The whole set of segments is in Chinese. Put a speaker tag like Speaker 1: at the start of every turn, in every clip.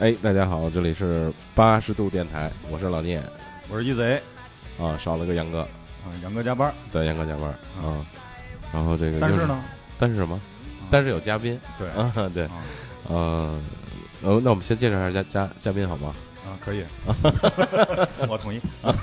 Speaker 1: 哎，大家好，这里是八十度电台，我是老聂
Speaker 2: 我是一贼
Speaker 1: 啊，少了个杨哥，
Speaker 2: 啊，杨哥加班儿，
Speaker 1: 对，杨哥加班啊。然后这个，
Speaker 2: 但是，呢，啊
Speaker 1: 但是什么？但是有嘉宾
Speaker 2: 对啊
Speaker 1: 啊，对，呃，呃，那我们先介绍一下嘉嘉嘉宾好吗？
Speaker 2: 啊，可以， 我同意。啊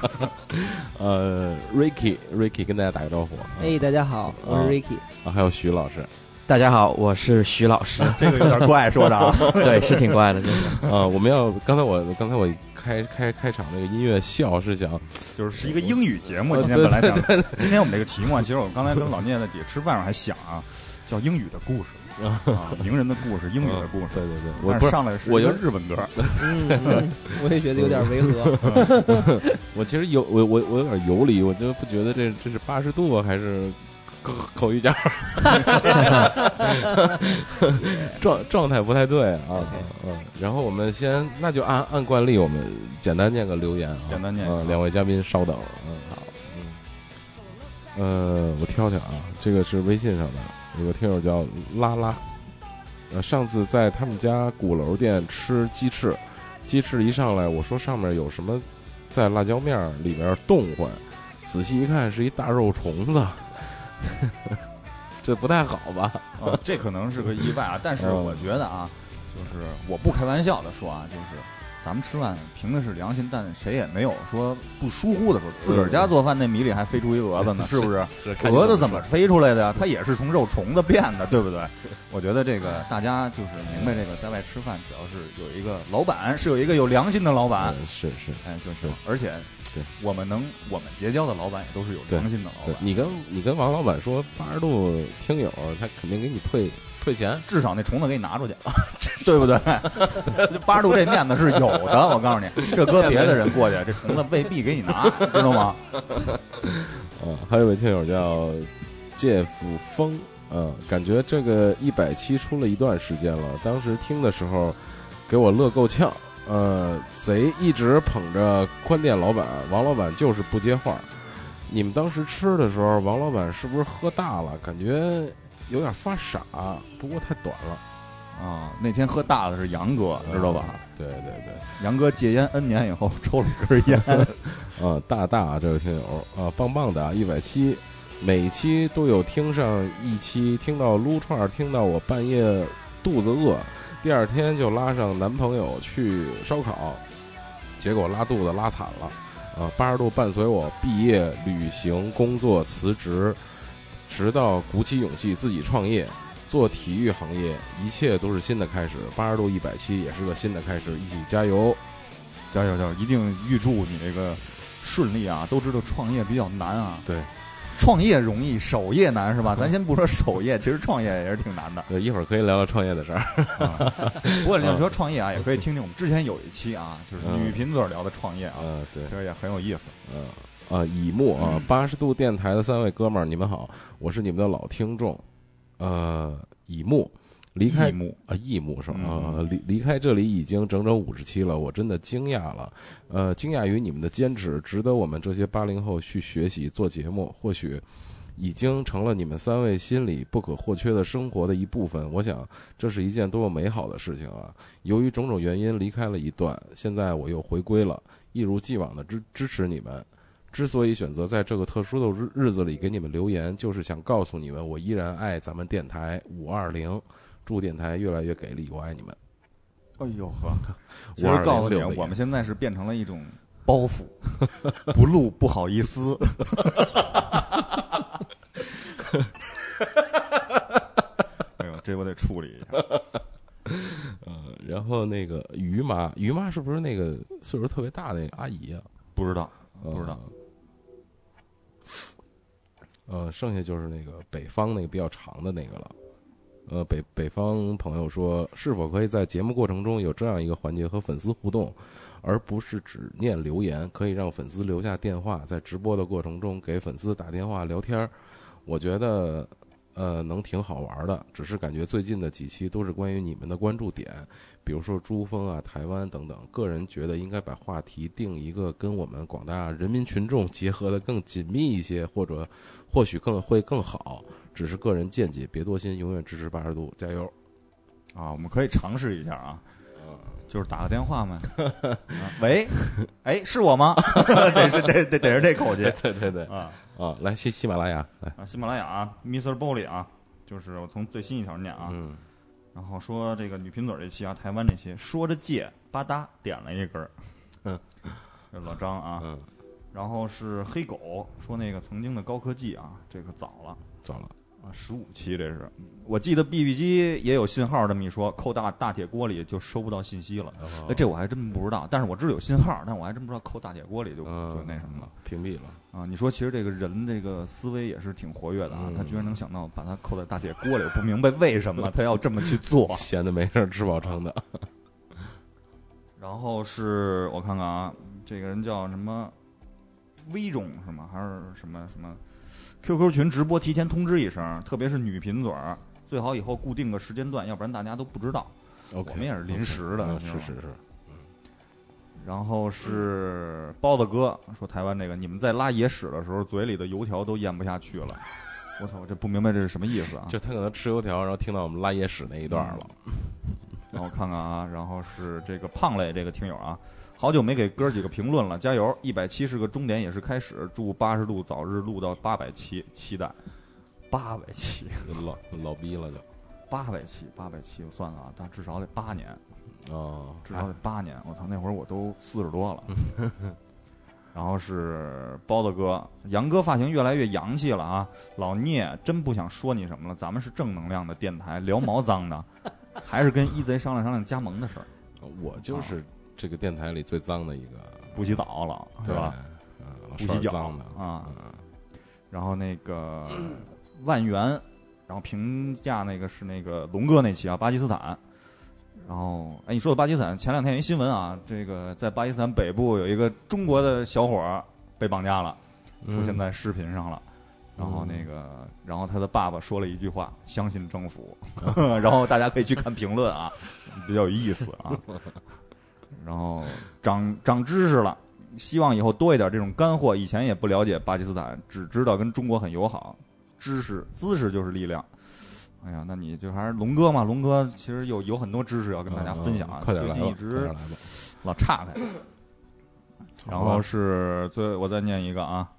Speaker 1: 呃，Ricky，Ricky 跟大家打个招呼，啊
Speaker 3: 哎，大家好，我是 Ricky。
Speaker 1: 啊，还有徐老师，
Speaker 4: 嗯大家好，我是徐老 师。
Speaker 2: 这个有点怪 说的啊，
Speaker 4: 对，是挺怪的，真的。
Speaker 1: 啊，我们要刚才我刚才我开开开场那个音乐笑是想
Speaker 2: 就是是一个英语节目。
Speaker 1: 呃
Speaker 2: 今天
Speaker 1: 对
Speaker 2: 本来想，今天我们这个题目啊，其实我刚才跟老聂在底下吃饭时候还想啊，叫英语的故 事啊，名人的故事，英语的故事。
Speaker 1: 啊对对对，我
Speaker 2: 但
Speaker 1: 不是
Speaker 2: 是上来是
Speaker 1: 我
Speaker 2: 一个
Speaker 1: 就
Speaker 2: 日文歌，
Speaker 3: 嗯，嗯我也觉得有点违和。
Speaker 1: 我其实有我我我有点游离，我就不觉得这这是八十度啊，还是口口语角儿，状状态不太对啊。嗯，然后我们先那就按按惯例，我们简单念个留言啊，
Speaker 2: 简单念一下
Speaker 1: 嗯，两位嘉宾稍等，嗯，好，嗯，呃，我挑挑啊，这个是微信上的，有个听友叫拉拉，呃，上次在他们家鼓楼店吃鸡翅，鸡翅一上来，我说上面有什么在辣椒面儿里面动换，仔细一看是一大肉虫子， 这不太好吧？
Speaker 2: 啊，这可能是个意外啊。但
Speaker 1: 嗯
Speaker 2: 是我觉得啊，就是我不开玩笑的说啊，就是咱们吃饭凭的是良心，但谁也没有说不疏忽的时候。自个儿
Speaker 1: 嗯
Speaker 2: 家做饭那米里还飞出一蛾子 呢，是不是？蛾子怎么飞出来的呀？它也是从肉虫子变的，对不对？我觉得这个大家就是明白这个，在外吃饭只要是有一个老板，是有一个有良心的老板，
Speaker 1: 嗯是是，
Speaker 2: 哎，就是
Speaker 1: 对，
Speaker 2: 而且
Speaker 1: 对
Speaker 2: 我们能我们结交的老板也都是有良心的老
Speaker 1: 对
Speaker 2: 板，
Speaker 1: 你跟你跟王老板说八十度听友，他肯定给你退退钱。
Speaker 2: 至少那虫子给你拿出去， 对不对？ 八十度这面子是有的，我告诉你，这搁别的人过去，这虫子未必给你拿，知道吗？
Speaker 1: 嗯，还有一位听友叫介甫峰，嗯，感觉这个一百期出了一段时间了，当时听的时候给我乐够呛。呃，贼一直捧着宽店老板，王老板就是不接话。你们当时吃的时候，王老板是不是喝大了？感觉有点发傻，不过太短了，啊
Speaker 2: 啊，那天喝大的是杨哥，知道吧？
Speaker 1: 对对对。
Speaker 2: 杨哥戒烟 N 年以后抽了一根烟，
Speaker 1: 啊，大大这位听友啊，棒棒的，啊，一百期，每期都有听上一期，听到撸串儿，听到我半夜肚子饿，第二天就拉上男朋友去烧烤，结果拉肚子拉惨了。啊，八十度伴随我毕业、旅行、工作、辞职，直到鼓起勇气自己创业，做体育行业，一切都是新的开始。八十度一百期也是个新的开始，一起加油！
Speaker 2: 加油加油！一定预祝你这个顺利啊！都知道创业比较难啊，
Speaker 1: 对，
Speaker 2: 创业容易，守业难是吧？咱先不说守业，其实创业也是挺难的。
Speaker 1: 呃，一会儿可以聊聊创业的事儿。
Speaker 2: 啊、不过你要说创业啊，也可以听听我们之前有一期啊，就是女贫嘴聊的创业啊，
Speaker 1: 啊，对。
Speaker 2: 其实也很有意思。
Speaker 1: 嗯啊，乙木啊，八十度电台的三位哥们儿，你们好，我是你们的老听众，呃，乙木离开
Speaker 2: 一幕
Speaker 1: 啊，乙木是吧？
Speaker 2: 嗯
Speaker 1: 啊，离离开这里已经整整五十期了，我真的惊讶了，呃，惊讶于你们的坚持，值得我们这些八零后去学习做节目，或许。已经成了你们三位心里不可或缺的生活的一部分。我想，这是一件多么美好的事情啊！由于种种原因离开了一段，现在我又回归了，一如既往的支支持你们。之所以选择在这个特殊的日日子里给你们留言，就是想告诉你们，我依然爱咱们电台五二零，祝电台越来越给力，我爱你们。
Speaker 2: 哎呦呵，其实
Speaker 1: 520
Speaker 2: 告诉你
Speaker 1: 六个，眼
Speaker 2: 我们现在是变成了一种包 袱，不录不好意 思。哎呦，这我得处理一下。
Speaker 1: 嗯，然后那个于妈，于妈是不是那个岁数特别大的那个阿姨啊？
Speaker 2: 不知道，
Speaker 1: 呃
Speaker 2: 不知道。
Speaker 1: 呃，剩下就是那个北方那个比较长的那个了。呃，北北方朋友说，是否可以在节目过程中有这样一个环节和粉丝互动，而不是只念留言，可以让粉丝留下电话，在直播的过程中给粉丝打电话聊天儿。我觉得，呃，能挺好玩儿的。只是感觉最近的几期都是关于你们的关注点，比如说珠峰啊、台湾等等。个人觉得应该把话题定一个跟我们广大人民群众结合的更紧密一些，或者 或许更会更好。只是个人见 解，别多心，永远支持八十度，加油！
Speaker 2: 啊，我们可以尝试一下啊。就是打个电话 嘛。啊喂，哎，是我 吗？得是得得得是这口 气
Speaker 1: 对对对，
Speaker 2: 啊
Speaker 1: 啊，来喜喜马拉雅，来，
Speaker 2: 啊！喜马拉雅啊，Mr. b o l y 啊，就是我从最新一条念啊，
Speaker 1: 嗯，
Speaker 2: 然后说这个女贫嘴这期啊，台湾这期说着借吧嗒点了一根儿，
Speaker 1: 嗯，
Speaker 2: 老张啊，
Speaker 1: 嗯，
Speaker 2: 然后是黑狗说那个曾经的高科技啊，这个早了。
Speaker 1: 糟了，
Speaker 2: 啊，十五期这是，我记得 BB 机也有信号这么一说，扣大大铁锅里就收不到信息了。
Speaker 1: 哦
Speaker 2: 哎，这我还真不知道，但是我知道有信号，但我还真不知道扣大铁锅里就、
Speaker 1: 嗯
Speaker 2: 就那什么了，
Speaker 1: 屏蔽了，
Speaker 2: 啊。你说其实这个人这个思维也是挺活跃的啊，
Speaker 1: 嗯。
Speaker 2: 他居然能想到把它扣在大铁锅里，我不明白为什么他要这么去做
Speaker 1: 闲的没事儿吃饱撑的，
Speaker 2: 啊然后是我看看啊，这个人叫什么微种是吗？还是什么什么？QQ 群直播提前通知一声，特别是女贫嘴儿，最好以后固定个时间段，要不然大家都不知道。
Speaker 1: OK，
Speaker 2: 我们也是临时的
Speaker 1: 嗯
Speaker 2: 你知道
Speaker 1: 是
Speaker 2: 吗
Speaker 1: 是是，
Speaker 2: 然后是包子哥说台湾这个，你们在拉野屎的时候，嘴里的油条都咽不下去了。我操，我这不明白这是什么意思啊？
Speaker 1: 就他可能吃油条，然后听到我们拉野屎那一段了，
Speaker 2: 让我看看啊，然后是这个胖类这个听友啊，好久没给哥几个评论了，加油！一百七十个终点也是开始，祝八十度早日录到八百期，期待。八百期，
Speaker 1: 老老逼了就，
Speaker 2: 八百期，八百期，我算算啊，但至少得八年，
Speaker 1: 哦，
Speaker 2: 至少得八年。我操，那会儿我都四十多了。然后是包子哥，杨哥发型越来越洋气了啊！老聂真不想说你什么了，咱们是正能量的电台，聊毛脏的，还是跟一贼商量商量加盟的事儿。
Speaker 1: 啊我就是
Speaker 2: 啊
Speaker 1: 这个电台里最脏的一个，
Speaker 2: 不洗澡了，对吧？？
Speaker 1: 嗯，老
Speaker 2: 不洗
Speaker 1: 刷是
Speaker 2: 脚
Speaker 1: 脏的，
Speaker 2: 啊，
Speaker 1: 嗯
Speaker 2: 然后那个万元，然后评价那个是那个龙哥那期啊，巴基斯坦。然后，哎，你说的巴基斯坦，前两天有一新闻啊，这个在巴基斯坦北部有一个中国的小伙儿被绑架了，出
Speaker 1: 嗯
Speaker 2: 现在视频上了。然后那个，然后他的爸爸说了一句话：“相信政府。” 然后大家可以去看评论啊，比较有意思 啊。然后长长知识了，希望以后多一点这种干货。以前也不了解巴基斯坦，只知道跟中国很友好。知识知识就是力量。哎呀，那你就还是龙哥嘛，龙哥其实有有很多知识要跟大家分享啊
Speaker 1: 嗯。快点
Speaker 2: 最
Speaker 1: 来
Speaker 2: 近一
Speaker 1: 吧，快
Speaker 2: 直
Speaker 1: 点来吧。嗯
Speaker 2: 老岔开。然后是最我再念一个啊，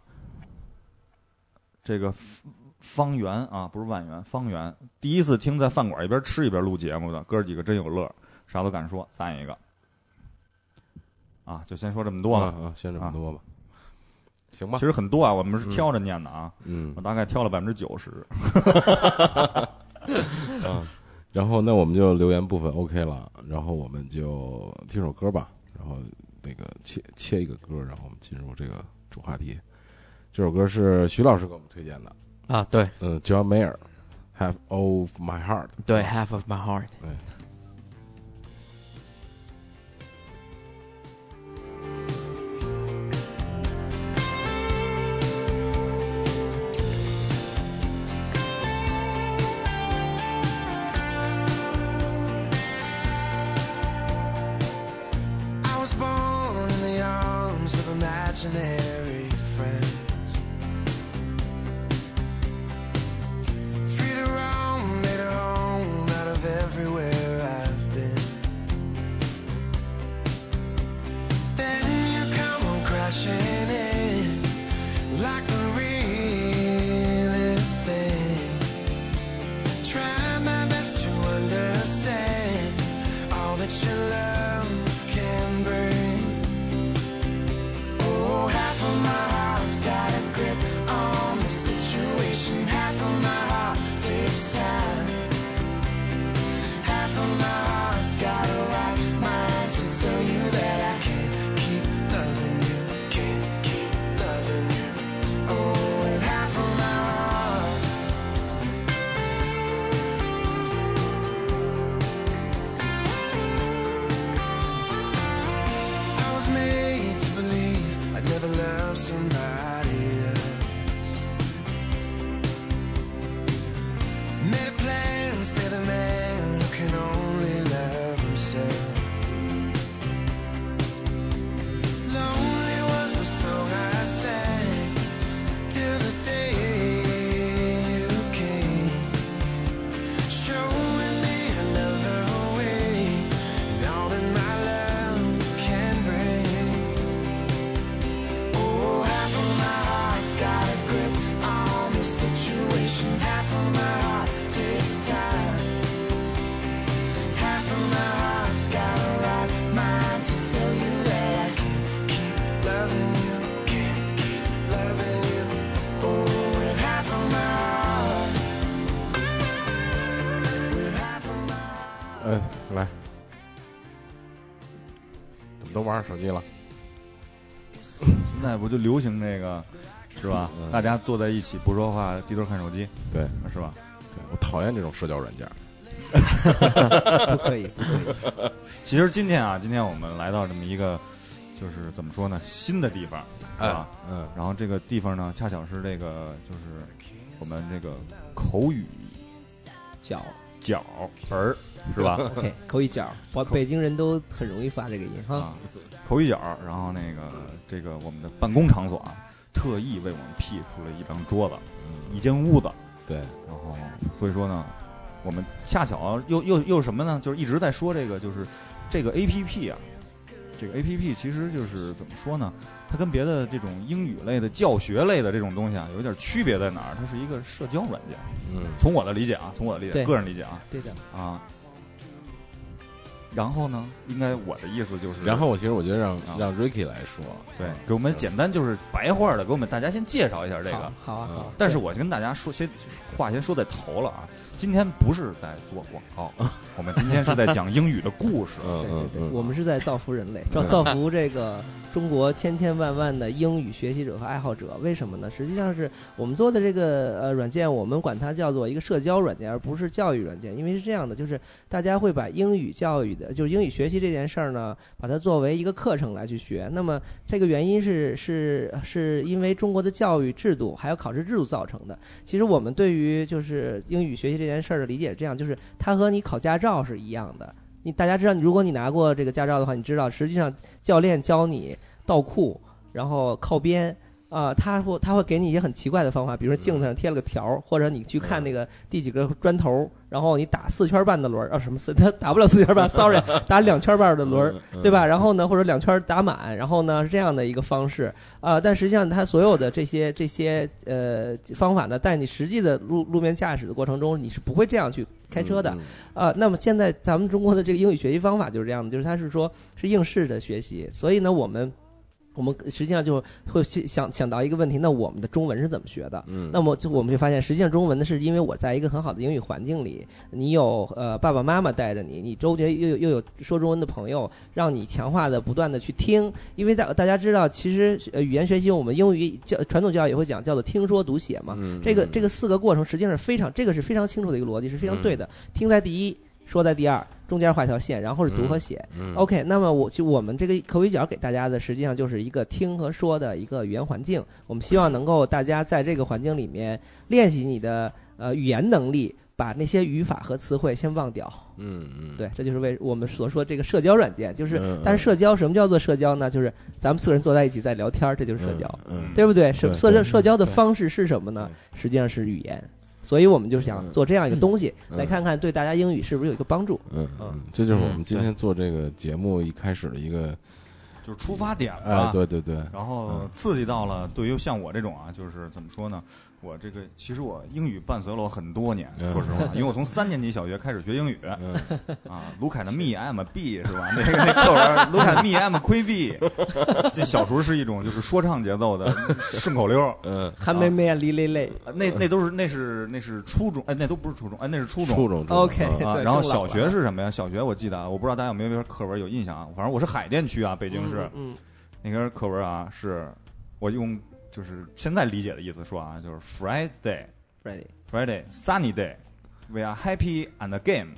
Speaker 2: 这个方方圆啊，不是万元，方圆第一次听在饭馆一边吃一边录节目的哥儿几个真有乐儿，啥都敢说，赞一个。啊，就先说这么多了。
Speaker 1: 啊啊，先这么多吧，行吧
Speaker 2: 其，实很多啊，我们是挑着念的啊，
Speaker 1: 嗯
Speaker 2: 我大概挑了百分之九十。
Speaker 1: 啊，然后那我们就留言部分 OK 了，然后我们就听首歌吧，然后那个切切一个歌，然后我们进入这个主话题。这首歌是徐老师给我们推荐的，
Speaker 4: 啊，对
Speaker 1: 嗯，John Mayer，Half of My Heart。
Speaker 4: 对，Half of my heart。
Speaker 5: I was born in the arms of imaginary friends. Free to roam, made a home out of everywhere I've been. Then you come on crashing in like the realest thing. Try my best to understand all that your love can bring. Oh, half
Speaker 1: 哎来，怎么都玩上手机了？
Speaker 2: 现在不就流行这个，是吧
Speaker 1: 嗯？
Speaker 2: 大家坐在一起不说话，低头看手机，
Speaker 1: 对，
Speaker 2: 是吧？
Speaker 1: 对我讨厌这种社交软件。
Speaker 3: 不可以，不可以，
Speaker 2: 其实今天啊，今天我们来到这么一个，就是怎么说呢，新的地方，是吧？
Speaker 1: 嗯，
Speaker 2: 然后这个地方呢，恰巧是这个，就是我们这个口语
Speaker 3: 脚
Speaker 2: 角儿，是吧？
Speaker 3: ，OK，口语角，我北京人都很容易发这个音哈。
Speaker 2: 啊，口一角儿，然后那个这个我们的办公场所啊，特意为我们辟出了一张桌子，一间屋子，
Speaker 1: 嗯对，
Speaker 2: 然后所以说呢，我们恰巧又又又什么呢？就是一直在说这个，就是这个 A P P 啊，这个 A P P 其实就是怎么说呢？它跟别的这种英语类的教学类的这种东西啊，有一点区别在哪儿？它是一个社交软件。
Speaker 1: 嗯，
Speaker 2: 从我的理解啊，从我的理解，
Speaker 3: 对
Speaker 2: 个人理解啊
Speaker 3: 对的，
Speaker 2: 啊。然后呢，应该我的意思就是，
Speaker 1: 然后我其实我觉得让
Speaker 2: 啊
Speaker 1: 让 Ricky 来说，嗯
Speaker 2: 对，给我们简单就是白话的，给我们大家先介绍一下这
Speaker 3: 好
Speaker 2: 个。
Speaker 3: 好啊，
Speaker 4: 嗯
Speaker 3: 好啊。
Speaker 2: 但是我先跟大家说，先话先说在头了啊，今天不是在做广 告，我们今天是在讲英语的故事。
Speaker 1: 嗯
Speaker 3: 对对
Speaker 1: 嗯
Speaker 3: 对，
Speaker 1: 嗯，
Speaker 3: 我们是在造福人类，造
Speaker 2: 对
Speaker 3: 造福这个中国千千万万的英语学习者和爱好者。为什么呢？实际上是我们做的这个呃软件，我们管它叫做一个社交软件，而不是教育软件。因为是这样的，就是大家会把英语教育的，就是英语学习这件事儿呢，把它作为一个课程来去学。那么这个原因是是是因为中国的教育制度还有考试制度造成的。其实我们对于就是英语学习这件事儿的理解是这样，就是它和你考驾照是一样的。你大家知道，如果你拿过这个驾照的话，你知道实际上教练教你倒库，然后靠边。啊、他会他会给你一些很奇怪的方法，比如说镜子上贴了个条儿，或者你去看那个第几个砖头儿，然后你打四圈半的轮儿，啊什么四， 他打不了四圈半，sorry，打两圈半的轮儿，
Speaker 1: 嗯
Speaker 3: 对吧？？然后呢，或者两圈打满，然后呢是这样的一个方式啊、但实际上，它所有的这些这些呃方法呢，在你实际的路路面驾驶的过程中，你是不会这样去开车的。
Speaker 1: 嗯，
Speaker 3: 啊，那么现在咱们中国的这个英语学习方法就是这样的，就是它是说是应试的学习，所以呢，我们我们实际上就会去想想到一个问题，那我们的中文是怎么学的？
Speaker 1: 嗯，
Speaker 3: 那么就我们就发现，实际上中文呢，是因为我在一个很好的英语环境里，你有呃爸爸妈妈带着你，你周围又有又有说中文的朋友，让你强化的不断的去听，因为大大家知道，其实呃语言学习我们英语教传统教育也会讲叫做听说读写嘛，
Speaker 1: 嗯
Speaker 3: 这个这个四个过程实际上是非常这个是非常清楚的一个逻辑，是非常对的。
Speaker 1: 嗯
Speaker 3: 听在第一，说在第二，中间画一条线，然后是读和写。
Speaker 1: 嗯
Speaker 3: OK，那么我就我们这个口语角给大家的，实际上就是一个听和说的一个语言环境。我们希望能够大家在这个环境里面练习你的呃语言能力，把那些语法和词汇先忘掉。
Speaker 1: 嗯嗯，
Speaker 3: 对，这就是为我们所说这个社交软件，就是
Speaker 1: 嗯嗯
Speaker 3: 但是社交什么叫做社交呢？就是咱们四个人坐在一起在聊天儿，这就是社交。
Speaker 1: 嗯，
Speaker 3: 对不对？什
Speaker 1: 对
Speaker 3: 社
Speaker 1: 对
Speaker 3: 交社交的
Speaker 1: 对
Speaker 3: 方式是什么呢？实际上是语言，所以我们就想
Speaker 1: 嗯
Speaker 3: 做这样一个东西，
Speaker 1: 嗯
Speaker 3: 来看看对大家英语是不是有一个帮助。
Speaker 1: 嗯嗯嗯，这就是我们今天做这个节目一开始的一个，
Speaker 2: 就是出发点
Speaker 1: 哎
Speaker 2: 吧，，
Speaker 1: 对对对，
Speaker 2: 然
Speaker 1: 嗯
Speaker 2: 后刺激到了对于像我这种啊，就是怎么说呢？我这个其实我英语伴随了我很多年，
Speaker 1: 嗯
Speaker 2: 说 实话，因为我从三年级小学开始学英语
Speaker 1: 嗯
Speaker 2: 啊，Look at me, I'm a B 是吧？那个那课文 Look at me, I'm a q u e e B，这小时候是一种就是说唱节奏的顺口溜儿，
Speaker 1: 嗯，
Speaker 3: 韩梅梅啊，黎累累
Speaker 2: 呃那那都是那是那是初中，哎，那都不是初中，哎，那是初中。
Speaker 1: 初中
Speaker 3: ，OK
Speaker 1: 嗯
Speaker 2: 啊，
Speaker 3: 对
Speaker 2: 然后
Speaker 3: 更老
Speaker 2: 小
Speaker 3: 了
Speaker 2: 学是什么呀？小学我记得啊，我不知道大家有没有这篇课文有印象啊。反正我是海淀区啊，北京市、
Speaker 3: 嗯，嗯
Speaker 2: 那篇课文啊，是我用就是现在理解的意思说啊，就是 Friday,
Speaker 3: 嗯，Ready，
Speaker 2: Friday, sunny day, we are happy and game，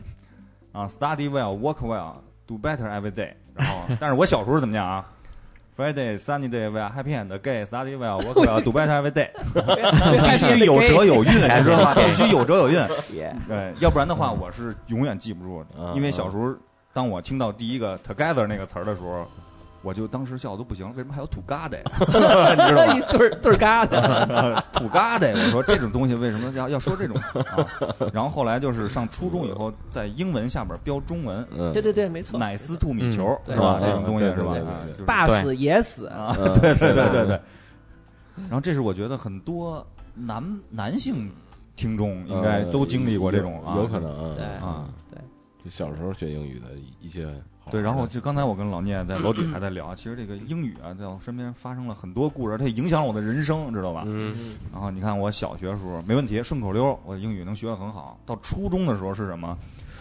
Speaker 2: 啊，study well, work well, do better every day。然后，但是我小时候是怎么样啊？Friday, sunny day, we are happy and gay, study well, work well, do better every day。必须有哲有韵，你知道吗？必须有哲有韵。
Speaker 3: Yeah
Speaker 2: 对，要不然的话，我是永远记不住
Speaker 1: 嗯，
Speaker 2: 因为小时候，当我听到第一个 together 那个词儿的时候，我就当时笑得都不行，为什么还有土嘎的？ 你 知道吗？
Speaker 3: 一对儿对儿嘎 的，
Speaker 2: 土嘎的，我说这种东西为什么要要说这种啊？然后后来就是上初中以后，在英文下边标中文，
Speaker 1: 嗯，
Speaker 3: 对对对，没错。
Speaker 2: 奶丝吐米球
Speaker 3: 嗯
Speaker 2: 是吧？
Speaker 1: 对
Speaker 2: 这种东西
Speaker 1: 对对
Speaker 2: 是吧
Speaker 1: 对对？
Speaker 2: 啊
Speaker 1: 对
Speaker 2: 就是
Speaker 3: 爸
Speaker 4: 对
Speaker 3: 死也死，
Speaker 2: 啊，
Speaker 1: 嗯
Speaker 2: 对对对
Speaker 1: 是
Speaker 2: 对
Speaker 1: 的
Speaker 2: 对。然后这是我觉得很多男男性听众 应该都经历过这种啊，
Speaker 1: 有可能
Speaker 3: 对
Speaker 2: 啊。
Speaker 1: 就小时候学英语的一些好玩的
Speaker 2: 对，然后就刚才我跟老聂在楼底还在聊，其实这个英语啊，在我身边发生了很多故事，它也影响了我的人生，知道吧？
Speaker 1: 嗯
Speaker 2: 然后你看我小学的时候没问题，顺口溜，我英语能学得很好。到初中的时候是什么？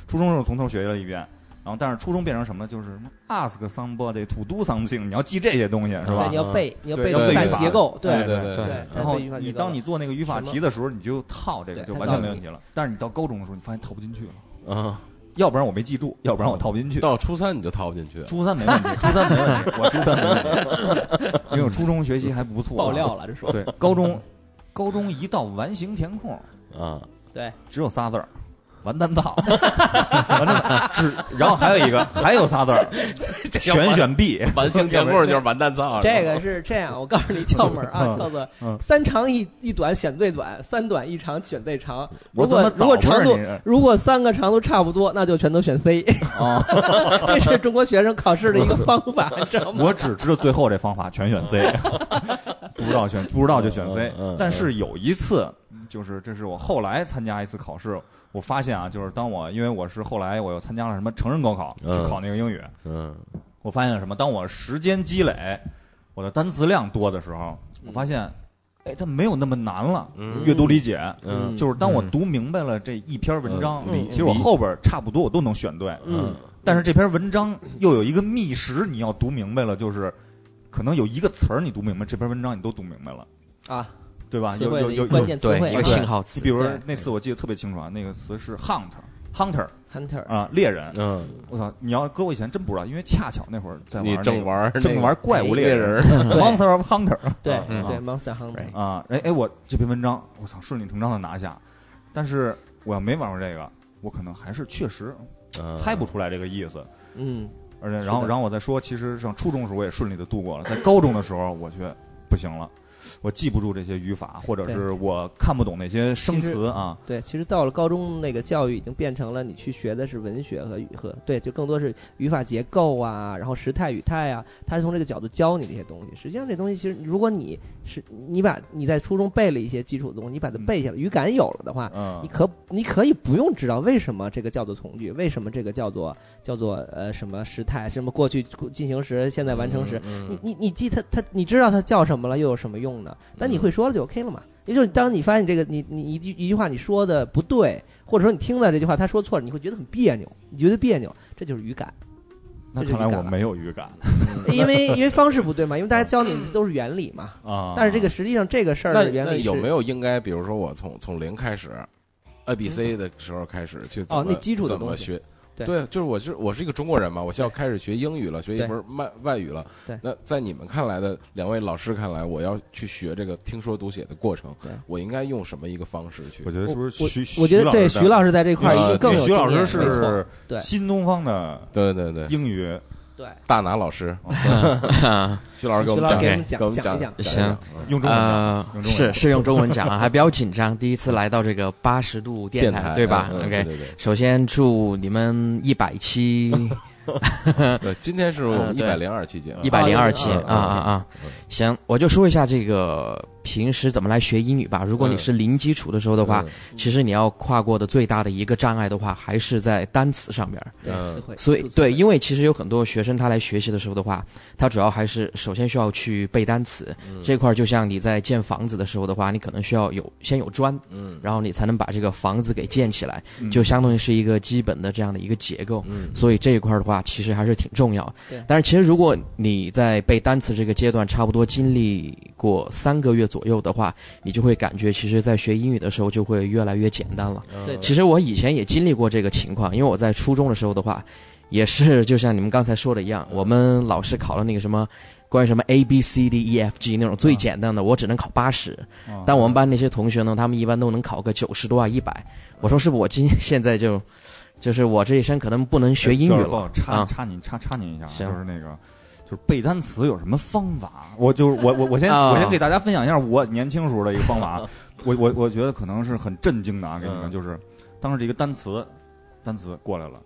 Speaker 2: 初中的时候从头学了一遍，然后但是初中变成什么呢？就是什么 ask somebody to do something，你要记这些东西是吧嗯
Speaker 3: 对你？要背，你要
Speaker 2: 对
Speaker 3: 背
Speaker 2: 要
Speaker 3: 语
Speaker 2: 背
Speaker 3: 法
Speaker 2: 语法
Speaker 3: 结构，
Speaker 2: 哎对
Speaker 1: 对
Speaker 4: 对
Speaker 3: 对
Speaker 2: 然后
Speaker 3: 它对语法
Speaker 2: 你
Speaker 3: 结构
Speaker 2: 当你做那个语法
Speaker 3: 什么
Speaker 2: 题的时候，你就套这个，
Speaker 3: 对
Speaker 2: 就
Speaker 3: 它
Speaker 2: 完全
Speaker 3: 套
Speaker 2: 没问
Speaker 3: 进
Speaker 2: 题了。但是你到高中的时候，你发现套不进去了，
Speaker 1: 啊，
Speaker 2: 要不然我没记住，要不然我套不进去。
Speaker 1: 到初三你就套不进去，
Speaker 2: 初三没问题，初三没问题，我初三没问题， 因为我初中学习还不错。啊
Speaker 3: 爆料了，这 说
Speaker 2: 对，高中，高中一到完形填空，
Speaker 1: 啊，
Speaker 3: 对，
Speaker 2: 只有仨字儿，完蛋套，完蛋套，只然后还有一个还有仨字 儿，全选 B，
Speaker 1: 完形填空就是完蛋操，
Speaker 3: 这个是这样，我告诉你窍门儿啊，
Speaker 2: 嗯
Speaker 3: 叫做
Speaker 2: 嗯
Speaker 3: 三长一一短选最短，三短一长选最长。
Speaker 2: 我
Speaker 3: 如
Speaker 2: 怎么
Speaker 3: 果如果
Speaker 2: 倒不
Speaker 3: 长
Speaker 2: 是
Speaker 3: 度
Speaker 2: 你啊这
Speaker 3: 如果三个长度差不多，那就全都选 C。
Speaker 2: 啊，
Speaker 3: 这是中国学生考试的一个方法，你知道 吗？
Speaker 2: 我只知道最后这方法全选 C，不知道选不知道就选 C
Speaker 1: 嗯嗯嗯。
Speaker 2: 但是有一次，就是这是我后来参加一次考试，我发现啊，就是当我因为我是后来我又参加了什么成人高考，
Speaker 1: 嗯
Speaker 2: 去考那个英语，
Speaker 1: 嗯
Speaker 2: 我发现了什么？当我时间积累，我的单词量多的时候，
Speaker 3: 嗯
Speaker 2: 我发现，哎，它没有那么难了。
Speaker 1: 嗯
Speaker 2: 阅读理解，
Speaker 1: 嗯
Speaker 2: 就是当我读明白了这一篇文章，
Speaker 3: 嗯理
Speaker 2: 其实我后边差不多我都能选对，
Speaker 3: 嗯，
Speaker 2: 但是这篇文章又有一个密实，你要读明白了，就是可能有一个词儿你读明白，这篇文章你都读明白了，
Speaker 3: 啊，
Speaker 2: 对吧？
Speaker 3: 词
Speaker 2: 有
Speaker 3: 汇
Speaker 2: 有
Speaker 3: 的一
Speaker 2: 有
Speaker 1: 嗯
Speaker 3: 个关
Speaker 2: 有，
Speaker 3: 键词
Speaker 4: 对
Speaker 3: 汇啊
Speaker 4: 一个
Speaker 2: 对
Speaker 4: 信号
Speaker 2: 你
Speaker 4: 词
Speaker 2: 比，如说
Speaker 3: 对
Speaker 2: 那次我记得特别清楚啊，那个词是 hunter，hunter
Speaker 3: ，hunter
Speaker 2: 啊，猎人。
Speaker 1: 嗯，
Speaker 2: 我操，你要搁我以前真不知道，因为恰巧那会儿在玩
Speaker 1: 你
Speaker 2: 那
Speaker 1: 正
Speaker 2: 个
Speaker 1: 玩
Speaker 2: 正玩怪物猎人
Speaker 1: 人，
Speaker 3: 对
Speaker 2: Monster of Hunter
Speaker 3: 对
Speaker 4: 嗯
Speaker 3: 对 monster hunter
Speaker 2: 啊，哎哎，我这篇文章，我操，顺理成章的拿下。但是我要没玩过这个，我可能还是确实猜不出来这个意思。
Speaker 3: 嗯，
Speaker 2: 而且，然后，
Speaker 3: 是的
Speaker 2: 然后我再说，其实上初中时候我也顺利的度过了，在高中的时候我却不行了，我记不住这些语法，或者
Speaker 3: 对
Speaker 2: 是我看不懂那些生
Speaker 3: 其实
Speaker 2: 词啊。
Speaker 3: 对，其实到了高中，那个教育已经变成了你去学的是文学和语和对，就更多是语法结构啊，然后时态语态啊，他是从这个角度教你这些东西。实际上，这东西其实如果你是你把你在初中背了一些基础的东西，你把它
Speaker 2: 嗯
Speaker 3: 背下来，语感有了的话，你
Speaker 2: 嗯，
Speaker 3: 可你可以不用知道为什么这个叫做从句，为什么这个叫做叫做呃什么时态，什么过去进行时、现在完
Speaker 2: 嗯
Speaker 3: 成时，
Speaker 1: 嗯
Speaker 4: 嗯
Speaker 3: 你你你记它它，你知道它叫什么了，又有什么用呢？但
Speaker 4: 嗯
Speaker 3: 你会说了就 OK 了嘛。也就是当你发现这个你你一句一句话你说的不对，或者说你听到这句话他说错了，你会觉得很别扭，你觉得别扭，这就是语 感，
Speaker 2: 那
Speaker 3: 这就
Speaker 2: 看来
Speaker 3: 语感
Speaker 2: 我
Speaker 3: 了
Speaker 2: 没有语 感
Speaker 3: 因为因为方式不对嘛，因为大家教你 的都是原理嘛。
Speaker 2: 啊。
Speaker 3: 但是这个实际上这个事儿
Speaker 1: 那
Speaker 3: 的原
Speaker 1: 那
Speaker 3: 理
Speaker 1: 有没
Speaker 3: 有？
Speaker 1: 有应该，比如说我从从零开始，A B C 的时候开始去怎么
Speaker 3: 哦那基础的
Speaker 1: 怎么
Speaker 3: 东西
Speaker 1: 学？
Speaker 3: 对
Speaker 1: 就是我是我是一个中国人嘛，我现在要开始学英语了，学一门外外语了。
Speaker 3: 对
Speaker 1: 那在你们看来的两位老师看来，我要去学这个听说读写的过程
Speaker 3: 对，
Speaker 1: 我应该用什么一个方式去
Speaker 2: 我？觉得是不是
Speaker 3: 我
Speaker 2: 徐？
Speaker 3: 我觉得对
Speaker 2: 徐
Speaker 3: 徐老师在这块儿一
Speaker 1: 呃
Speaker 3: 定更有
Speaker 2: 啊徐老
Speaker 3: 经
Speaker 2: 师
Speaker 3: 验没错
Speaker 2: 是
Speaker 3: 对
Speaker 2: 新东方的
Speaker 1: 对对对，
Speaker 2: 英语
Speaker 4: 嗯
Speaker 3: 对。
Speaker 1: 大拿老 师，徐老师给我们
Speaker 3: 徐老师
Speaker 1: 讲
Speaker 3: 给
Speaker 1: 讲给我
Speaker 3: 我们，讲
Speaker 1: 们
Speaker 3: 讲一
Speaker 1: 讲
Speaker 4: 讲
Speaker 1: 讲。嗯
Speaker 2: 用中文的。
Speaker 4: 呃
Speaker 2: 用中文，
Speaker 4: 是是用中文讲啊，还比较紧张，第一次来到这个八十度电
Speaker 1: 电
Speaker 4: 台，
Speaker 1: 台
Speaker 4: 对吧
Speaker 1: 嗯嗯对
Speaker 4: ？OK，
Speaker 1: 对对
Speaker 4: 首先祝你们一百 期，
Speaker 1: 对，呃今天是我
Speaker 4: 嗯
Speaker 1: 们一
Speaker 4: 对
Speaker 1: 百零二期节目，
Speaker 4: 一百零二期
Speaker 1: 嗯
Speaker 4: 啊啊啊！行，我就说一下这个平时怎么来学英语吧。如果你
Speaker 1: 嗯
Speaker 4: 是零基础的时候的话，
Speaker 1: 嗯，
Speaker 4: 其实你要跨过的最大的一个障碍的话，还是在单词上面儿。
Speaker 3: 对
Speaker 1: 嗯
Speaker 3: 词汇
Speaker 4: 所以
Speaker 3: 注，册
Speaker 4: 对，
Speaker 3: 的
Speaker 4: 因为其实有很多学生他来学习的时候的话，他主要还是首先需要去背单词、
Speaker 1: 嗯
Speaker 4: 这块，就像你在建房子的时候的话，你可能需要有先有砖，
Speaker 1: 嗯
Speaker 4: 然后你才能把这个房子给建起来，
Speaker 2: 嗯
Speaker 4: 就相当于是一个基本的这样的一个结构。
Speaker 1: 嗯
Speaker 4: 所以这一块儿的话，其实还是挺重要
Speaker 3: 对。
Speaker 4: 但是其实如果你在背单词这个阶段，差不多经历过三个月左右的话，你就会感觉，其实在学英语的时候就会越来越简单了。
Speaker 1: 嗯，
Speaker 3: 对
Speaker 1: 嗯
Speaker 4: 其实我以前也经历过这个情况，因为我在初中的时候的话，也是就像你们刚才说的一
Speaker 3: 嗯
Speaker 4: 样，我们老师考了那个什么。关于什么 A B C D E F G 那种
Speaker 3: 嗯
Speaker 4: 最简单的，我只能考八十。
Speaker 2: 啊
Speaker 4: 但我们班那些同学呢，他们一般都能考个九十多啊，一百。我说是不是我今现在就，就是我这一生可能不能学英语
Speaker 2: 就是不
Speaker 4: 了
Speaker 2: 好插
Speaker 4: 啊
Speaker 2: 插你插插你一下啊，就
Speaker 4: 行
Speaker 2: 是那个，就是背单词有什么方法？我就是我我我先
Speaker 4: 啊
Speaker 2: 我先给大家分享一下我年轻时候的一个方法 啊，我我我觉得可能是很震惊的啊，给你们
Speaker 1: 嗯
Speaker 2: 就是当时这个单词单词过来了。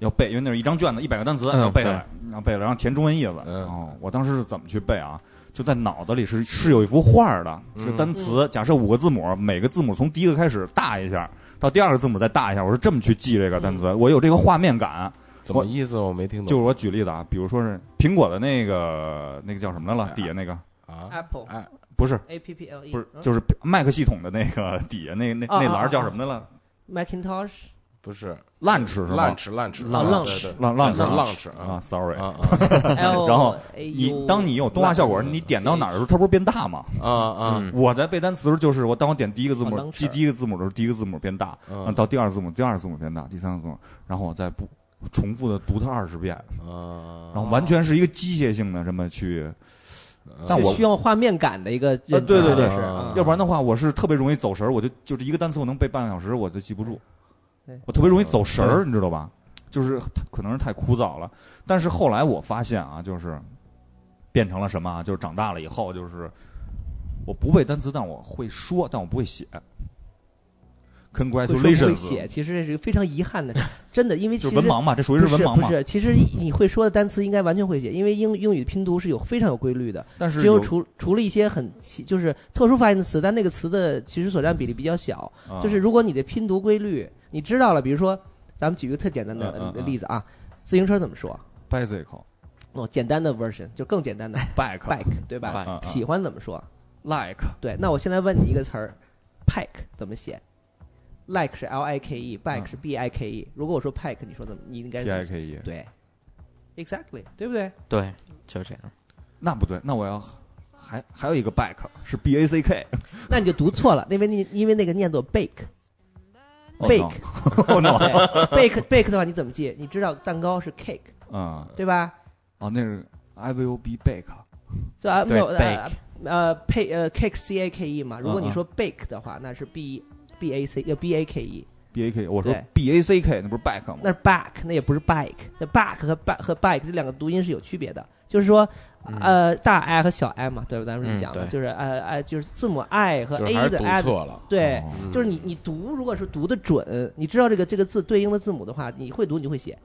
Speaker 2: 要背，因为那是一张卷子，一百个单词，
Speaker 4: 嗯
Speaker 2: 要背下来，然后背了，然后填中文意思。
Speaker 1: 嗯
Speaker 2: 哦，我当时是怎么去背啊？就在脑子里是是有一幅画儿的，
Speaker 1: 嗯
Speaker 2: 这单词假设五个字母，每个字母从第一个开始大一下，到第二个字母再大一下，我是这么去记这个单词，
Speaker 3: 嗯
Speaker 2: 我有这个画面感。
Speaker 1: 怎么意思？我没听懂。
Speaker 2: 就是我举例子啊，比如说是苹果的那个那个叫什么来
Speaker 3: 哎
Speaker 2: 了，底下那个
Speaker 1: 啊，
Speaker 3: Apple
Speaker 1: 哎，
Speaker 2: 不是
Speaker 3: A P P L E
Speaker 2: 不是，就是 Mac 系统的那个底下那那
Speaker 3: 啊
Speaker 2: 那
Speaker 3: 啊
Speaker 2: 栏
Speaker 3: 啊
Speaker 2: 儿叫什么来了？
Speaker 3: Macintosh
Speaker 1: 不是啊
Speaker 2: 烂吃是吗？
Speaker 1: 烂吃烂吃
Speaker 4: 浪
Speaker 1: 浪
Speaker 4: 浪吃
Speaker 2: 浪浪吃
Speaker 1: 浪
Speaker 2: 浪
Speaker 1: 吃
Speaker 2: 啊
Speaker 1: 啊
Speaker 2: ，sorry，
Speaker 3: 哎
Speaker 1: 啊
Speaker 2: 然
Speaker 3: 然
Speaker 2: 后你当你有动画效果，
Speaker 1: 嗯
Speaker 2: 你点到哪儿的时候，它不是变大吗？
Speaker 1: 啊啊
Speaker 4: 嗯
Speaker 2: 我在背单词的时候，就是我当我点第一个字
Speaker 3: 啊
Speaker 2: 母，
Speaker 3: 能
Speaker 2: 记
Speaker 3: 吃
Speaker 2: 第一个字母的时候，第一个字母变大，然后
Speaker 1: 啊
Speaker 2: 到第二字母，第二字母变大，第三个字母，然后我再不重复的读它二十遍，然
Speaker 1: 啊！
Speaker 2: 后完全是一个机械性的这么去，
Speaker 1: 嗯
Speaker 2: 但我
Speaker 3: 需要画面感的一个认知，
Speaker 2: 嗯对对对
Speaker 3: 是
Speaker 1: 啊
Speaker 2: 要不然的话，我是特别容易走神儿，我就就是一个单词我能背半个小时，我就记不住
Speaker 3: 对，
Speaker 2: 我特别容易走神儿，你知道吧？就是可能是太枯燥了，但是后来我发现啊，就是变成了什么啊？就是长大了以后，就是我不背单词，但我会说，但我不会写。
Speaker 3: 会说不会
Speaker 2: Congratulations，
Speaker 3: 写，其实这是一个非常遗憾的事，真的，因为
Speaker 2: 就
Speaker 3: 其
Speaker 2: 是
Speaker 3: 实
Speaker 2: 文盲嘛，这属于
Speaker 3: 不
Speaker 2: 是
Speaker 3: 是
Speaker 2: 文盲嘛
Speaker 3: 不。是，其实你会说的单词应该完全会写，因为英英语拼读是有非常有规律的，
Speaker 2: 但是
Speaker 3: 只有
Speaker 2: 有
Speaker 3: 除除了一些很奇就是特殊发音的词，但那个词的其实所占比例比较小。
Speaker 2: 啊嗯
Speaker 3: 就是如果你的拼读规律你知道了，比如说，咱们举一个特简单的
Speaker 2: 嗯嗯嗯
Speaker 3: 例子啊，自行车怎么说？
Speaker 2: bicycle，bike，
Speaker 3: 哦，简单的 version 就更简单的 bike 对吧？
Speaker 2: 哎嗯嗯
Speaker 3: 喜欢怎么说？
Speaker 2: like
Speaker 3: 对，那我现在问你一个词儿，pike 怎么写？like 是 l i k e，bike 是 b i k e。如果我说 pike，你说怎么？你应该
Speaker 2: 嗯 P I
Speaker 3: 是
Speaker 2: K E，
Speaker 3: 对，exactly，对不对？
Speaker 4: 对，就是这样。
Speaker 2: 那不对，那我要还还有一个 back 是 B A C K，
Speaker 3: 那你就读错了，因为你因为那个念作 bake。bake，
Speaker 2: 哦 no，
Speaker 3: 对 bake bake 的话你怎么记？你知道蛋糕是 cake
Speaker 2: 嗯，
Speaker 3: 对吧？
Speaker 2: 哦那是 I will be back，
Speaker 3: 所以啊没
Speaker 4: 对
Speaker 3: 有
Speaker 4: ，bake
Speaker 3: 呃呃 p 呃 cake c a k e 嘛。如果
Speaker 2: 嗯
Speaker 3: 你
Speaker 2: 嗯
Speaker 3: 说 bake 的话，那是 b b a c 呃 b a k e，
Speaker 2: B A K，我说
Speaker 3: 对
Speaker 2: B A C K，那不是 back 吗？
Speaker 3: 那是 back，那也不是 bike。那 back 和 back 和 bike 这两个读音是有区别的，就是说。
Speaker 4: 嗯
Speaker 3: 呃，大 I 和小 I 嘛，对吧？咱们
Speaker 4: 嗯
Speaker 3: 讲的、
Speaker 4: 对
Speaker 3: 就是呃呃，就是字母 I 和
Speaker 1: 就是
Speaker 3: A
Speaker 1: 还是
Speaker 3: 的
Speaker 1: 读
Speaker 3: I，的
Speaker 1: 错了，
Speaker 3: 对，
Speaker 2: 哦
Speaker 1: 嗯
Speaker 3: 就是你你读，如果是读的准，你知道这个这个字对应的字母的话，你会读你就会写，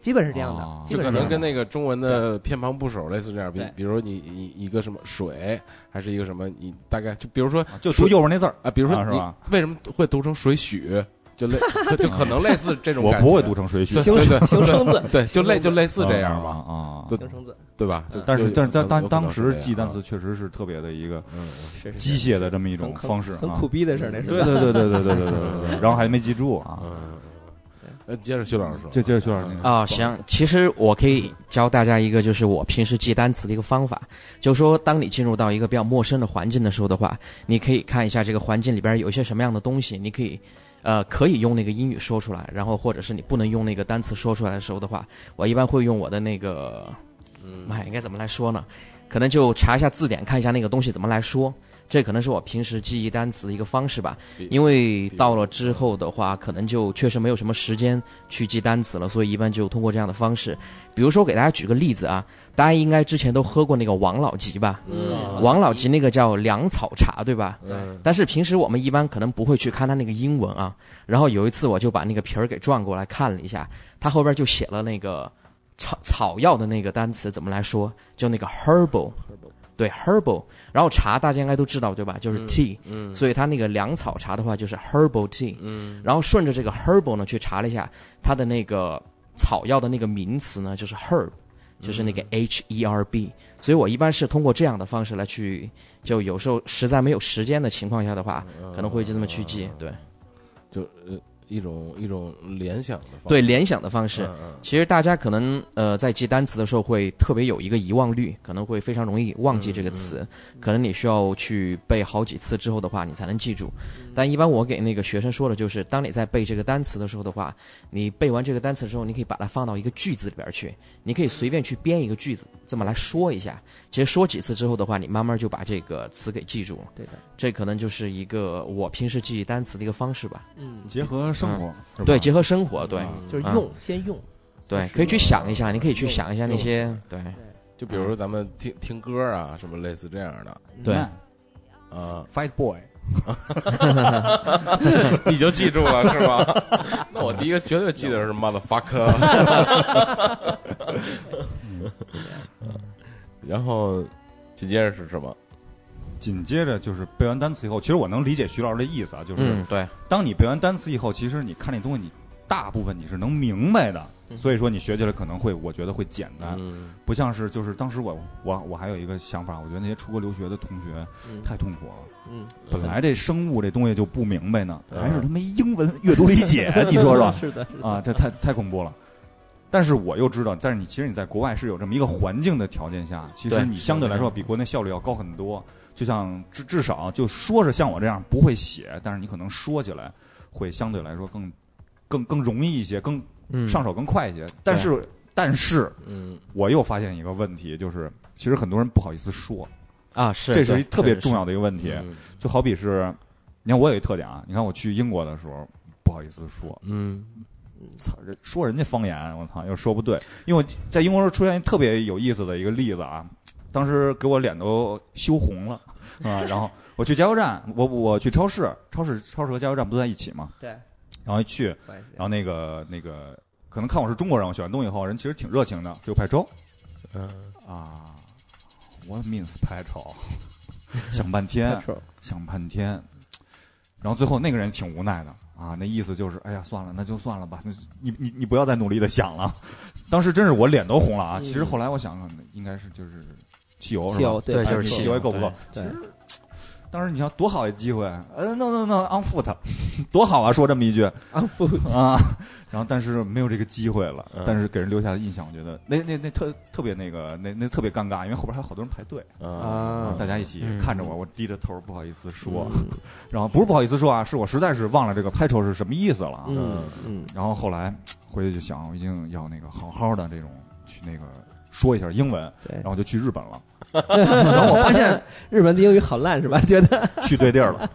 Speaker 3: 基本是这样的，
Speaker 2: 哦
Speaker 3: 基
Speaker 1: 就
Speaker 3: 本
Speaker 1: 可
Speaker 3: 是这
Speaker 1: 能
Speaker 3: 样的
Speaker 1: 跟那个中文的偏旁部首类似这样，比
Speaker 3: 对
Speaker 1: 比如你你一个什么水，还是一个什么，你大概就比如说
Speaker 2: 啊就读右边那字儿，
Speaker 1: 啊，比如说
Speaker 2: 啊是
Speaker 1: 你
Speaker 2: 吧
Speaker 1: 为什么会读成水许，就类就就可能类似这种
Speaker 2: 我
Speaker 1: 感觉，
Speaker 2: 不会读成水许
Speaker 1: 对，
Speaker 3: 形
Speaker 1: 对对
Speaker 3: 形声字，
Speaker 1: 对，就类就类似
Speaker 2: 是
Speaker 1: 这样吧，
Speaker 2: 啊。啊
Speaker 1: 对
Speaker 3: 形声字，
Speaker 1: 对吧？
Speaker 3: 嗯
Speaker 1: 就
Speaker 2: 但
Speaker 1: 嗯
Speaker 2: 是
Speaker 1: 就
Speaker 2: 但是但
Speaker 1: 有
Speaker 2: 当
Speaker 1: 可
Speaker 2: 当
Speaker 1: 能是
Speaker 2: 时
Speaker 1: 这样
Speaker 2: 记单
Speaker 1: 啊
Speaker 2: 词确实是特别的一个
Speaker 1: 嗯，嗯
Speaker 3: 是是
Speaker 2: 机械的这么一种
Speaker 3: 很很
Speaker 2: 方式，
Speaker 3: 很
Speaker 2: 啊
Speaker 3: 苦逼的事儿，那是
Speaker 2: 对对对对对对对对对对，然后还没记住啊，
Speaker 1: 嗯，呃，接着徐老师说，
Speaker 2: 就接着徐老师那个
Speaker 1: 嗯
Speaker 4: 啊、
Speaker 3: 不好意思
Speaker 4: 行，其实我可以教大家一个，就是我平时记单词的一个方法，就是说，当你进入到一个比较陌生的环境的时候的话，你可以看一下这个环境里边有一些什么样的东西，你可以，呃，可以用那个英语说出来，然后或者是你不能用那个单词说出来的时候的话，我一般会用我的那个，
Speaker 1: 嗯
Speaker 4: 妈呀，应该怎么来说呢？可能就查一下字典，看一下那个东西怎么来说。这可能是我平时记忆单词的一个方式吧，因为到了之后的话，可能就确实没有什么时间去记单词了，所以一般就通过这样的方式。比如说，给大家举个例子啊，大家应该之前都喝过那个王老吉吧？
Speaker 3: 嗯
Speaker 4: 王老吉那个叫粮草茶，对吧？
Speaker 1: 嗯
Speaker 4: 但是平时我们一般可能不会去看他那个英文啊。然后有一次我就把那个皮儿给转过来看了一下，他后边就写了那个草草药的那个单词怎么来说，就那个 herbal，对 herbal。然后茶大家应该都知道对吧？就是 tea，、
Speaker 1: 嗯
Speaker 4: 所以它那个粮草茶的话就是 herbal tea。
Speaker 1: 嗯
Speaker 4: 然后顺着这个 herbal 呢去查了一下它的那个草药的那个名词呢，就是 herb，就是那
Speaker 1: 嗯
Speaker 4: 个 H E R B。所以我一般是通过这样的方式来去，就有时候实在没有时间的情况下的话，
Speaker 1: 嗯
Speaker 4: 可能会就这么去记。对
Speaker 1: 就呃一种一种联想的方式
Speaker 4: 对，联想的方式。
Speaker 1: 嗯嗯
Speaker 4: 其实大家可能呃在记单词的时候会特别有一个遗忘率，可能会非常容易忘记这个
Speaker 1: 嗯
Speaker 4: 词，可能你需要去背好几次之后的话，你才能记住。
Speaker 1: 嗯
Speaker 4: 但一般我给那个学生说的就是，当你在背这个单词的时候的话，你背完这个单词之后，你可以把它放到一个句子里边去，你可以随便去编一个句子，这么来说一下。其实说几次之后的话，你慢慢就把这个词给记住了。
Speaker 3: 对的，
Speaker 4: 这可能就是一个我平时记忆单词的一个方式吧。
Speaker 3: 嗯，
Speaker 2: 结合生活，是吧
Speaker 4: 对，结合生活，对、
Speaker 1: 嗯
Speaker 3: 就是
Speaker 4: 嗯
Speaker 3: 用先用，
Speaker 4: 对，可以去想一下，你可以去想一下那些对。
Speaker 1: 就比如说咱们听听歌啊，什么类似这样的
Speaker 4: 对
Speaker 2: 嗯
Speaker 1: 啊，
Speaker 2: Fight Boy，
Speaker 1: 你就记住了是吧？ 那我第一个绝对记得是 motherfucker。然后紧接着是什么？
Speaker 2: 紧接着就是背完单词以后，其实我能理解徐老师的意思啊，就是
Speaker 4: 嗯，对，
Speaker 2: 当你背完单词以后，其实你看那东西你大部分你是能明白的，
Speaker 4: 嗯
Speaker 2: 所以说你学起来可能会，我觉得会简单，
Speaker 1: 嗯，
Speaker 2: 不像是就是当时我我我还有一个想法，我觉得那些出国留学的同学
Speaker 3: 嗯
Speaker 2: 太痛苦了。
Speaker 3: 嗯，
Speaker 2: 本来这生物这东西就不明白呢，
Speaker 1: 嗯
Speaker 2: 还是他妈英文阅读理解，你说说
Speaker 3: 是的，是的
Speaker 2: 啊，这
Speaker 4: 嗯
Speaker 2: 太太恐怖了。但是我又知道，但是你其实你在国外是有这么一个环境的条件下，其实
Speaker 4: 对
Speaker 2: 你相对来说比国内效率要高很多。就像至至少就说是像我这样不会写，但是你可能说起来会相对来说更更更容易一些，更
Speaker 4: 嗯，
Speaker 2: 上手更快一些。但是但是
Speaker 1: 嗯，
Speaker 2: 我又发现一个问题，就是其实很多人不好意思说，
Speaker 4: 啊是，
Speaker 2: 这是一
Speaker 4: 对
Speaker 2: 特别
Speaker 4: 确实
Speaker 2: 重要的一个问题。
Speaker 1: 嗯
Speaker 2: 就好比是，你看我有一特点啊，你看我去英国的时候不好意思说，
Speaker 1: 嗯，
Speaker 2: 操，人说人家方言，我操又说不对，因为我在英国时候出现一特别有意思的一个例子啊，当时给我脸都羞红了啊，然后我去加油站，我我去超市，超市超市和加油站不都在一起吗？
Speaker 3: 对，
Speaker 2: 然后一去，
Speaker 3: 不好意思
Speaker 2: 然后那个那个可能看我是中国人，我选完东西以后，人其实挺热情的，给我拍照
Speaker 1: 嗯
Speaker 2: 啊，What means 拍照？想半天，
Speaker 3: 太丑了
Speaker 2: 想半天，然后最后那个人挺无奈的啊，那意思就是，哎呀，算了，那就算了吧，那你你你不要再努力的想了。 当时真是我脸都红了啊！
Speaker 3: 嗯
Speaker 2: 其实后来我想想，应该是就是汽油是
Speaker 3: 汽
Speaker 2: 吧
Speaker 3: 油？
Speaker 4: 对，
Speaker 2: 哎
Speaker 4: 就是
Speaker 2: 你
Speaker 4: 气
Speaker 2: 气味够不够？
Speaker 3: 对，
Speaker 2: 当时你想多好一机会，呃，no no no，on foot，多 好啊！说这么一句
Speaker 3: 啊不，
Speaker 2: 啊，然后但是没有这个机会了
Speaker 1: 嗯，
Speaker 2: 但是给人留下的印象，我觉得那那那特特别那个那那特别尴尬，因为后边还有好多人排队，
Speaker 1: 啊
Speaker 2: 大家一起
Speaker 4: 嗯
Speaker 2: 看着我，我低着头不好意思说，
Speaker 3: 嗯
Speaker 2: 然后不是不好意思说啊，是我实在是忘了这个拍手是什么意思了啊。
Speaker 3: 嗯嗯
Speaker 2: 然后后来回去就想，我一定要那个好好的这种去那个说一下英文，
Speaker 3: 对
Speaker 2: 然后就去日本了。然后我发现
Speaker 3: 日本的英语好烂是吧？ 觉 得
Speaker 2: 去对地儿了，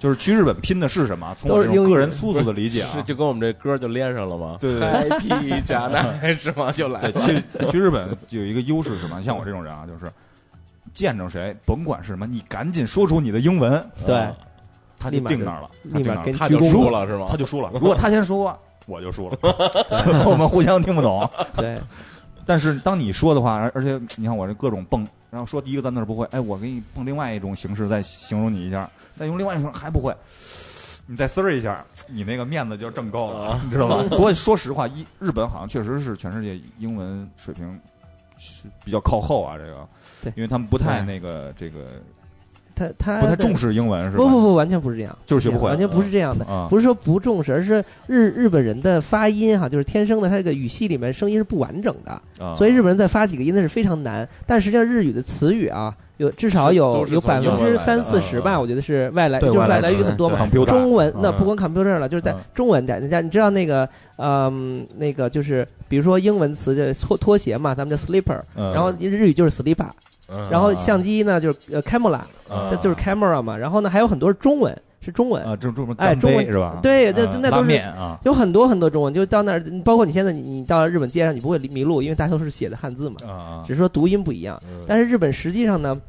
Speaker 2: 就是去日本拼的是什么？从我这
Speaker 3: 都是英
Speaker 2: 种
Speaker 3: 语
Speaker 2: 个人粗俗的理解啊
Speaker 1: 是，就跟我们这歌就连上了吗？
Speaker 2: 对对对
Speaker 1: ，Happy 加奈 是吗？就来
Speaker 2: 对，
Speaker 1: 了，
Speaker 2: 去去日本就有一个优势是什么？像我这种人啊，就是见着谁，甭管是什么，你赶紧说出你的英文，
Speaker 3: 对，嗯
Speaker 2: 他
Speaker 3: 立
Speaker 2: 就
Speaker 3: 马
Speaker 2: 定
Speaker 3: 就
Speaker 2: 那儿了，他
Speaker 3: 立
Speaker 2: 定那
Speaker 3: 马
Speaker 2: 儿
Speaker 3: 给
Speaker 2: 了
Speaker 3: 你
Speaker 1: 啊他
Speaker 3: 鞠
Speaker 1: 就
Speaker 3: 躬
Speaker 1: 输了是吗
Speaker 2: 他？就输了。如果他先说话，我就 输了，我们互相听不懂。
Speaker 3: 对，
Speaker 2: 但是当你说的话，而而且你看我这各种蹦，然后说第一个单词儿不会，哎，我给你蹦另外一种形式再形容你一下，再用另外一种还不会，你再呲儿一下，你那个面子就挣够
Speaker 3: 啊
Speaker 2: 了，你知道吧？ 不过说实话，一日本好像确实是全世界英文水平是比较靠后啊，这个，
Speaker 3: 对
Speaker 2: 因为他们不太那个这个
Speaker 3: 他他
Speaker 2: 不太
Speaker 3: 的
Speaker 2: 重视英文是吧
Speaker 3: 不？不不，完全不是这样，
Speaker 2: 就是学不会
Speaker 3: 完全不是这样的。
Speaker 2: 啊，
Speaker 3: 不是说不重视，而是日日本人的发音哈，就是天生的，他这个语系里面声音是不完整的，
Speaker 2: 啊
Speaker 3: 所以日本人在发几个音的是非常难。但实际上日语的词语啊，有至少有
Speaker 1: 都是
Speaker 3: 有百
Speaker 1: 从英
Speaker 3: 分
Speaker 1: 文
Speaker 3: 之
Speaker 1: 来的
Speaker 3: 三四十吧，
Speaker 1: 嗯
Speaker 3: 我觉得是外来，
Speaker 4: 对
Speaker 3: 就是
Speaker 4: 外
Speaker 3: 外
Speaker 4: 来
Speaker 3: 来语
Speaker 4: 词
Speaker 3: 很多嘛
Speaker 4: 对。
Speaker 2: computer
Speaker 3: 中文那
Speaker 2: 嗯
Speaker 3: 不光 computer 了，就是在
Speaker 2: 嗯
Speaker 3: 中文在人家你知道那个嗯那个就是比如说英文词的拖拖鞋嘛，咱们叫 slipper，
Speaker 2: 嗯
Speaker 3: 然后日语就是 slipper，
Speaker 1: 嗯
Speaker 3: 然后相机呢就是呃 camera，
Speaker 1: 啊
Speaker 3: 这就是 camera 嘛。然后呢还有很多是中文是中文，
Speaker 2: 啊，这这么
Speaker 3: 哎
Speaker 2: 干
Speaker 3: 中
Speaker 2: 杯
Speaker 3: 文
Speaker 2: 是吧？
Speaker 3: 对那
Speaker 2: 啊
Speaker 3: 那都
Speaker 2: 拉
Speaker 3: 是
Speaker 2: 面啊，
Speaker 3: 有很多很多中文，就到那儿，包括你现在你你到日本街上，你不会迷路，因为大家都是写的汉字嘛，
Speaker 2: 啊啊
Speaker 3: 只是说读音不一样。
Speaker 1: 嗯
Speaker 3: 但是日本实际上呢，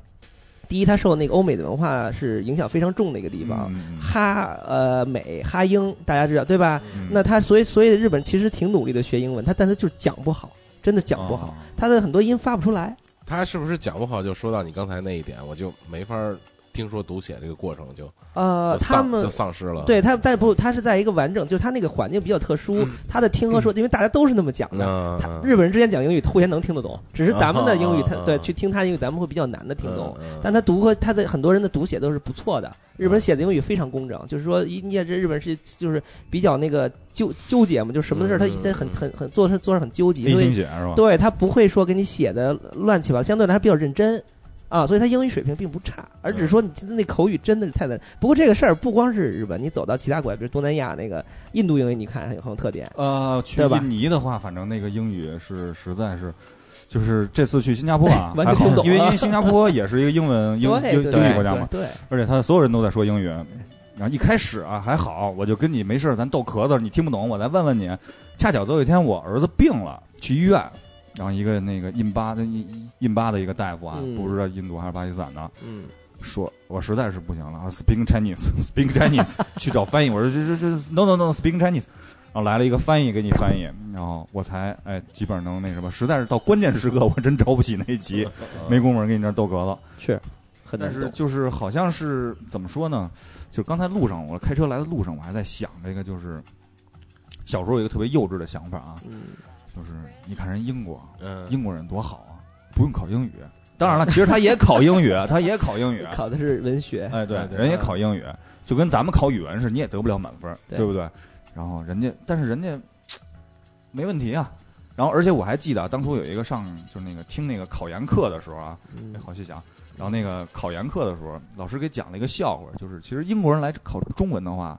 Speaker 3: 第一，它受那个欧美的文化是影响非常重的一个地方，
Speaker 2: 嗯嗯
Speaker 3: 哈呃美哈英大家知道对吧？
Speaker 2: 嗯
Speaker 3: 那他所以所以日本其实挺努力的学英文，他但他就是讲不好，真的讲
Speaker 1: 哦
Speaker 3: 不好，
Speaker 2: 啊
Speaker 3: 他的很多音发不出来。
Speaker 1: 他是不是讲不好？就说到你刚才那一点，我就没法儿听说读写这个过程就
Speaker 3: 呃
Speaker 1: 就，
Speaker 3: 他
Speaker 1: 丧
Speaker 3: 们
Speaker 1: 就丧失了。
Speaker 3: 对他，但不，他是在一个完整，就是他那个环境比较特殊，他的听和说，因为大家都是那么讲的，
Speaker 1: 嗯，
Speaker 3: 他
Speaker 1: 嗯
Speaker 3: 日本人之间讲英语互相能听得懂，只是咱们的英语，
Speaker 1: 啊
Speaker 3: 他
Speaker 1: 啊啊
Speaker 3: 对
Speaker 1: 啊
Speaker 3: 去听他英语，咱们会比较难的听懂。
Speaker 1: 嗯嗯
Speaker 3: 但他读和他的很多人的读写都是不错的，日
Speaker 2: 嗯
Speaker 3: 本写的英语非常工整，就是说一你也知道日本是就是比较那个纠纠结嘛，就是什么事儿他
Speaker 1: 嗯嗯
Speaker 3: 他很
Speaker 1: 嗯
Speaker 3: 很很做事做事很纠结，
Speaker 2: A
Speaker 3: 所
Speaker 2: 型
Speaker 3: 以
Speaker 2: 血是吧？
Speaker 3: 对他不会说给你写的乱七八糟，相对来还比较认真。啊，所以他英语水平并不差，而只是说你真的那口语真的是太难。不过这个事儿不光是日本，你走到其他国家，比如东南亚那个印度英语，你看很有很有特点。
Speaker 2: 呃，去
Speaker 3: 对吧
Speaker 2: 印尼的话，反正那个英语是实在是，就是这次去新加坡啊
Speaker 3: ，完
Speaker 2: 还
Speaker 3: 全
Speaker 2: 好
Speaker 3: 听不懂
Speaker 2: 因为因为新加坡也是一个英文英
Speaker 3: 对
Speaker 2: 英
Speaker 3: 对
Speaker 2: 英语
Speaker 3: 对
Speaker 2: 国家
Speaker 3: 对
Speaker 2: 嘛，
Speaker 3: 对，
Speaker 2: 而且他所有人都在说英语。然后一开始啊还好，我就跟你没事儿咱逗咳嗽，你听不懂，我再问问你。恰巧总有一天我儿子病了，去医院，然后一个那个印巴的印印巴的一个大夫啊，
Speaker 3: 嗯
Speaker 2: 不知道印度还是巴基斯坦的，啊
Speaker 3: 嗯，
Speaker 2: 说我实在是不行了啊，speak Chinese，speak Chinese，去 找翻译。我说这这这，no no no，speak Chinese。然后来了一个翻译给你翻译，然后我才哎，基本上能那什么。实在是到关键时刻，我真着不起那一 集，没工夫跟你这儿逗咳嗽。
Speaker 3: 是 很
Speaker 2: 但
Speaker 3: 难
Speaker 2: 是
Speaker 3: 懂。
Speaker 2: 就是好像是怎么说呢？就是刚才路上，我开车来的路上，我还在想这个，就是小时候有一个特别幼稚的想法啊，
Speaker 3: 嗯，
Speaker 2: 就是你看人英国，
Speaker 1: 嗯，
Speaker 2: 英国人多好啊，不用考英语。当然了，其实他也考英语，他也考英语。
Speaker 3: 考的是文学，
Speaker 2: 哎，对
Speaker 1: 哎，对
Speaker 2: 人也考英语，就跟咱们考语文似的，你也得不了满分，
Speaker 3: 嗯对
Speaker 2: 对不对？然后人家，但是人家没问题啊。然后，而且我还记得啊当初有一个上就是那个听那个考研课的时候啊，
Speaker 3: 嗯
Speaker 2: 哎，好细想。然后那个考研课的时候，老师给讲了一个笑话，就是其实英国人来考中文的话，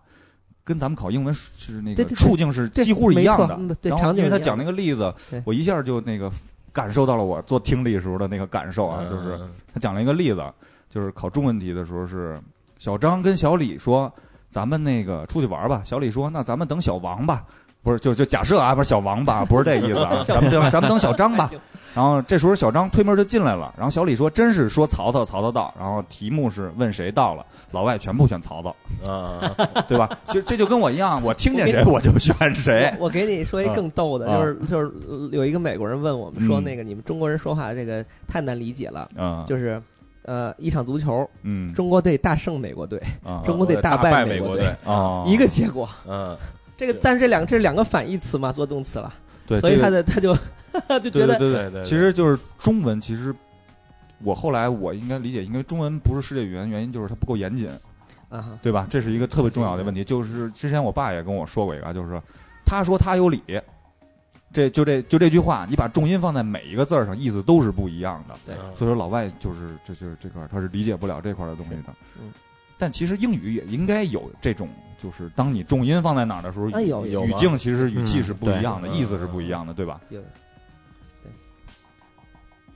Speaker 2: 跟咱们考英文是是那个
Speaker 3: 对对对
Speaker 2: 处境是
Speaker 3: 对
Speaker 2: 几乎是一样的。
Speaker 3: 没错嗯对，
Speaker 2: 然后
Speaker 3: 场
Speaker 2: 因
Speaker 3: 景
Speaker 2: 为他
Speaker 3: 一样
Speaker 2: 讲那个例子
Speaker 3: 对，
Speaker 2: 我一下就那个感受到了我做听力时候的那个感受
Speaker 3: 嗯
Speaker 1: 嗯
Speaker 2: 啊，就是他讲了一个例子，就是考中文题的时候是小张跟小李说：“咱们那个出去玩吧。”小李说：“那咱们等小王吧。”不是，就就假设啊，不是小王吧，不是这意思啊，咱们等咱们等小张吧。然后这时候小张推门就进来了，然后小李说：“真是说曹操，曹操到。”然后题目是问谁到了，老外全部选曹操，
Speaker 1: 啊，
Speaker 2: 对吧？其实这就跟我一样，我听见谁我就选 谁。
Speaker 3: 我我给你说一更逗的，
Speaker 2: 哎啊
Speaker 3: 就是就是呃有一个美国人问我们说，
Speaker 2: 嗯
Speaker 3: 那个你们中国人说话这个太难理解了，
Speaker 2: 嗯，
Speaker 3: 就是呃，一场足球，
Speaker 2: 嗯，
Speaker 3: 中国队大胜美国队，
Speaker 2: 啊
Speaker 3: 中国队大
Speaker 1: 大
Speaker 3: 败
Speaker 1: 美
Speaker 3: 美国
Speaker 1: 队，
Speaker 2: 啊，
Speaker 3: 一个结果。
Speaker 1: 嗯，
Speaker 3: 这个
Speaker 1: 是，
Speaker 3: 但是这两这是两个反义词嘛，做动词了，
Speaker 2: 对，
Speaker 3: 所以
Speaker 2: 这
Speaker 3: 他
Speaker 2: 个
Speaker 3: 的他就 就
Speaker 2: 对对
Speaker 3: 觉得
Speaker 2: 对
Speaker 1: 对
Speaker 2: 对
Speaker 1: 对，
Speaker 2: 其实就是中文，其实我后来我应该理解，因为中文不是世界语言，原因就是它不够严谨，
Speaker 3: 啊哈，
Speaker 2: 对吧？这是一个特别重要的问题。就是之前我爸也跟我说过一个啊，就是说他说他有理，这就这就这句话，你把重音放在每一个字儿上，意思都是不一样的。
Speaker 1: 对嗯
Speaker 2: 所以说老外就是这就是这块儿他是理解不了这块儿的东西的。
Speaker 3: 嗯
Speaker 2: 但其实英语也应该有这种，就是当你重音放在哪儿的时候，
Speaker 3: 哎有
Speaker 1: 有
Speaker 2: 语
Speaker 1: 吗
Speaker 2: 境其实语气是不
Speaker 4: 嗯
Speaker 2: 一样的，
Speaker 1: 对
Speaker 2: 意思是不一样的，对吧？
Speaker 3: 有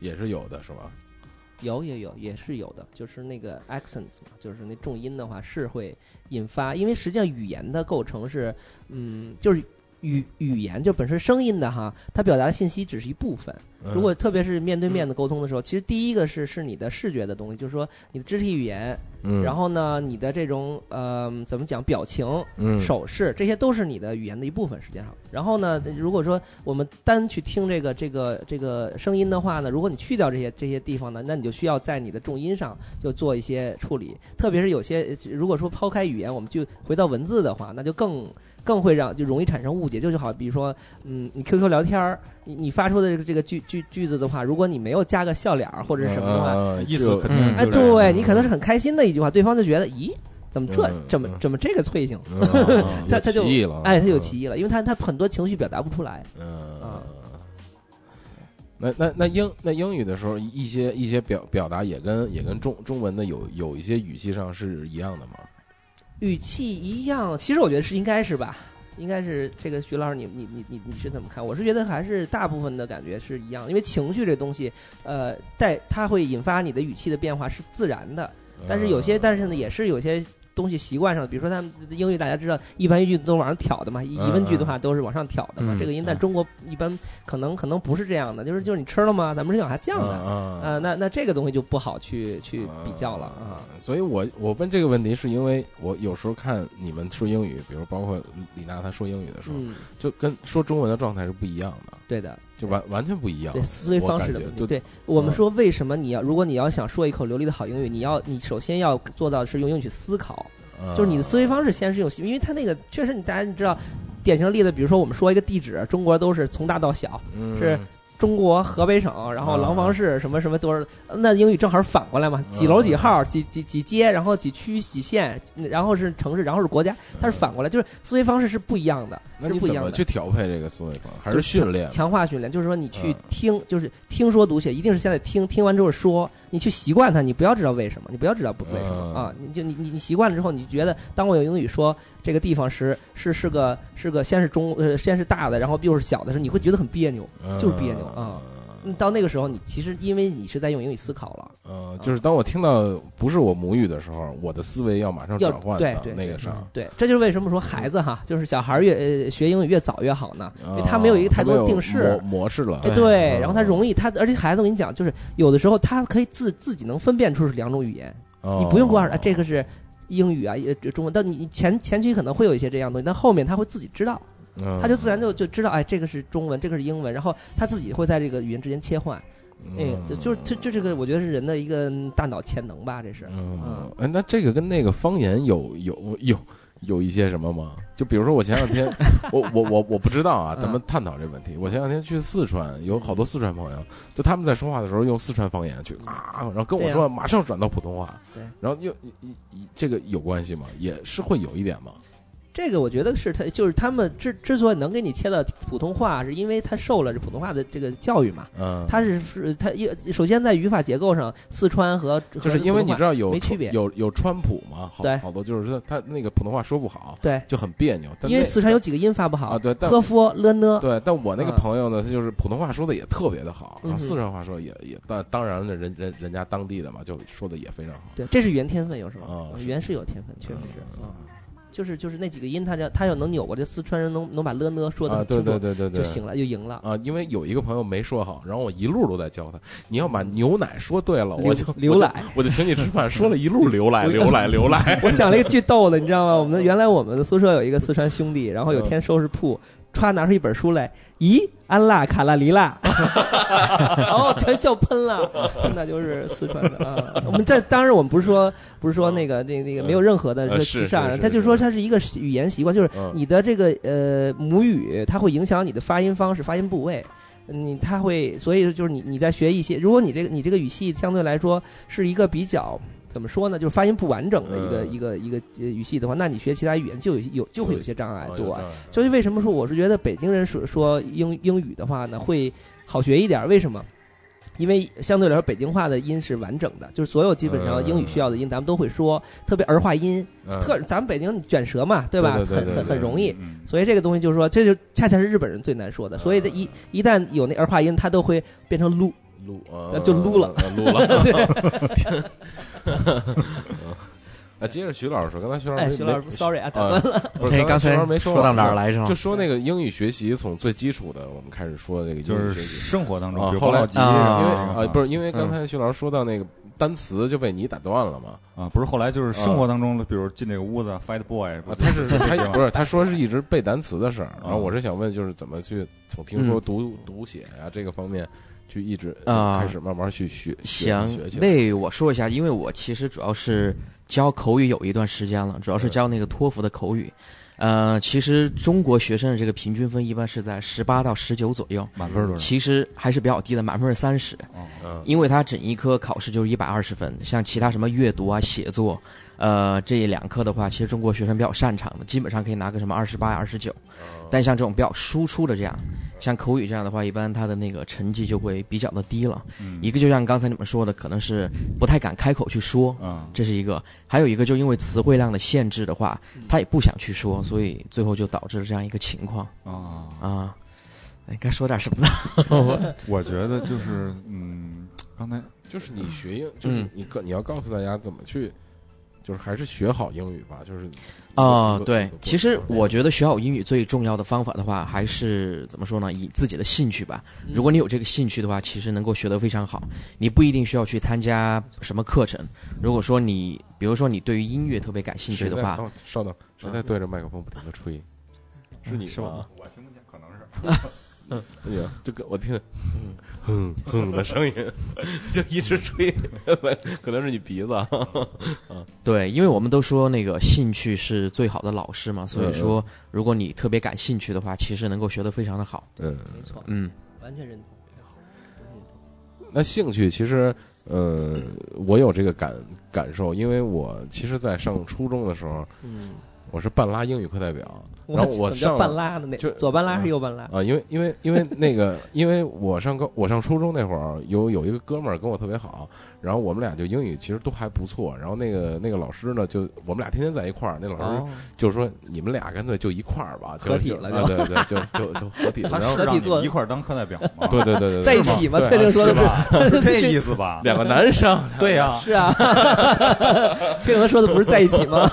Speaker 1: 也是有的，是吧？
Speaker 3: 有也有也是有的，就是那个 accents 嘛，就是那重音的话是会引发，因为实际上语言的构成是，嗯，就是语语言就本身声音的哈，它表达的信息只是一部分。
Speaker 1: 嗯
Speaker 3: 如果特别是面对面的沟通的时候，其实第一个是是你的视觉的东西，就是说你的肢体语言，
Speaker 1: 嗯，
Speaker 3: 然后呢，你的这种呃怎么讲表情、
Speaker 1: 嗯
Speaker 3: 手势，这些都是你的语言的一部分，实际上。然后呢，如果说我们单去听这个这个这个声音的话呢，如果你去掉这些这些地方呢，那你就需要在你的重音上就做一些处理。特别是有些呃如果说抛开语言，我们就回到文字的话，那就更更会让就容易产生误解。就就好比如说，嗯，你 QQ 聊天儿，你你发出的这个这个句句句子的话，如果你没有加个笑脸儿或者是什么的话，
Speaker 1: 嗯
Speaker 2: 意思
Speaker 1: 就
Speaker 2: 肯定
Speaker 4: 嗯
Speaker 2: 是
Speaker 3: 哎，
Speaker 2: 这样的
Speaker 3: 对你可能是很开心的一句话，对方就觉得，咦，怎么这
Speaker 1: 嗯
Speaker 3: 怎么
Speaker 1: 嗯
Speaker 3: 怎么这个脆性？
Speaker 1: 嗯
Speaker 3: 他他就
Speaker 1: 有歧义
Speaker 4: 哦
Speaker 1: 了，
Speaker 3: 哎，他有
Speaker 1: 嗯
Speaker 3: 歧义了，因为他他很多情绪表达不出来。
Speaker 1: 嗯
Speaker 3: 啊，
Speaker 1: 那那那英那英语的时候，一些一些表表达也跟也跟中中文的有有一些语气上是一样的嘛？
Speaker 3: 语气一样，其实我觉得是应该是吧，应该是这个徐老师你，你你你你是怎么看？我是觉得还是大部分的感觉是一样，因为情绪这东西，呃，在它会引发你的语气的变化是自然的，
Speaker 4: 哦
Speaker 3: 但是有些，但是呢，也是有些东西习惯上的，比如说他们英语大家知道，一般一句都往上挑的嘛，疑问句的话都是往上挑的嘛，
Speaker 4: 嗯
Speaker 3: 这个音
Speaker 4: 嗯
Speaker 3: 在中国一般可能可能不是这样的，就是就是你吃了吗？咱们是往下降的。
Speaker 1: 啊
Speaker 4: 哦
Speaker 3: 呃，那那这个东西就不好去去比较了啊。
Speaker 1: 所以我我问这个问题，是因为我有时候看你们说英语，比如包括李娜她说英语的时候，
Speaker 3: 嗯，
Speaker 1: 就跟说中文的状态是不一样的，
Speaker 3: 对的，
Speaker 1: 就完完全不一样
Speaker 3: 对。思维
Speaker 1: 啊我
Speaker 3: 方
Speaker 1: 感
Speaker 3: 式的
Speaker 1: 觉
Speaker 3: 问题。
Speaker 1: 对
Speaker 3: 对我们
Speaker 1: 嗯
Speaker 3: 说，为什么你要，如果你要想说一口流利的好英语，你要你首先要做到是用英语去思考，
Speaker 1: 啊
Speaker 3: 就是你的思维方式先是用，因为它那个确实你大家你知道，典型的例子，比如说我们说一个地址，中国都是从大到小，
Speaker 1: 嗯
Speaker 3: 是中国河北省，然后廊
Speaker 1: 啊
Speaker 3: 坊市什么什么多少，那英语正好是反过来嘛，几楼几号，几几几街，然后几区几县，然后是城市，然后是国家，它是反过来，就是思维方式是不一样的，
Speaker 1: 那
Speaker 3: 是
Speaker 1: 你
Speaker 3: 不一
Speaker 1: 怎
Speaker 3: 样
Speaker 1: 么
Speaker 3: 的。
Speaker 1: 去调配这个思维方式？还
Speaker 3: 就是
Speaker 1: 训练？
Speaker 3: 强化训练，就是说你去
Speaker 1: 嗯
Speaker 3: 听，就是听说读写，一定是先在听，听完之后说，你去习惯它，你不要知道为什么，你不要知道不为什么
Speaker 1: 嗯
Speaker 3: 啊，你就你你你习惯了之后，你就觉得当我用英语说这个地方时，是是个是个先是中呃先是大的，然后又是小的时候，你会觉得很别扭。就是别扭啊嗯到那个时候，你其实因为你是在用英语思考了，
Speaker 1: 呃，就是当我听到不是我母语的时候，我的思维要马上
Speaker 3: 要
Speaker 1: 转换
Speaker 3: 对
Speaker 1: 到
Speaker 3: 对
Speaker 1: 那
Speaker 3: 对嗯
Speaker 1: 个上，
Speaker 3: 对，这就是为什么说孩子哈，就是小孩儿越、呃、学英语越早越好呢，因为
Speaker 1: 啊
Speaker 3: 他没有一个太多
Speaker 1: 它
Speaker 3: 的
Speaker 1: 没有
Speaker 3: 定式
Speaker 1: 模。模式了
Speaker 3: 哎，，对，
Speaker 1: 嗯
Speaker 3: 然后他容易，他而且孩子，我跟你讲，就是有的时候他可以自自己能分辨出是两种语言，
Speaker 1: 你
Speaker 3: 你不用告诉他、啊这个是英语啊，也中文，但你前前期可能会有一些这样的东西，但后面他会自己知道，
Speaker 1: 嗯
Speaker 3: 他就自然就就知道，哎，这个是中文，这个是英文，然后他自己会在这个语言之间切换，
Speaker 1: 嗯
Speaker 3: 哎，这就是这这这个，我觉得是人的
Speaker 1: 哦
Speaker 3: 一个大脑潜能吧，这是，
Speaker 1: 嗯，哎，那这个跟那个方言有有有有一些什么吗？就比如说我前两 天，我我我我不知道啊，咱
Speaker 3: 嗯
Speaker 1: 们探讨这问题。我前两天去四川，有好多四川朋友，就他们在说话的时候用四川方言去啊，然后跟我说马上转到普通话，
Speaker 3: 对，
Speaker 1: 然后又一一这个有关系吗？也是会有一点吗？
Speaker 3: 这个我觉得是他，就是他们之之所以能给你切到普通话，是因为他受了这普通话的这个教育嘛。
Speaker 1: 嗯，
Speaker 3: 他是是他一首先在语法结构上，四川和
Speaker 1: 就是因为你知
Speaker 3: 道，
Speaker 1: 道有
Speaker 3: 没区别
Speaker 1: 有有川普嘛，好
Speaker 3: 对
Speaker 1: 好多就是说他那个普通话说不好，
Speaker 3: 对，
Speaker 1: 就很别扭。但
Speaker 3: 因为
Speaker 1: 那
Speaker 3: 四川有几个音发不好
Speaker 1: 啊，对，但
Speaker 3: 呵夫了呢，
Speaker 1: 对，但我那个
Speaker 3: 嗯
Speaker 1: 朋友呢，他就是普通话说的也特别的好，然后
Speaker 3: 嗯哼
Speaker 1: 四川话说也也，但当然了，人人人家当地的嘛，就说的也非常好。
Speaker 3: 对，这是原天分，有时候
Speaker 1: 啊是
Speaker 3: 原是有天分，确实是
Speaker 1: 嗯，
Speaker 3: 就是就是那几个音，他要他要能扭过这四川人能能把了呢说的
Speaker 1: 啊，
Speaker 3: 很
Speaker 1: 对
Speaker 3: 清
Speaker 1: 对
Speaker 3: 楚
Speaker 1: 对对对，
Speaker 3: 就行了，就赢了。
Speaker 1: 啊，因为有一个朋友没说好，然后我一路都在教他，你要把牛奶说对了，我
Speaker 3: 牛
Speaker 1: 就
Speaker 3: 牛奶，
Speaker 1: 我就我就请你吃饭，说了一路牛奶牛奶牛奶，
Speaker 3: 我想了一个巨逗的，你知道吗？我们原来我们的宿舍有一个四川兄弟，然后有天收拾铺，歘拿出一本书来，咦，安娜卡拉 黎娜，然后全笑喷了，真的就是四川的啊。我们这当然我们不是说不是说那个那那个没有任何的
Speaker 1: 呃
Speaker 3: 这个
Speaker 1: 是
Speaker 3: 歧视啊
Speaker 1: 是，是
Speaker 3: 他就说它是一个语言习惯，就是
Speaker 1: 嗯
Speaker 3: 你的这个呃母语，它会影响你的发音方式、发音部位。你它会，所以就是你你在学一些，如果你这个你这个语系相对来说是一个比较怎么说呢，就是发音不完整的一个、
Speaker 1: 嗯
Speaker 3: 一个一个呃语系的话，那你学其他语言就有有就会有一些障碍，
Speaker 1: 啊
Speaker 3: 对。
Speaker 1: 有这样
Speaker 3: 所以为什么
Speaker 1: 嗯
Speaker 3: 说我是觉得北京人说说英英语的话呢，会好学一点？为什么？因为相对来说，北京话的音是完整的，就是所有基本上
Speaker 1: 嗯
Speaker 3: 英语需要的音，咱们都会说，特别儿化音，
Speaker 1: 嗯
Speaker 3: 特咱们北京卷舌嘛，对吧？
Speaker 1: 对对对对
Speaker 3: 很很
Speaker 1: 对
Speaker 3: 很容易。
Speaker 2: 嗯
Speaker 3: 所以这个东西就是说，这就恰恰是日本人最难说的。所以这
Speaker 1: 嗯
Speaker 3: 一一旦有那儿化音，它都会变成撸。
Speaker 1: 撸
Speaker 3: 那
Speaker 1: 啊，
Speaker 3: 就撸了
Speaker 1: 啊，撸 了。 啊，接着徐老师说，刚才徐老师
Speaker 3: 哎，
Speaker 1: 没
Speaker 3: 徐老师
Speaker 1: 嗯没
Speaker 3: ，sorry 啊，打断
Speaker 1: 啊
Speaker 3: 了。，
Speaker 1: 不是
Speaker 4: 这哎刚
Speaker 1: 徐
Speaker 4: 才
Speaker 1: 老师没
Speaker 4: 说
Speaker 1: 完
Speaker 4: 到哪儿？来着？
Speaker 1: 就说那个英语学习，从最基础的我们开始说这个
Speaker 2: 就
Speaker 1: 英语学
Speaker 2: 是
Speaker 1: 习。
Speaker 2: 生活当中，
Speaker 1: 啊
Speaker 2: 比如
Speaker 1: 后来
Speaker 2: 王老吉
Speaker 1: 因为
Speaker 4: 啊
Speaker 1: 啊、不是因为刚才徐老师说到那个单词就被你打断了嘛？
Speaker 2: 啊，不是后来就是生活当中的，比如进这个屋子，Fight Boy，
Speaker 1: 啊，他是他
Speaker 2: 行
Speaker 1: 不是他说是一直背单词的事儿，然后我是想问，就是怎么去从听说读、读写呀、这个方面去一直
Speaker 4: 嗯
Speaker 1: 呃
Speaker 4: 啊
Speaker 1: 开始慢慢去学学
Speaker 4: 行
Speaker 1: 学，起来。
Speaker 4: 那我说一下，因为我其实主要是教口语有一段时间了，主要是教那个托福的口语。呃，其实中国学生的这个平均分一般是在十八到十九左右，
Speaker 2: 满分多少？
Speaker 4: 其实还是比较低的，满分是三十。
Speaker 1: 嗯
Speaker 4: 因为它整一科考试就是一百二十分，像其他什么阅读啊、写作，呃，这两科的话，其实中国学生比较擅长的，基本上可以拿个什么二十八、二十九。但像这种比较输出的这样，像口语这样的话，一般他的那个成绩就会比较的低了。
Speaker 2: 嗯
Speaker 4: 一个就像刚才你们说的，可能是不太敢开口去说，
Speaker 2: 啊，
Speaker 4: 这是一个；还有一个就因为词汇量的限制的话，他也不想去说，所以最后就导致了这样一个情况
Speaker 2: 啊，
Speaker 4: 啊。哎，该说点什么呢？
Speaker 2: 我觉得就是嗯，刚才
Speaker 1: 就是你学英，
Speaker 4: 嗯
Speaker 1: 就是你告、你要告诉大家怎么去，就是还是学好英语吧。就是
Speaker 4: 哦
Speaker 1: 不，
Speaker 4: 对
Speaker 1: 不，
Speaker 4: 其实
Speaker 1: 不
Speaker 4: 我觉得学好英语最重要的方法的话，还是怎么说呢？以自己的兴趣吧。
Speaker 3: 嗯
Speaker 4: 如果你有这个兴趣的话，其实能够学得非常好。你不一定需要去参加什么课程。如果说你，比如说你对于音乐特别感兴趣的
Speaker 1: 谁，
Speaker 4: 话
Speaker 1: 在哦稍等，谁在对着麦克风不停的吹？是你
Speaker 4: 是
Speaker 1: 吗
Speaker 4: 我？
Speaker 2: 我听不见，可能是
Speaker 1: 哎呀，就跟我听，哼哼的声音，就一直吹，可能是你鼻子啊。
Speaker 4: 对，因为我们都说那个兴趣是最好的老师嘛，所
Speaker 1: 嗯
Speaker 4: 以说如果你特别感兴趣的话，其实能够学得非常的好。
Speaker 1: 嗯，
Speaker 3: 没错，
Speaker 4: 嗯，
Speaker 3: 完全认同。
Speaker 1: 那兴趣其实，呃，我有这个感感受，因为我其实，在上初中的时候，
Speaker 3: 嗯，
Speaker 1: 我是半拉英语课代表，然后我
Speaker 3: 怎么叫
Speaker 1: 上
Speaker 3: 半拉的那
Speaker 1: 就
Speaker 3: 左半拉还是右半拉？
Speaker 1: 啊，因为因为因为那个，因为我上高我上初中那会儿有有一个哥们儿跟我特别好，然后我们俩就英语其实都还不错，然后那个那个老师呢，就我们俩天天在一块儿，那老师
Speaker 3: 哦，
Speaker 1: 就说你们俩干脆就一块儿吧，就
Speaker 3: 合体
Speaker 1: 就
Speaker 3: 了
Speaker 1: 啊，对对，就就就合体了，
Speaker 2: 他
Speaker 1: 然后
Speaker 2: 是让你们一块儿当课代表吗？
Speaker 1: 对对对对，
Speaker 3: 在一
Speaker 1: 是吗
Speaker 3: 起嘛，
Speaker 1: 对
Speaker 3: 确 定说
Speaker 2: 是
Speaker 3: 的
Speaker 2: 吧？是这意思吧？
Speaker 1: 两个男生，
Speaker 2: 对呀，
Speaker 3: 是啊，确定他说的不是在一起吗？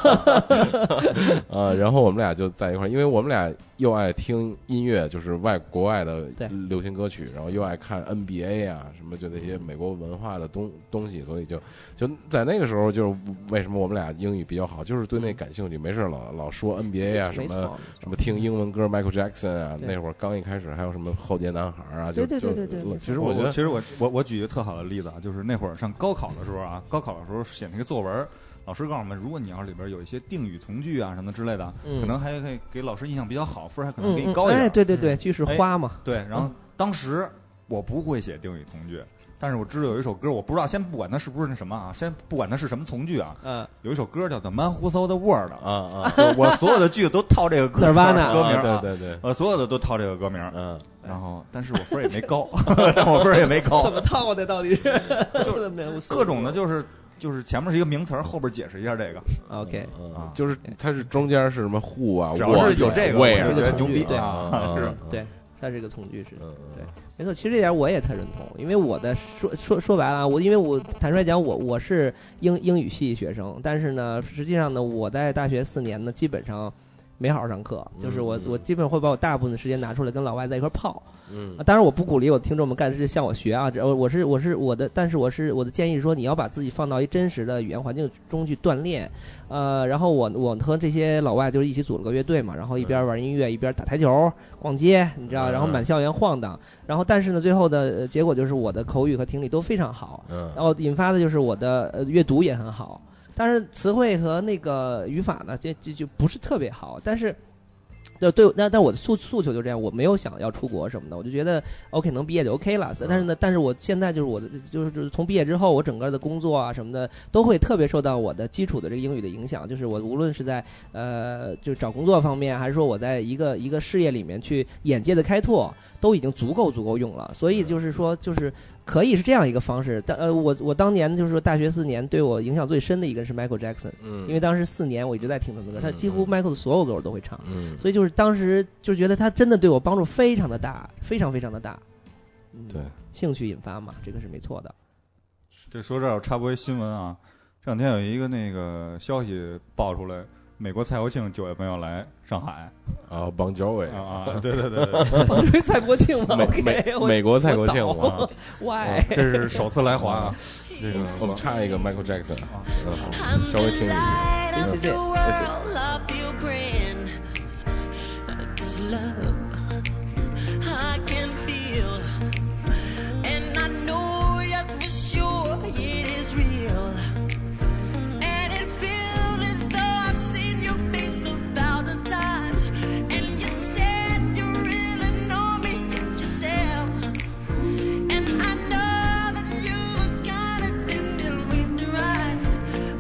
Speaker 1: 呃，
Speaker 3: 嗯
Speaker 1: 然后我们俩就在一块儿，因为我们俩又爱听音乐，就是外国外的
Speaker 3: 对
Speaker 1: 流行歌曲，然后又爱看 NBA 啊，什么就那些美国文化的东东西，所以就就在那个时候，就是为什么我们俩英语比较好，就是对那感兴趣，没事儿老老说 NBA 啊，什
Speaker 3: 没
Speaker 1: 么
Speaker 3: 错，
Speaker 1: 什么听英文歌，Michael Jackson 啊，
Speaker 3: 对
Speaker 1: 那会儿刚一开始还有什么后街男孩啊，就
Speaker 3: 对对
Speaker 1: 就
Speaker 3: 对对对没错
Speaker 1: 其实
Speaker 2: 我
Speaker 1: 觉
Speaker 2: 我
Speaker 1: 得
Speaker 2: 其实我我我举一个特好的例子啊，就是那会儿上高考的时候啊，高考的时候写那个作文，老师告诉我们，如果你要是里边有一些定语从句啊什么之类的，
Speaker 3: 嗯
Speaker 2: 可能还可以给老师印象比较好，分儿还可能
Speaker 3: 嗯，
Speaker 2: 给你
Speaker 3: 嗯
Speaker 2: 高一点。
Speaker 3: 哎，对对对，句式
Speaker 2: 哎
Speaker 3: 花嘛，
Speaker 2: 对，然后当时我不会写定语从句，但是我知道有一首歌，我不知道，先不管它是不是那什么啊，先不管它是什么从句啊，
Speaker 1: 哎
Speaker 3: 嗯，
Speaker 2: 有一首歌叫《The Man Who Sold the World
Speaker 1: 啊》，啊，
Speaker 2: 就我所有的句都套这个歌词
Speaker 3: Nirvana
Speaker 2: 歌名儿
Speaker 1: 啊
Speaker 2: 啊，
Speaker 1: 对对对，
Speaker 2: 呃，所有的都套这个歌名儿，啊
Speaker 1: 嗯，
Speaker 2: 然后但是我分儿也没高，但我分儿也没高
Speaker 3: 怎，么套的到底是？
Speaker 2: 就是
Speaker 3: 怎么样无所谓
Speaker 2: 各种的就是就是前面是一个名词儿，后边解释一下这个，
Speaker 3: OK，
Speaker 1: 嗯
Speaker 2: 啊
Speaker 1: 就是它是中间是什么 who 啊，
Speaker 2: 只要是有这个，我
Speaker 1: where
Speaker 2: 就觉得牛逼
Speaker 3: 对
Speaker 2: 啊，是。
Speaker 3: 嗯对，它这个从句式。
Speaker 1: 嗯
Speaker 3: 对没错，其实这点我也特认同，因为我的说说说白了啊，我因为我坦率讲，我我是英英语系学生，但是呢，实际上呢，我在大学四年呢，基本上没好好上课，就是我
Speaker 1: 嗯
Speaker 3: 我基本会把我大部分的时间拿出来跟老外在一块儿泡。
Speaker 1: 嗯
Speaker 3: 啊当然，我不鼓励我听众们干这向我学啊，这我我是我是我的，但是我是我的建议是说，你要把自己放到一真实的语言环境中去锻炼。呃，然后我我和这些老外就是一起组了个乐队嘛，然后一边玩音乐一边打台球、逛街，你知
Speaker 1: 嗯
Speaker 3: 道，然后满校园晃荡。然后但是呢，最后的呃结果就是我的口语和听力都非常好，
Speaker 1: 嗯
Speaker 3: 然后引发的就是我的呃阅读也很好，但是词汇和那个语法呢，这这就不是特别好。但是，就对，那但我的诉诉求就这样，我没有想要出国什么的，我就觉得 OK 能毕业就 OK 了。但是呢，但是我现在就是我的就是就是从毕业之后，我整个的工作啊什么的都会特别受到我的基础的这个英语的影响，就是我无论是在呃就找工作方面，还是说我在一个一个事业里面去眼界的开拓，都已经足够足够用了。所以就是说就是。可以是这样一个方式，但呃，我我当年就是说大学四年对我影响最深的一个是 Michael Jackson，
Speaker 1: 嗯，
Speaker 3: 因为当时四年我一直在听他的歌，他
Speaker 1: 嗯
Speaker 3: 几乎
Speaker 1: 嗯
Speaker 3: Michael 的所有歌我都会唱，
Speaker 1: 嗯
Speaker 3: 所以就是当时就觉得他真的对我帮助非常的大，非常非常的大。嗯，
Speaker 1: 对，
Speaker 3: 兴趣引发嘛，这个是没错的。
Speaker 2: 这说这儿我插播一新闻啊，这两天有一个那个消息爆出来，美国蔡国庆九月份要来上海
Speaker 1: 啊，邦乔维，
Speaker 2: 啊，啊对对对对，
Speaker 3: 我这是蔡国庆嘛
Speaker 1: 美
Speaker 3: ，OK，
Speaker 1: 美
Speaker 3: 我
Speaker 1: 美国蔡国庆
Speaker 3: 我
Speaker 1: 嘛
Speaker 3: 懂，
Speaker 2: 啊
Speaker 3: Why？
Speaker 2: 这是首次来华啊，这个
Speaker 1: 我们插一个 Michael Jackson，
Speaker 2: 啊
Speaker 1: 嗯稍微听一下。
Speaker 3: This is it.
Speaker 6: Love you grin. This love I can feel. And I know yes for sure it is real. And it feels as though I've seen your face a thousand times. And you said you really know me yourself. And I know that you were gonna do till we drive.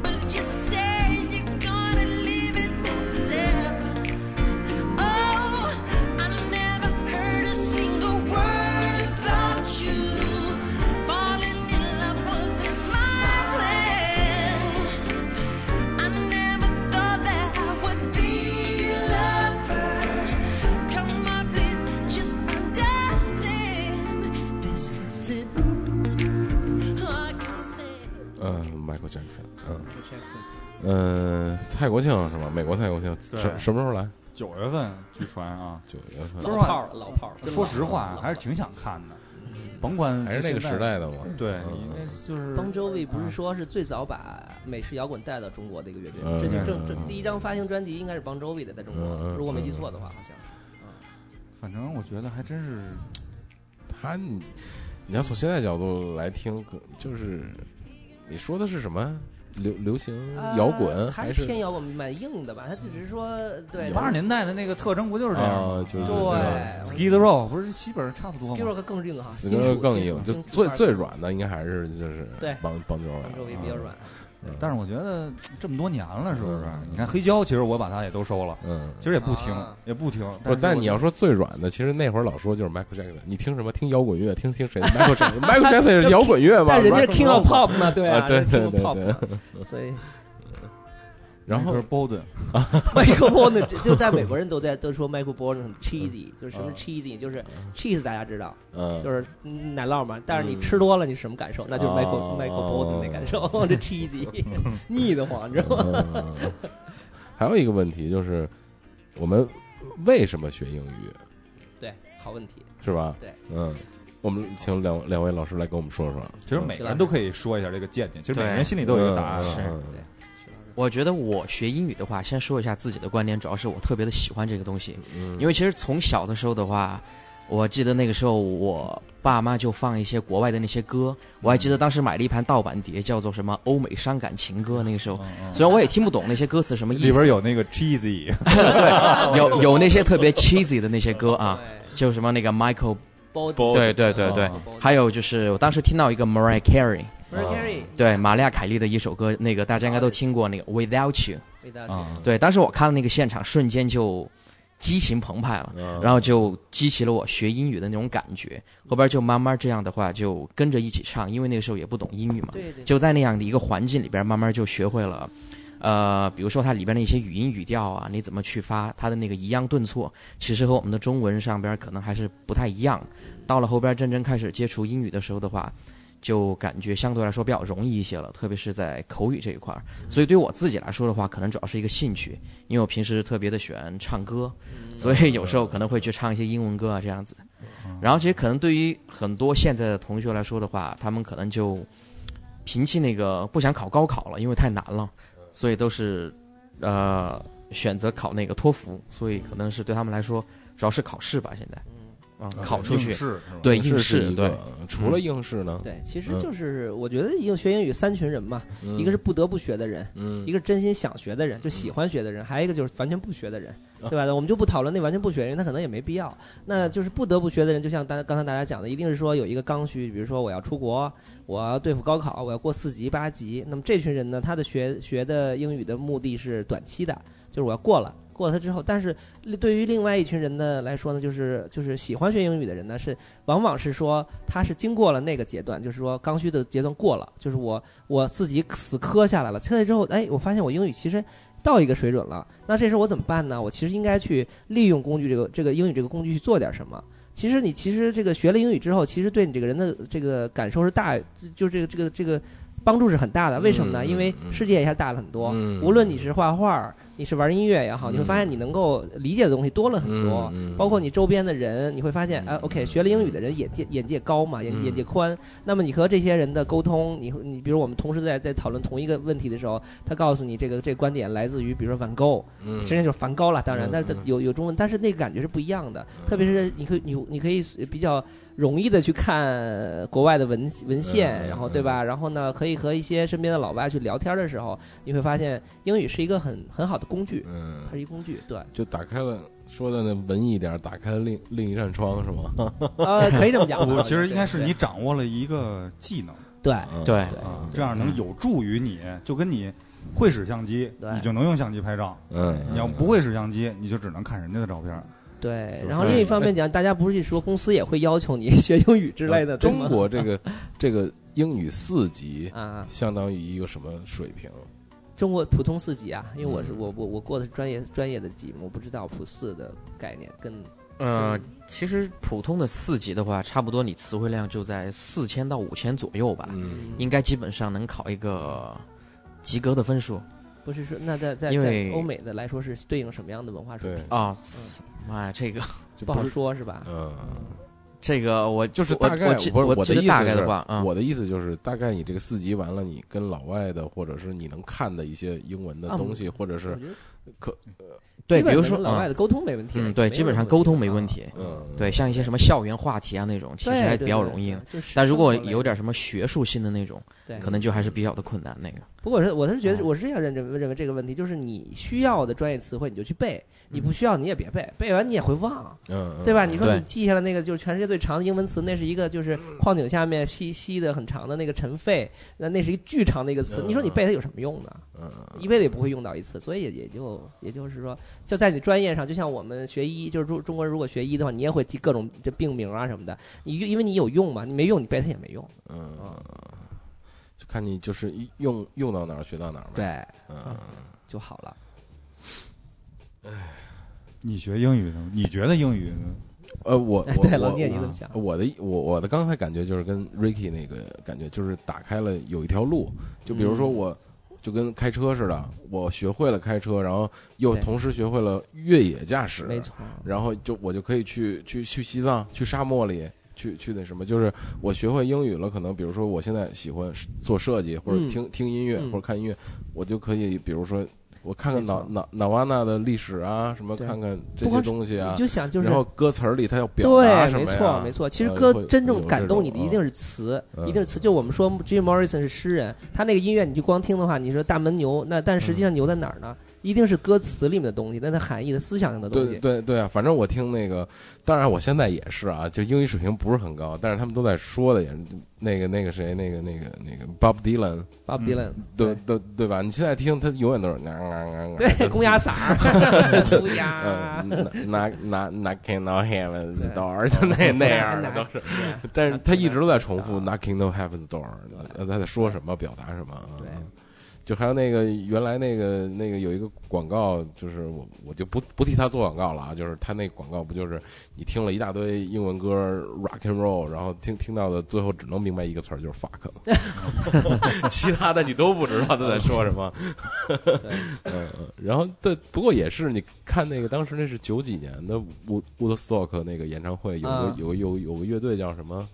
Speaker 6: But you say you're gonna leave it yourself. Oh, I never heard a single word about you. Falling in love wasn't my plan. I never thought that I would be your lover. Come on, please, just understand. This is it. Oh, I can say.
Speaker 1: 嗯，Michael Jackson，嗯嗯，蔡国庆是吧？美国蔡国庆
Speaker 2: 对
Speaker 1: 什什么时候来？
Speaker 2: 九月份据传啊，
Speaker 1: 九月份。
Speaker 2: 说实
Speaker 3: 老炮
Speaker 2: 话
Speaker 3: 儿，老炮儿，真
Speaker 2: 说
Speaker 3: 老
Speaker 2: 实话还是挺想看的，甭管
Speaker 1: 还是那个
Speaker 2: 现
Speaker 1: 时代的嘛。
Speaker 2: 对，
Speaker 1: 嗯
Speaker 2: 你那就是
Speaker 3: 邦周卫不是说是最早把美式摇滚带到中国的一个乐队吗，
Speaker 1: 嗯
Speaker 3: 这就
Speaker 1: 嗯
Speaker 3: 正这
Speaker 1: 嗯
Speaker 3: 第一张发行专辑应该是邦周卫的，在中国
Speaker 1: 嗯，
Speaker 3: 如果没记错的话，好像是。
Speaker 2: 反正我觉得还真是
Speaker 1: 他，你你要从现在角度来听，可就是你说的是什么流流行摇滚
Speaker 3: 呃还
Speaker 1: 是
Speaker 3: 偏摇滚，蛮硬的吧？他只是说对
Speaker 2: 八十年代的那个特征不就是这样
Speaker 1: 啊？就是
Speaker 3: 对
Speaker 1: 对
Speaker 2: Skid Row 不是基本上差不多
Speaker 3: s k i
Speaker 2: 吗？
Speaker 3: r 更硬哈，
Speaker 1: 死
Speaker 3: 金
Speaker 1: 磕
Speaker 3: 属
Speaker 1: 更
Speaker 3: 金属
Speaker 1: 硬，就
Speaker 3: 金属
Speaker 1: 最
Speaker 3: 范儿
Speaker 1: 最软的应该还是就是
Speaker 3: 对
Speaker 1: 帮帮助
Speaker 3: 范儿周围
Speaker 1: 啊
Speaker 3: 比较软。
Speaker 2: 但是我觉得这么多年了，是不是
Speaker 1: 嗯？
Speaker 2: 你看黑胶，其实我把它也都收了，
Speaker 1: 嗯。
Speaker 2: 其实也不听
Speaker 3: 啊，
Speaker 2: 也不听。
Speaker 1: 不，
Speaker 2: 但
Speaker 1: 但你要说最软的，其实那会儿老说就是 Michael Jackson，你听什么？听摇滚乐，听听谁的？Michael Jackson，Michael Jackson 是摇滚乐吧？
Speaker 3: 但人家是 King
Speaker 1: rock
Speaker 3: of
Speaker 1: and roll 吧
Speaker 3: Pop 嘛，对
Speaker 1: 啊对
Speaker 3: 人家是
Speaker 1: 对
Speaker 3: King of
Speaker 1: 对
Speaker 3: Pop 嘛所以
Speaker 1: 然后
Speaker 2: b o d e n
Speaker 3: 麦克波呢，就在美国人都在都说麦克波呢很 cheesy，就是什么 cheesy，就是 cheese 大家知道，
Speaker 1: 啊嗯，
Speaker 3: 就是嗯奶酪嘛。但是你
Speaker 1: 嗯
Speaker 3: 吃多了，你是什么感受？那就是麦克
Speaker 1: 哦
Speaker 3: 麦克波的那 感受，这 cheesy 腻得慌，你知道吗？
Speaker 1: 嗯，还有一个问题就是，我们为什么学英语，
Speaker 3: 对，好问题。
Speaker 1: 是吧？
Speaker 3: 对，
Speaker 1: 嗯，我们请两两位老师来跟我们说说。
Speaker 2: 其实每个人都可以说一下这个见解，其实每个
Speaker 4: 对
Speaker 2: 人心里都有一个答案。
Speaker 1: 嗯
Speaker 4: 是我觉得我学英语的话，先说一下自己的观点，主要是我特别的喜欢这个东西，
Speaker 1: 嗯，
Speaker 4: 因为其实从小的时候的话，我记得那个时候我爸妈就放一些国外的那些歌，我还记得当时买了一盘盗版碟，叫做什么《欧美伤感情歌》。那个时候，虽然我也听不懂那些歌词什么意思，
Speaker 2: 嗯里边有那个 cheesy，
Speaker 4: 对 有有那些特别 cheesy 的那些歌啊，就什么那个 Michael，
Speaker 3: 包
Speaker 4: 对对对对，还有就是我当时听到一个 Mariah Carey，
Speaker 3: 啊 Mariah Carey
Speaker 4: 对玛利亚凯莉的一首歌，那个大家应该都听过那个 Without You，
Speaker 3: 味道
Speaker 2: 啊
Speaker 4: 对，当时我看了那个现场，瞬间就激情澎湃了，
Speaker 1: 嗯
Speaker 4: 然后就激起了我学英语的那种感觉。后边就慢慢这样的话，就跟着一起唱，因为那个时候也不懂英
Speaker 1: 啊
Speaker 4: 语嘛，
Speaker 3: 对对，
Speaker 4: 就在那样的一个环境里边，慢慢就学会了。呃，比如说它里边的一些语音语调啊，你怎么去发它的那个抑扬顿挫，其实和我们的中文上边可能还是不太一样。到了后边真正开始接触英语的时候的话，就感觉相对来说比较容易一些了，特别是在口语这一块儿。所以对我自己来说的话，可能主要是一个兴趣，因为我平时特别的喜欢唱歌，
Speaker 3: 嗯
Speaker 4: 所以有时候可能会去唱一些英文歌啊这样子。然后其实可能对于很多现在的同学来说的话，他们可能就平弃那个不想考高考了，因为太难了，
Speaker 1: 嗯
Speaker 4: 所以都是呃选择考那个托福，所以可能是对他们来说主要是考试吧，现在。
Speaker 3: 嗯
Speaker 4: 啊，考出去，
Speaker 2: 是
Speaker 4: 对
Speaker 1: 应
Speaker 4: 应
Speaker 1: 试
Speaker 4: 试，
Speaker 1: 是一
Speaker 4: 对
Speaker 1: 个，除了应试呢，
Speaker 3: 嗯对，其实就是我觉得英学英语三群人嘛，
Speaker 1: 嗯
Speaker 3: 一个是不得不学的人，
Speaker 1: 嗯
Speaker 3: 一个是真心想学的人，就喜欢学的人，还有一个就是完全不学的人，
Speaker 1: 啊
Speaker 3: 对吧？我们就不讨论那完全不学的人，他可能也没必要。
Speaker 1: 嗯
Speaker 3: 那就是不得不学的人，就像大刚才大家讲的，一定是说有一个刚需，比如说我要出国，我要对付高考，我要过四级八级。那么这群人呢，他的学学的英语的目的是短期的，就是我要过了。过了它之后，但是对于另外一群人呢来说呢，就是就是喜欢学英语的人呢，是往往是说他是经过了那个阶段，就是说刚需的阶段过了，就是我我自己死磕下来了，磕下来之后，哎，我发现我英语其实到一个水准了，那这时候我怎么办呢？我其实应该去利用工具这个这个英语这个工具去做点什么。其实你其实这个学了英语之后，其实对你这个人的这个感受是大，就这个这个这个帮助是很大的。为什么呢？
Speaker 1: 嗯
Speaker 3: 因为
Speaker 1: 嗯
Speaker 3: 世界一下大了很多，
Speaker 1: 嗯
Speaker 3: 无论你是画画，你是玩音乐也好，
Speaker 1: 嗯
Speaker 3: 你会发现你能够理解的东西多了很多。
Speaker 1: 嗯嗯
Speaker 3: 包括你周边的人，你会发现，哎、
Speaker 1: 嗯
Speaker 3: o k 学了英语的人眼界眼界高嘛，眼
Speaker 1: 嗯
Speaker 3: 眼界宽。那么你和这些人的沟通，你你比如我们同时在在讨论同一个问题的时候，他告诉你这个这个观点来自于比如说梵高，
Speaker 1: 嗯
Speaker 3: 实际上就是梵高了，当然
Speaker 1: 嗯，
Speaker 3: 但是
Speaker 1: 嗯
Speaker 3: 有有中文，但是那个感觉是不一样的。特别是你可以你你可以呃比较容易的去看国外的文文
Speaker 1: 嗯嗯
Speaker 3: 献，
Speaker 1: 嗯
Speaker 3: 然后对吧？然后呢，可以和一些身边的老外去聊天的时候，你会发现英语是一个很很好的工具，
Speaker 1: 嗯
Speaker 3: 它，是一工具，对，
Speaker 1: 就打开了，说的那文艺一点，打开了另另一扇窗是吗？
Speaker 3: 呃，可以这么讲吧。
Speaker 2: 我
Speaker 3: 我
Speaker 2: 其实应该是
Speaker 3: 对
Speaker 2: 你掌握了一个技能
Speaker 3: 对
Speaker 1: 嗯
Speaker 4: 对
Speaker 2: 啊，这样能有助于你，就跟你会使相机，
Speaker 3: 对
Speaker 2: 你就能用相机拍照；
Speaker 1: 嗯，
Speaker 2: 你要不会使相机，你就只能看人家的照片。
Speaker 3: 对。
Speaker 2: 是
Speaker 3: 然后另一方
Speaker 4: 哎
Speaker 3: 面讲，大家不是说公司也会要求你 学英语之类
Speaker 4: 啊
Speaker 3: 的，对
Speaker 1: 中
Speaker 3: 吗
Speaker 1: 国这个这个英语四级
Speaker 3: 啊，
Speaker 1: 相当于一个什么水平？
Speaker 3: 中国普通四级啊，因为我是
Speaker 4: 嗯
Speaker 3: 我我我过的是专业专业的级嘛，我不知道普四的概念跟
Speaker 4: 呃，其实普通的四级的话，差不多你词汇量就在四千到五千左右吧，
Speaker 1: 嗯
Speaker 4: 应该基本上能考一个及格的分数
Speaker 3: 不是说那在在
Speaker 4: 因
Speaker 3: 在
Speaker 4: 为
Speaker 3: 欧美的来说是对应什么样的文化水
Speaker 1: 对
Speaker 3: 平？，
Speaker 4: 啊！死妈呀，这个
Speaker 1: 就
Speaker 3: 不
Speaker 1: 不
Speaker 3: 好
Speaker 1: 是
Speaker 3: 说，是吧？
Speaker 4: 啊
Speaker 1: 嗯，
Speaker 4: 这个我
Speaker 1: 就是
Speaker 4: 我
Speaker 1: 大概
Speaker 4: 我记
Speaker 1: 不是我
Speaker 4: 记
Speaker 1: 的意
Speaker 4: 得
Speaker 1: 思
Speaker 4: 大概
Speaker 1: 是
Speaker 4: 的话啊，
Speaker 1: 我的意思就是大概你这个四级完了，你跟老外的或者是你能看的一些英文的
Speaker 3: 啊
Speaker 1: 东西，或者
Speaker 3: 我
Speaker 1: 是
Speaker 3: 觉得
Speaker 4: 呃对，
Speaker 3: 基本
Speaker 4: 比如
Speaker 3: 上
Speaker 4: 说
Speaker 3: 跟老外
Speaker 4: 啊，
Speaker 3: 的沟通没问题。
Speaker 4: 嗯，对，
Speaker 3: 没
Speaker 4: 基本
Speaker 3: 有
Speaker 4: 上
Speaker 3: 问
Speaker 4: 沟
Speaker 3: 题
Speaker 4: 通
Speaker 3: 的
Speaker 4: 没
Speaker 3: 啊
Speaker 4: 问题。
Speaker 1: 嗯，
Speaker 4: 对，像一些什么校园话题啊那种，其实
Speaker 3: 对
Speaker 4: 还
Speaker 3: 对
Speaker 4: 比较
Speaker 3: 对
Speaker 4: 容易啊
Speaker 3: 对。就是
Speaker 4: 但如果
Speaker 3: 生活类
Speaker 4: 有
Speaker 3: 的
Speaker 4: 点什么学术性的那种，
Speaker 3: 对
Speaker 4: 可能就还是比较的困难。那个
Speaker 3: 不过我是我是觉得
Speaker 1: 哦
Speaker 4: 啊
Speaker 3: 我是这样认认认为这个问题，就是你需要的专业词汇你就去背，你不需要你也别背，背完你也会忘，
Speaker 1: 嗯嗯，嗯
Speaker 3: 对吧？你说
Speaker 4: 对
Speaker 3: 你记下来那个就是全世界最长的英文词，那是一个就是
Speaker 1: 嗯
Speaker 3: 矿井下面吸吸的很长的那个尘肺，那那是一个巨长的一个词，
Speaker 1: 嗯
Speaker 3: 你说你背它有什么用呢？
Speaker 1: 嗯嗯
Speaker 3: 一辈子也不会用到一次，所以也也就也就是说，就在你专业上，就像我们学医，就是中中国人如果学医的话，你也会记各种这病名啊什么的，你因为你有用嘛，你没用你背它也没用。
Speaker 1: 嗯
Speaker 3: 啊
Speaker 1: 就看你就是一用用到哪儿学到哪儿呗。，
Speaker 3: 对，
Speaker 1: 嗯，
Speaker 3: 就好了。
Speaker 2: 你学英语的，你觉得英语
Speaker 1: 呃，我我
Speaker 3: 对，
Speaker 1: 我
Speaker 3: 老聂你怎么想？
Speaker 1: 我的我我的刚才感觉就是跟 Ricky 那个感觉，就是打开了有一条路，就比如说我。就跟开车似的，我学会了开车，然后又
Speaker 3: 对
Speaker 1: 同时学会了越野驾驶，
Speaker 3: 没错，
Speaker 1: 然后就我就可以去去去西藏，去沙漠里，去去那什么，就是我学会英语了，可能比如说我现在喜欢做设计，或者
Speaker 3: 嗯
Speaker 1: 听、听音乐
Speaker 3: 嗯
Speaker 1: 或者看音乐，我就可以比如说我看看
Speaker 3: 没错
Speaker 1: 脑脑脑瓦纳的历史啊，什么
Speaker 3: 对
Speaker 1: 看看这
Speaker 3: 不
Speaker 1: 些
Speaker 3: 光
Speaker 1: 东西啊
Speaker 3: 你，就想就是
Speaker 1: 然后歌词儿里他要表达
Speaker 3: 对，
Speaker 1: 什
Speaker 3: 没
Speaker 1: 么呀？
Speaker 3: 错没错。其实
Speaker 1: 呃
Speaker 3: 歌
Speaker 1: 会
Speaker 3: 真
Speaker 1: 有
Speaker 3: 正
Speaker 1: 这
Speaker 3: 感动
Speaker 1: 种
Speaker 3: 你的
Speaker 1: 嗯
Speaker 3: 一定是词，
Speaker 1: 嗯
Speaker 3: 一定是词。就我们说 Jim Morrison 是诗人，他那个音乐你就光听的话，你说大门牛，那但实际
Speaker 1: 嗯
Speaker 3: 上牛在哪儿呢？一定是歌词里面的东西，那它含义的思想上的东
Speaker 1: 对
Speaker 3: 西。
Speaker 1: 对对啊，反正我听那个，当然我现在也是啊，就英语水平不是很高，但是他们都在说的也是那个那个谁，那个那个那个 Bob Dylan，
Speaker 3: Bob
Speaker 2: 嗯
Speaker 3: Dylan，
Speaker 1: 对对对吧？你现在听他永远都是 那
Speaker 3: 对，公鸭嗓 儿，出家
Speaker 1: 嗯，，那那那 King of Heaven's Door 就那那样的都是，但是他一直都在重复 Knocking on Heaven's Door，呃他在说什么，表达什么啊？
Speaker 3: 对
Speaker 1: 就还有那个原来那个那个有一个广告，就是我我就不不替他做广告了啊，就是他那广告不就是你听了一大堆英文歌 rock and roll，然后听听到的最后只能明白一个词儿就是 fuck，其他的你都不知道他在说什么。 嗯，嗯然后对，不过也是，你看那个当时那是九几年的乌乌德斯托克那个演唱会，有个
Speaker 3: 啊
Speaker 1: 有有有个乐队叫什么？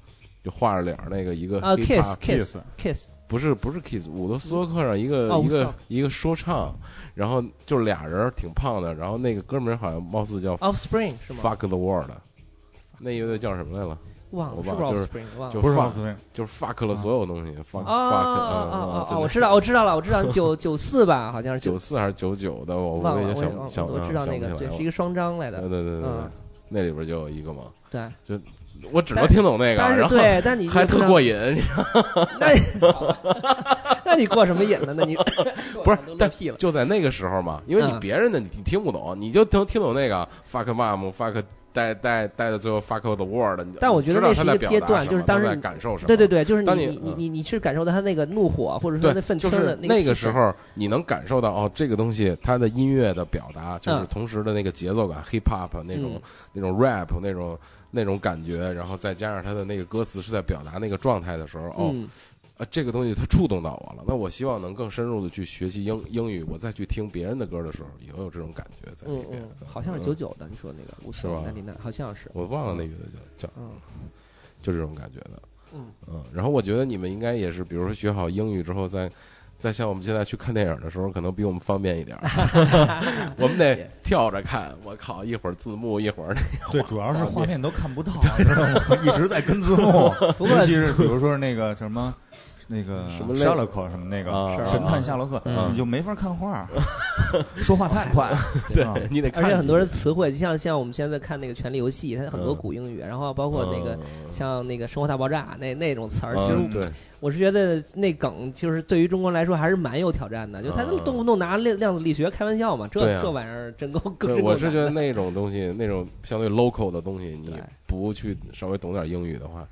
Speaker 1: 就画着脸儿那个一个
Speaker 3: 啊
Speaker 1: hip
Speaker 3: ，Kiss
Speaker 1: hop-
Speaker 3: Kiss Kiss，
Speaker 1: 不是不是 Kiss，伍德斯托克上一个、
Speaker 3: 哦
Speaker 1: 一
Speaker 3: 伍德斯
Speaker 1: 个
Speaker 3: 托
Speaker 1: 一个说唱，然后就俩人儿挺胖的，然后那个哥们儿好像貌似叫
Speaker 3: Offspring 哦是吗？
Speaker 1: Fuck the World，那乐队叫什么来了？
Speaker 3: 忘
Speaker 1: 我
Speaker 3: 了是
Speaker 1: 忘
Speaker 3: 不
Speaker 1: 了就是是
Speaker 3: Offspring？忘了
Speaker 1: 就。
Speaker 2: 不是
Speaker 1: fuck，
Speaker 2: 王思聪
Speaker 1: 就是 fuck 了所有东西，fuck fuck，
Speaker 3: 哦哦哦
Speaker 1: 嗯
Speaker 3: 哦！
Speaker 1: 嗯，
Speaker 3: 我知道，我知道了，我知道九九四吧，好像是
Speaker 1: 九四还是九九的，我
Speaker 3: 忘
Speaker 1: 我也
Speaker 3: 了，我
Speaker 1: 想
Speaker 3: 也
Speaker 1: 想啊
Speaker 3: 我知道那个，
Speaker 1: 想不起来，
Speaker 3: 对
Speaker 1: 了呃
Speaker 3: 是一个双张来
Speaker 1: 对
Speaker 3: 的，
Speaker 1: 对对对对
Speaker 3: 嗯，
Speaker 1: 那里边就有一个嘛，
Speaker 3: 对。
Speaker 1: 我只能听懂那个，
Speaker 3: 但是
Speaker 1: 然后
Speaker 3: 对，但 你
Speaker 1: 还
Speaker 3: 就知
Speaker 1: 特
Speaker 3: 道
Speaker 1: 过瘾，
Speaker 3: 那你好吧那你过什么瘾呢？ 那你
Speaker 1: 不是
Speaker 3: 都乐
Speaker 1: 但
Speaker 3: 屁了。
Speaker 1: 就在那个时候嘛，因为你
Speaker 3: 嗯
Speaker 1: 别人的你你听不懂，你就能听懂那个 fuck mom fuck 带带带到最后 fuck the world，你就
Speaker 3: 但我觉得
Speaker 1: 知道
Speaker 3: 那是
Speaker 1: 他在
Speaker 3: 一个
Speaker 1: 表
Speaker 3: 阶
Speaker 1: 达
Speaker 3: 段
Speaker 1: 什
Speaker 3: 就是
Speaker 1: 么
Speaker 3: 当
Speaker 1: 他
Speaker 3: 时
Speaker 1: 在
Speaker 3: 你
Speaker 1: 感受什么，
Speaker 3: 对对对，就是
Speaker 1: 当你
Speaker 3: 你你你
Speaker 1: 嗯
Speaker 3: 你你是感受到他那个怒火，或者说
Speaker 1: 对
Speaker 3: 那愤
Speaker 1: 就
Speaker 3: 青
Speaker 1: 是
Speaker 3: 的
Speaker 1: 那
Speaker 3: 个
Speaker 1: 个
Speaker 3: 气
Speaker 1: 时
Speaker 3: 氛，
Speaker 1: 候你能感受到哦，这个东西它的音乐的表达，就是
Speaker 3: 嗯
Speaker 1: 同时的那个节奏感、hip hop 那种
Speaker 3: 嗯
Speaker 1: 那种 rap 那种那种感觉，然后再加上它的那个歌词是在表达那个状态的时候，哦，
Speaker 3: 嗯，
Speaker 1: 啊，这个东西它触动到我了。那我希望能更深入的去学习英英语，我再去听别人的歌的时候，也会有这种感觉在里
Speaker 3: 嗯
Speaker 1: 面
Speaker 3: 嗯。，好像是
Speaker 1: 嗯
Speaker 3: 九九的，你说那个五
Speaker 1: 是
Speaker 3: 四
Speaker 1: 吧
Speaker 3: 那里那好像是，
Speaker 1: 我忘了那乐队叫叫，
Speaker 3: 嗯
Speaker 1: 就这种感觉的。
Speaker 3: 嗯
Speaker 1: 然后我觉得你们应该也是，比如说学好英语之后再。再像我们现在去看电影的时候，可能比我们方便一点儿， 我们得跳着看。我靠，一会儿字幕，一会儿
Speaker 2: 对，主要是画面都看不到，知道吗？一直在跟字幕，
Speaker 3: 不过
Speaker 2: 尤其是比如说那个什么。那个
Speaker 1: 什么类
Speaker 2: 夏洛克什么那
Speaker 1: 啊
Speaker 2: 个
Speaker 1: 是
Speaker 2: 神探夏洛克，
Speaker 4: 嗯
Speaker 2: 你就没法看画，说话太快，对吧
Speaker 1: 你得看
Speaker 3: 啊
Speaker 1: 几
Speaker 3: 而且
Speaker 1: 遍。
Speaker 3: 很多人词汇，就像像我们现在看那个《权力游戏》，它很多古英语，然后包括那个像那个《生活大爆炸》那那种词儿，其实
Speaker 1: 嗯，对，
Speaker 3: 我是觉得那梗就是对于中国人来说还是蛮有挑战的，就他
Speaker 1: 嗯
Speaker 3: 们动不动拿量量子力学开玩笑嘛，这
Speaker 1: 对啊
Speaker 3: 这玩意儿真够够
Speaker 1: 对
Speaker 3: 真够
Speaker 1: 我是
Speaker 3: 难
Speaker 1: 觉得
Speaker 3: 的
Speaker 1: 那种东西，那种相对 local 的东西，你
Speaker 3: 对
Speaker 1: 不去稍微懂点英语的话，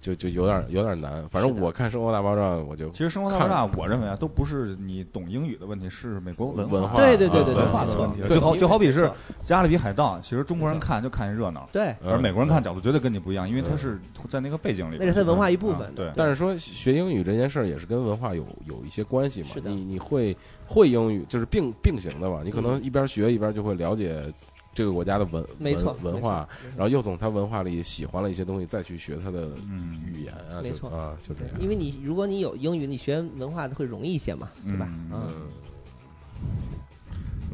Speaker 1: 就就有点有点难。反正
Speaker 3: 是的
Speaker 1: 我看《生活大爆炸》，我就
Speaker 2: 其实《生活大爆炸》，我认为啊，都不是你懂英语的问题，是美国文
Speaker 1: 文
Speaker 2: 化啊
Speaker 1: 化
Speaker 3: 对对对对对
Speaker 2: 文化的问题了。
Speaker 1: 对
Speaker 2: 就好
Speaker 1: 因为
Speaker 2: 就好比是《加勒比海盗》，其实中国人看就看一热闹，
Speaker 3: 对，
Speaker 1: 嗯
Speaker 2: 而美国人看角度绝对跟你不一样，因为他是在那个背景里边，
Speaker 3: 那是他文化一部
Speaker 2: 啊
Speaker 3: 分
Speaker 2: 对，
Speaker 1: 但是说学英语这件事儿也是跟文化有有一些关系嘛。
Speaker 3: 是的
Speaker 1: 你你会会英语就是并并行的吧？你可能一边学一边就会了解这个国家的文
Speaker 3: 没错
Speaker 1: 文文化，
Speaker 3: 没错没错
Speaker 1: 然后又从他文化里喜欢了一些东西，再去学他的
Speaker 2: 嗯，
Speaker 1: 语言啊，
Speaker 3: 没
Speaker 1: 就
Speaker 3: 错
Speaker 1: 啊，就这
Speaker 3: 对
Speaker 1: 样。
Speaker 3: 因为你如果你有英语，你学文化会容易一些嘛，对吧？
Speaker 2: 嗯
Speaker 3: 嗯，
Speaker 1: 嗯，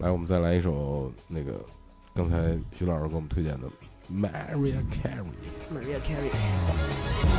Speaker 1: 来，我们再来一首那个刚才徐老师给我们推荐的 Maria Carey。
Speaker 3: Maria Carey，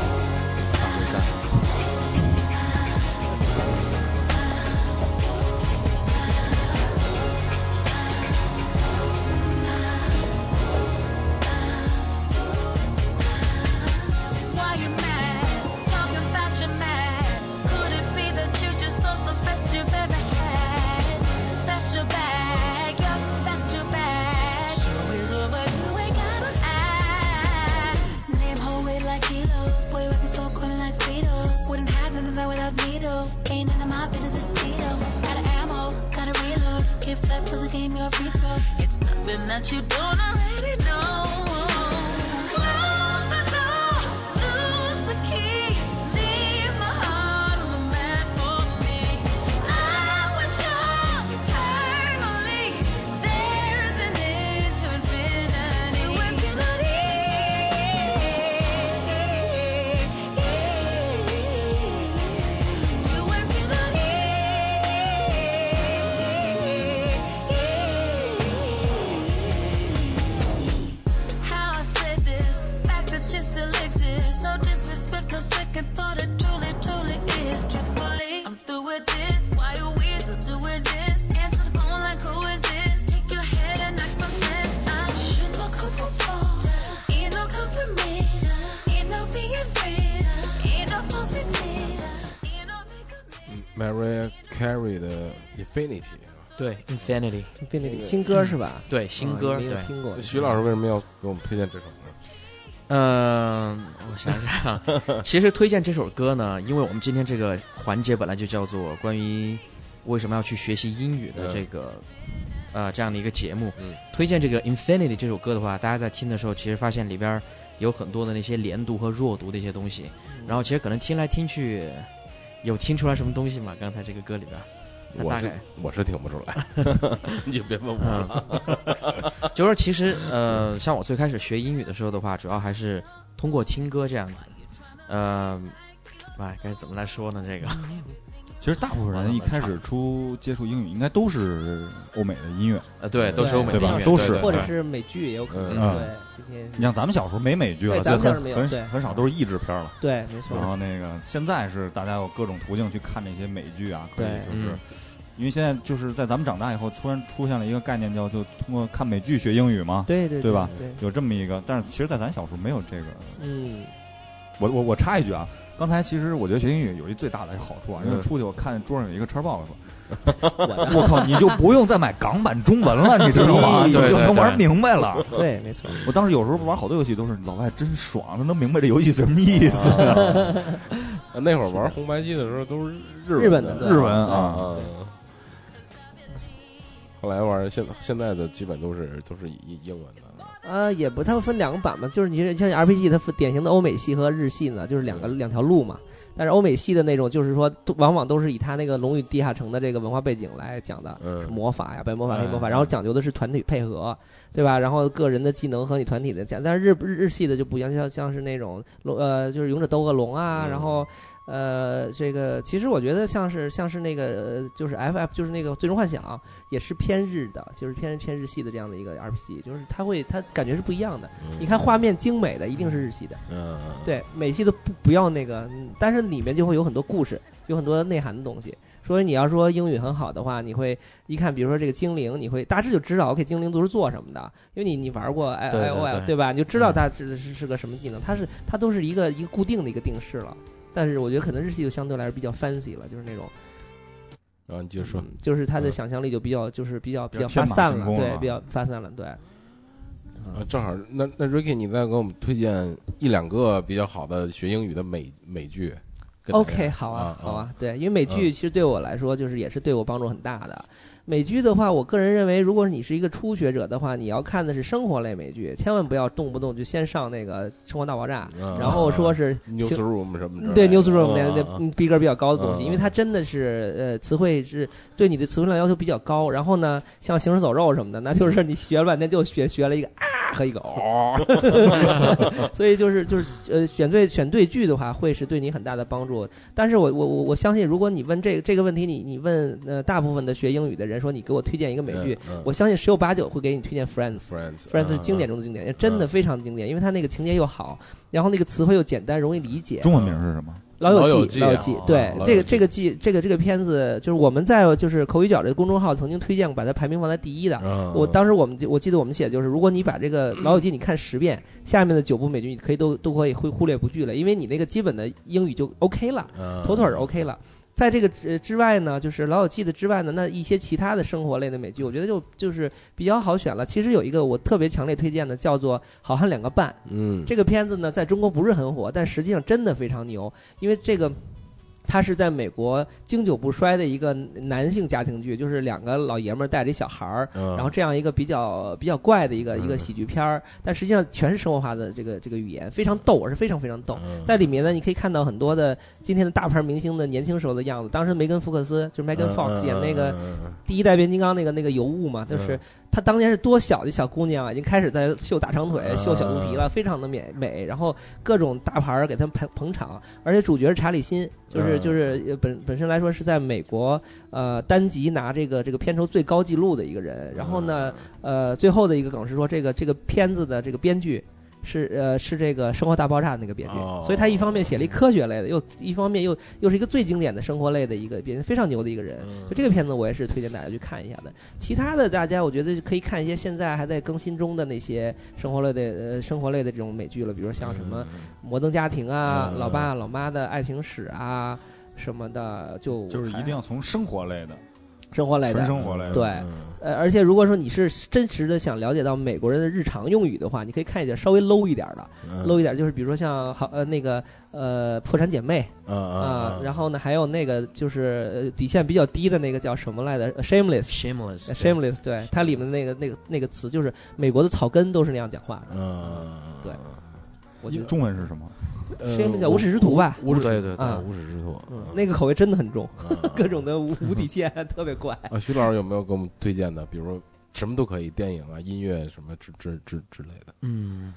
Speaker 6: Why you mad? Talking about your mad. Could it be that you just lost the best you've ever had? That's your bag, yup, that's too bad. Show is over, you ain't gotta act. Name whole weight like kilos. Boy, working so cool like Fritos. Wouldn't have none of that without Vito. Ain't none of my business, it's Tito. Got an ammo, got a reload. If life was a game, you're a free throw. It's nothing that you don't already know. Close the door, lose the key, leave my heart on the mat for me. I was yours eternally. There's an end to infinity. To infinity. To infinity.
Speaker 3: 嗯
Speaker 1: Mariah Carey 的 Infinity。
Speaker 4: 对，Infinity，嗯
Speaker 3: 变那个新歌是吧？
Speaker 4: 对新歌，
Speaker 3: 啊没有
Speaker 4: 对，
Speaker 3: 听过。
Speaker 1: 徐老师为什么要给我们推荐这首歌？
Speaker 4: 嗯、我想想啊，其实推荐这首歌呢，因为我们今天这个环节本来就叫做关于为什么要去学习英语的这个、呃这样的一个节目。
Speaker 1: 嗯
Speaker 4: 推荐这个《Infinity》这首歌的话，大家在听的时候，其实发现里边儿有很多的那些连读和弱读的一些东西，然后其实可能听来听去，有听出来什么东西吗？刚才这个歌里边儿，那
Speaker 1: 我
Speaker 4: 大
Speaker 1: 是
Speaker 4: 概
Speaker 1: 我是听不出来， 你就别问我了。
Speaker 4: 嗯，就是其实呃，像我最开始学英语的时候的话，主要还是通过听歌这样子，呃，哎，该怎么来说呢？这个，
Speaker 2: 其实大部分人一开始出接触英语，应该都是欧美的音乐。
Speaker 4: 呃，对，都是欧美
Speaker 2: 对
Speaker 4: 音
Speaker 2: 吧
Speaker 4: 乐，
Speaker 2: 都是
Speaker 4: 对
Speaker 3: 或
Speaker 4: 对
Speaker 3: 者是美剧也有可能。
Speaker 2: 嗯
Speaker 3: 对，今天
Speaker 2: 你像咱们小时候没美剧了，
Speaker 3: 对咱
Speaker 2: 所以
Speaker 3: 们小时候没有
Speaker 2: 很
Speaker 3: 对
Speaker 2: 很很少都是译制片了。
Speaker 3: 对，没错
Speaker 2: 然。后那个现在是大家有各种途径去看那些美剧啊，可以
Speaker 3: 对
Speaker 2: 就是
Speaker 4: 嗯。
Speaker 2: 因为现在就是在咱们长大以后，突然出现了一个概念叫，就通过看美剧学英语嘛，
Speaker 3: 对对
Speaker 2: 对吧？
Speaker 3: 对，
Speaker 2: 有这么一个。但是其实，在咱小时候没有这个。
Speaker 3: 嗯，
Speaker 2: 我我我插一句啊，刚才其实我觉得学英语有一最大的好处啊，
Speaker 1: 嗯
Speaker 2: 就是出去我看桌上有一个叉 box，
Speaker 3: 我的
Speaker 2: 我靠，你就不用再买港版中文了，你知道吗？
Speaker 4: 嗯
Speaker 2: 你
Speaker 4: 对
Speaker 2: 就
Speaker 4: 对
Speaker 2: 能玩
Speaker 4: 对
Speaker 2: 明白了。
Speaker 3: 对，没错。
Speaker 2: 我当时有时候玩好多游戏都是老外真爽，他能明白这游戏什么意思。
Speaker 3: 哦
Speaker 1: 啊 那会儿玩红白机的时候都是
Speaker 3: 日
Speaker 1: 日
Speaker 3: 本
Speaker 1: 本
Speaker 3: 的对
Speaker 2: 日文啊，
Speaker 1: 啊。后来玩现现在的基本都是都是以英文的，
Speaker 3: 呃，也不，他们分两个版嘛，就是你像 RPG，它分典型的欧美系和日系呢，就是两个两条路嘛。但是欧美系的那种，就是说，都往往都是以他那个《龙与地下城》的这个文化背景来讲的，
Speaker 1: 嗯，
Speaker 3: 魔法呀、白魔法、黑魔法，
Speaker 2: 哎
Speaker 3: 然后讲究的是团体配合，对吧？然后个人的技能和你团体的讲，但是日日日系的就不一样，像像是那种龙呃，就是勇者斗恶龙啊，
Speaker 1: 嗯
Speaker 3: 然后呃，这个其实我觉得像是像是那个呃就是 FF，就是那个最终幻想，也是偏日的，就是偏偏日系的这样的一个 RPG，就是它会它感觉是不一样的。你看画面精美的一定是日系的，
Speaker 1: 嗯，
Speaker 3: 对，每期都不不要那个，嗯但是里面就会有很多故事，有很多内涵的东西。所以你要说英语很好的话，你会一看，比如说这个精灵，你会大致就知道 OK 精灵都是做什么的，因为你你玩过 I
Speaker 4: 对
Speaker 3: I
Speaker 4: 对
Speaker 3: O L
Speaker 4: 对
Speaker 3: 对吧？你就知道大致是是个什么技能，它是它都是一个一个固定的一个定式了。但是我觉得可能日系就相对来说比较 fancy 了，就是那种，
Speaker 1: 然后你就说
Speaker 3: 嗯就是他的
Speaker 1: 嗯
Speaker 3: 想象力就比较就是比较比
Speaker 2: 比
Speaker 3: 较
Speaker 2: 较
Speaker 3: 发
Speaker 2: 天马
Speaker 3: 散
Speaker 2: 行
Speaker 3: 了，
Speaker 2: 空
Speaker 3: 对，
Speaker 2: 了
Speaker 3: 比较发散了，对。嗯
Speaker 1: 啊，正好，那那 Ricky，你再给我们推荐一两个比较好的学英语的美美剧。跟大家嗯
Speaker 3: OK，好啊，好，啊，对，因为美剧其实对我来说就是也是对我帮助很大的。美剧的话，我个人认为，如果你是一个初学者的话，你要看的是生活类美剧，千万不要动不动就先上那个《生活大爆炸》，
Speaker 1: 嗯
Speaker 3: 然后说是行
Speaker 1: Newsroom 什么之类的
Speaker 3: 对 newsroom 那
Speaker 1: 啊啊啊
Speaker 3: 那逼格比较高的东西，
Speaker 1: 嗯
Speaker 3: 因为它真的是呃词汇是对你的词汇量要求比较高。然后呢，像行尸走肉什么的，那就是你学了半天就学学了一个啊和一个哦，所以就是就是呃选对选对剧的话，会是对你很大的帮助。但是我我我我相信，如果你问这个这个问题，你你问呃大部分的学英语的人说你给我推荐一个美剧，，
Speaker 1: 嗯嗯
Speaker 3: 我相信十有八九会给你推荐 Friends。
Speaker 1: Friends
Speaker 3: Friends 是经典
Speaker 1: 嗯
Speaker 3: 中的经典，真的非常经典，因为它那个情节又好，然后那个词汇又简单，容易理解。
Speaker 2: 中文名是什么？
Speaker 3: 老
Speaker 1: 老
Speaker 3: 友
Speaker 1: 友
Speaker 3: 记，
Speaker 1: 记
Speaker 3: 老友
Speaker 1: 啊
Speaker 3: 记
Speaker 1: 啊，
Speaker 3: 对
Speaker 1: 老
Speaker 3: 这
Speaker 1: 友
Speaker 3: 个
Speaker 1: 记
Speaker 3: 这个剧这个这个片子，就是我们在就是口语角这个公众号曾经推荐过，把它排名放在第一的。
Speaker 1: 嗯嗯
Speaker 3: 我当时我们就我记得我们写的就是，如果你把这个老友记你看十遍，下面的九部美剧你可以都都可以忽忽略不计了，因为你那个基本的英语就 OK 了，
Speaker 1: 嗯
Speaker 3: 妥妥是 OK 了。在这个之之外呢，就是老友记的之外呢，那一些其他的生活类的美剧，我觉得就就是比较好选了。其实有一个我特别强烈推荐的，叫做《好汉两个半》。
Speaker 1: 嗯
Speaker 3: 这个片子呢，在中国不是很火，但实际上真的非常牛，因为这个。它是在美国经久不衰的一个男性家庭剧，就是两个老爷们儿带着一小孩儿，
Speaker 1: 嗯
Speaker 3: 然后这样一个比较比较怪的一个一个
Speaker 1: 嗯
Speaker 3: 喜剧片儿，但实际上全是生活化的这个这个语言，非常逗，我是非常非常逗。
Speaker 1: 嗯
Speaker 3: 在里面呢，你可以看到很多的今天的大牌明星的年轻时候的样子。当时梅根·福克斯就是 Megan Fox 演那个
Speaker 1: 嗯嗯
Speaker 3: 第一代变形金刚那个那个尤物嘛，就是
Speaker 1: 嗯
Speaker 3: 她当年是多小的小姑娘啊，已经开始在秀大长腿、
Speaker 1: 嗯
Speaker 3: 秀小肚皮了，非常的美美。然后各种大牌儿给他们捧捧场，而且主角是查理辛，就是
Speaker 1: 嗯
Speaker 3: 就是呃本本身来说是在美国呃单集拿这个这个片酬最高
Speaker 1: 嗯
Speaker 3: 纪录的一个人。然后呢，呃，最后的一个梗是说这个这个片子的这个编剧。是呃是这个《生活大爆炸》那个编剧，
Speaker 1: 哦
Speaker 3: 所以他一方面写了一科学类的，又一方面又又是一个最经典的生活类的一个编，非常牛的一个
Speaker 1: 嗯
Speaker 3: 人。就这个片子，我也是推荐大家去看一下的。其他的大家，我觉得可以看一些现在还在更新中的那些生活类的呃生活类的这种美剧了，比如像什
Speaker 2: 嗯
Speaker 3: 么《摩登家庭》啊，
Speaker 1: 嗯嗯嗯
Speaker 3: 老爸老妈的爱情史》啊什么的，就
Speaker 2: 就是一定要从生活类的、
Speaker 3: 生活类的
Speaker 2: 纯生活类的，
Speaker 3: 对
Speaker 1: 嗯
Speaker 3: 呃，而且如果说你是真实的想了解到美国人的日常用语的话，你可以看一点稍微 low 一点的、l
Speaker 1: 嗯
Speaker 2: 嗯
Speaker 3: o w 一点就是比如说像好呃那个呃破产姐妹
Speaker 1: 啊
Speaker 2: 嗯
Speaker 3: 啊、
Speaker 1: 啊
Speaker 3: 然后呢还有那个就是、呃底线比较低的那个叫什么来着呃？Shameless。
Speaker 4: shameless
Speaker 3: 呃 Shameless，对它里面的那个那个那个词，就是美国的草根都是那样讲话的。
Speaker 1: 嗯，
Speaker 3: 对我觉
Speaker 2: 一
Speaker 3: 得
Speaker 2: 中文是什么？
Speaker 1: 呃
Speaker 3: Shameless 叫无耻之徒吧，
Speaker 1: 无耻对对
Speaker 3: 啊
Speaker 1: 对，无耻之徒
Speaker 3: 嗯，，
Speaker 1: 嗯
Speaker 3: 那个口味真的很重，
Speaker 1: 啊
Speaker 3: 各种的无无底线，特别怪。
Speaker 1: 啊。徐老师有没有给我们推荐的？比如什么都可以，电影啊、音乐什么之之之之类的。
Speaker 4: 嗯，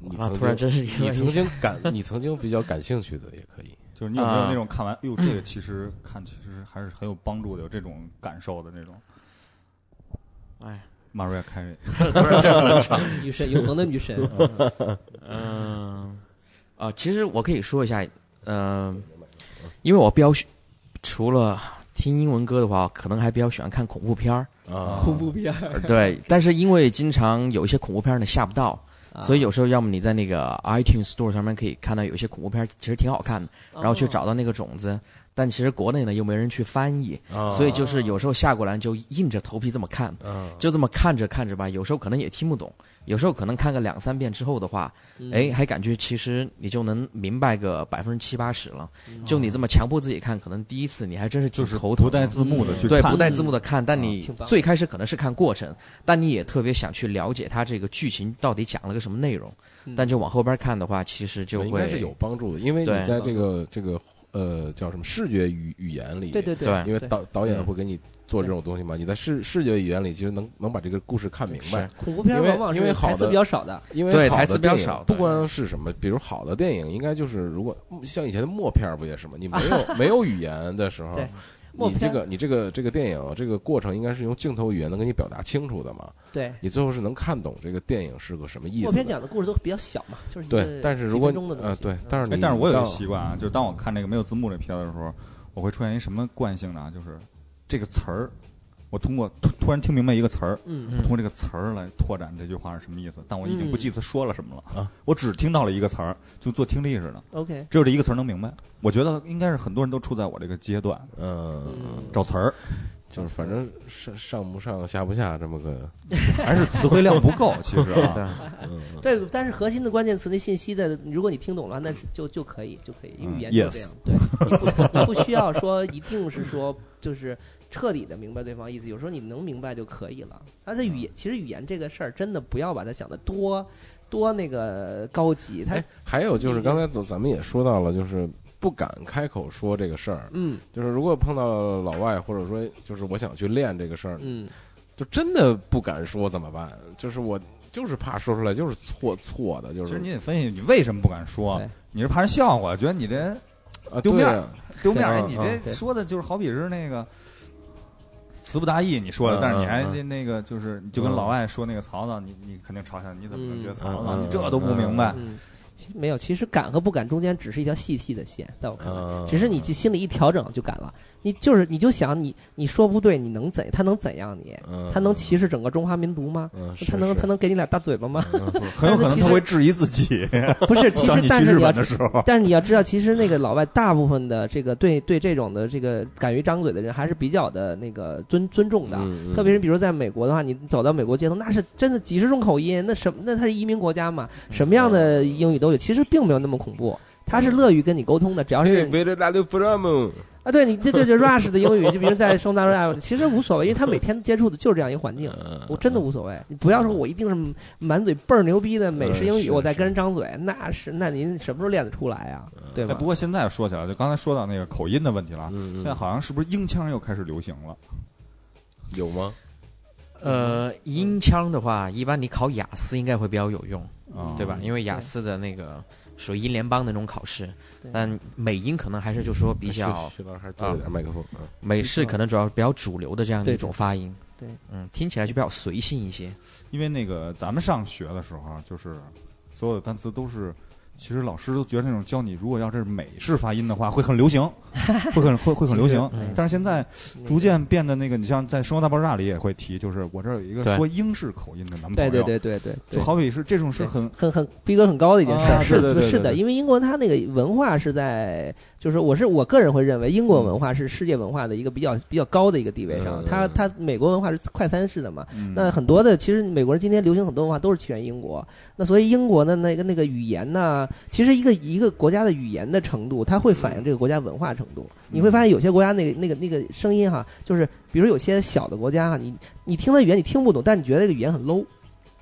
Speaker 1: 你
Speaker 4: 啊，
Speaker 1: 曾
Speaker 4: 突然
Speaker 1: 经
Speaker 4: 真是一
Speaker 1: 你
Speaker 4: 个
Speaker 1: 曾经感你曾经比较感兴趣的也可以。
Speaker 2: 就是你有没有
Speaker 4: 啊
Speaker 2: 那种看完，哎呦，这个其实看其实还是很有帮助的，有这种感受的那种。
Speaker 4: 哎，
Speaker 2: 马瑞亚凯瑞，
Speaker 3: 女神，永恒的 女神，
Speaker 4: 嗯，啊，其实我可以说一下，嗯，因为我比较喜除了听英文歌的话，可能还比较喜欢看恐怖片儿。
Speaker 1: 啊，
Speaker 3: 恐怖片儿，
Speaker 4: 呃对，但是因为经常有一些恐怖片儿呢下不到，
Speaker 1: 嗯
Speaker 3: 啊
Speaker 4: 所以有时候要么你在那个 iTunes Store 上面可以看到有一些恐怖片儿其实挺好看的，然后去
Speaker 3: 哦
Speaker 4: 找到那个种子，但其实国内呢又没人去翻译，
Speaker 1: 啊
Speaker 3: 哦
Speaker 4: 所以就是有时候下过来就硬着头皮这么看，
Speaker 3: 嗯
Speaker 4: 就这么看着看着吧，有时候可能也听不懂，有时候可能看个两三遍之后的话，
Speaker 3: 嗯
Speaker 4: 哎，，还感觉其实你就能明白个百分之七八十了。
Speaker 3: 嗯
Speaker 4: 就你这么强迫自己看，可能第一次你还真是挺
Speaker 2: 就是
Speaker 4: 头
Speaker 2: 不
Speaker 4: 疼的。啊
Speaker 2: 带字幕的去
Speaker 4: 对，
Speaker 2: 看，
Speaker 4: 不带字幕的看，但
Speaker 3: 啊
Speaker 4: 你
Speaker 3: 挺棒
Speaker 4: 最开始可能是看过程，但你也特别想去了解它这个剧情到底讲了个什么内容。
Speaker 3: 嗯
Speaker 4: 但就往后边看的话，其实就
Speaker 1: 应
Speaker 4: 会
Speaker 1: 该是有帮助的，因为你
Speaker 4: 对
Speaker 1: 在这个这个呃叫什么视觉语语言里，
Speaker 3: 对对
Speaker 4: 对
Speaker 1: 因为
Speaker 3: 对
Speaker 1: 导导演会给你做这种东西嘛，你在视视觉语言里其实能能把这个故事看明白
Speaker 4: 是，
Speaker 3: 恐怖片
Speaker 1: 因为
Speaker 3: 往往是
Speaker 1: 因为好
Speaker 3: 台词
Speaker 1: 的
Speaker 3: 比较少的，
Speaker 1: 因为
Speaker 4: 对
Speaker 1: 好的
Speaker 4: 台词比较
Speaker 1: 电影
Speaker 4: 少
Speaker 1: 不
Speaker 4: 对
Speaker 1: 光是什么，比如好的电影应该就是如果嗯像以前的默片儿不也是吗？你没 有没有语言的时候
Speaker 3: 对。默
Speaker 1: 你这
Speaker 3: 片
Speaker 1: 个你这个这个电影这个过程应该是用镜头语言能给你表达清楚的嘛？
Speaker 3: 对。
Speaker 1: 你最后是能看懂这个电影是个什么意
Speaker 3: 默
Speaker 1: 思
Speaker 3: 片
Speaker 1: 的。
Speaker 3: 讲的故事都比较小嘛，就是一个
Speaker 1: 对，但是如果
Speaker 3: 几分钟的东
Speaker 1: 呃
Speaker 3: 西嗯
Speaker 1: 对，但是
Speaker 2: 哎
Speaker 1: 你，
Speaker 2: 但是我有一
Speaker 1: 到
Speaker 4: 嗯
Speaker 2: 个习惯啊，就是当我看这个没有字幕这片子的时候，我会出现一什么惯性呢？啊就是这个词儿，我通过突突然听明白一个词儿，
Speaker 3: 嗯
Speaker 4: 嗯
Speaker 2: 通过这个词儿来拓展这句话是什么意思，但我已经不记得他说了什么了，
Speaker 1: 嗯啊
Speaker 2: 我只听到了一个词儿，就做听力似的，
Speaker 3: ，OK，
Speaker 2: 只有这一个词儿能明白。我觉得应该是很多人都处在我这个阶段，
Speaker 1: 嗯，
Speaker 3: 嗯，
Speaker 2: 找词儿
Speaker 1: 就是反正上上不上下不下这么个，
Speaker 2: 还是词汇量不够，其实啊，
Speaker 4: 对
Speaker 1: 嗯，
Speaker 3: 对，但是核心的关键词那信息的，如果你听懂了，那是就就可以就可以，因为
Speaker 2: 嗯
Speaker 3: 语言就这样，对，你不你不需要说一定是说就是彻底的明白对方意思，有时候你能明白就可以了。而且
Speaker 1: 嗯
Speaker 3: 语言，其实语言这个事儿真的不要把它想的多多那个高级，它
Speaker 1: 哎，还有就是刚才咱咱们也说到了，就是不敢开口说这个事儿，
Speaker 3: 嗯
Speaker 1: 就是如果碰到老外，或者说就是我想去练这个事儿，
Speaker 3: 嗯，
Speaker 1: 就真的不敢说怎么办？就是我就是怕说出来就是错错的，就
Speaker 2: 其
Speaker 1: 是
Speaker 2: 实你得分析你为什么不敢说
Speaker 3: 对，
Speaker 2: 你是怕人笑话，觉得你这人
Speaker 1: 啊
Speaker 2: 丢面儿
Speaker 1: 对啊
Speaker 2: 丢面
Speaker 1: 对
Speaker 2: 儿，哎
Speaker 1: 嗯
Speaker 2: 你
Speaker 1: 嗯
Speaker 2: 这
Speaker 3: 对
Speaker 2: 说的就是好比是那个词不达意，你说的，
Speaker 1: 嗯
Speaker 2: 但是你还
Speaker 1: 嗯嗯
Speaker 2: 那那个就是你就跟老外说那个曹操，你你肯定嘲笑，你怎么能觉得曹操？
Speaker 1: 嗯嗯
Speaker 2: 你这都不明白，
Speaker 3: 嗯，其实没有，其实敢和不敢中间只是一条细细的线，在我看来，
Speaker 1: 嗯
Speaker 3: 只是你心里一调整就敢了。你就是你就想你你说不对，你能怎他能怎样你？
Speaker 1: 嗯
Speaker 3: 他能歧视整个中华民族吗？
Speaker 1: 嗯，
Speaker 3: 他能他能嗯给你俩大嘴 巴吗？
Speaker 2: 很有可能
Speaker 3: 其
Speaker 2: 他
Speaker 3: 实
Speaker 2: 会质疑自己。
Speaker 3: 不是，其
Speaker 2: 当
Speaker 3: 实
Speaker 2: 你
Speaker 3: 但
Speaker 2: 去
Speaker 3: 是
Speaker 2: 日
Speaker 3: 你要
Speaker 2: 本的时候，
Speaker 3: 但是你要知道，其实那个老外大部分的这个对对这种的这个敢于张嘴的人还是比较的那个尊尊重的。
Speaker 1: 能
Speaker 3: 特别是比如在美国的话，你走到美国街头，那是真的几十种口音，那什么那它是移民国家嘛，什么样的英语都有，其实并没有那么恐怖。他是乐于跟你沟通的，只要是
Speaker 1: 为了拉的 from，
Speaker 3: 啊，对你这这这 rush 的英语，就比如在圣诞大，其实无所谓，因为他每天接触的就是这样一个环 境，
Speaker 1: 嗯
Speaker 3: 我真的无所谓。你不要说我一定是满嘴倍儿牛逼的美式英
Speaker 1: 嗯
Speaker 3: 语，
Speaker 1: 是
Speaker 3: 我再跟人张嘴，那是那您什么时候练得出来啊？对
Speaker 2: 哎，
Speaker 3: 吧
Speaker 2: 不？过现在说起来，就刚才说到那个口音的问题了，
Speaker 1: 嗯，
Speaker 2: 现在好像是不是英腔又开始流行了？
Speaker 1: 有吗？
Speaker 4: 呃，音腔的话，一般你考雅思应该会比较有用，
Speaker 2: 啊，
Speaker 4: 对
Speaker 3: 嗯
Speaker 4: 吧？因为雅思的那个属于英联邦的那种考试
Speaker 3: 对，
Speaker 4: 但美音可能还是就说比较
Speaker 1: 徐徐老师还是多
Speaker 3: 啊
Speaker 1: 一点麦克风，嗯
Speaker 4: 美式，可能主要比较主流的这样的一种发音。
Speaker 3: 对对，
Speaker 4: 嗯，听起来就比较随性一些。
Speaker 2: 啊因为那个咱们上学的时候，就是所有的单词都是，其实老师都觉得那种教你，如果要是美式发音的话，会很流行，会很会会很流行
Speaker 3: 其实哎。
Speaker 2: 但是现在
Speaker 3: 那个
Speaker 2: 逐渐变得那个，你像在《生活大爆炸》里也会提，就是我这儿有一个
Speaker 4: 对
Speaker 2: 说英式口音的男朋
Speaker 3: 对
Speaker 2: 友，
Speaker 3: 对对对对，对
Speaker 2: 就好比是这种是
Speaker 3: 对
Speaker 2: 很
Speaker 3: 很很逼格很高的一件事，
Speaker 2: 啊
Speaker 3: 是
Speaker 2: 对对对对
Speaker 3: 是的，
Speaker 2: 对
Speaker 3: 因为英国它那个文化是在，就是我是我个人会认为英国文化是世界文化的一个比较比较高的一个地位上
Speaker 1: 嗯，
Speaker 3: 它它美国文化是快餐式的嘛，
Speaker 2: 嗯
Speaker 3: 那很多的，其实美国人今天流行很多文化都是起源于英国。那所以英国的那个那个语言呢，其实一个一个国家的语言的程度，它会反映这个国家文化程度。你会发现有些国家那个那个那个声音哈，就是比如有些小的国家哈，你你听它语言你听不懂，但你觉得这个语言很 low，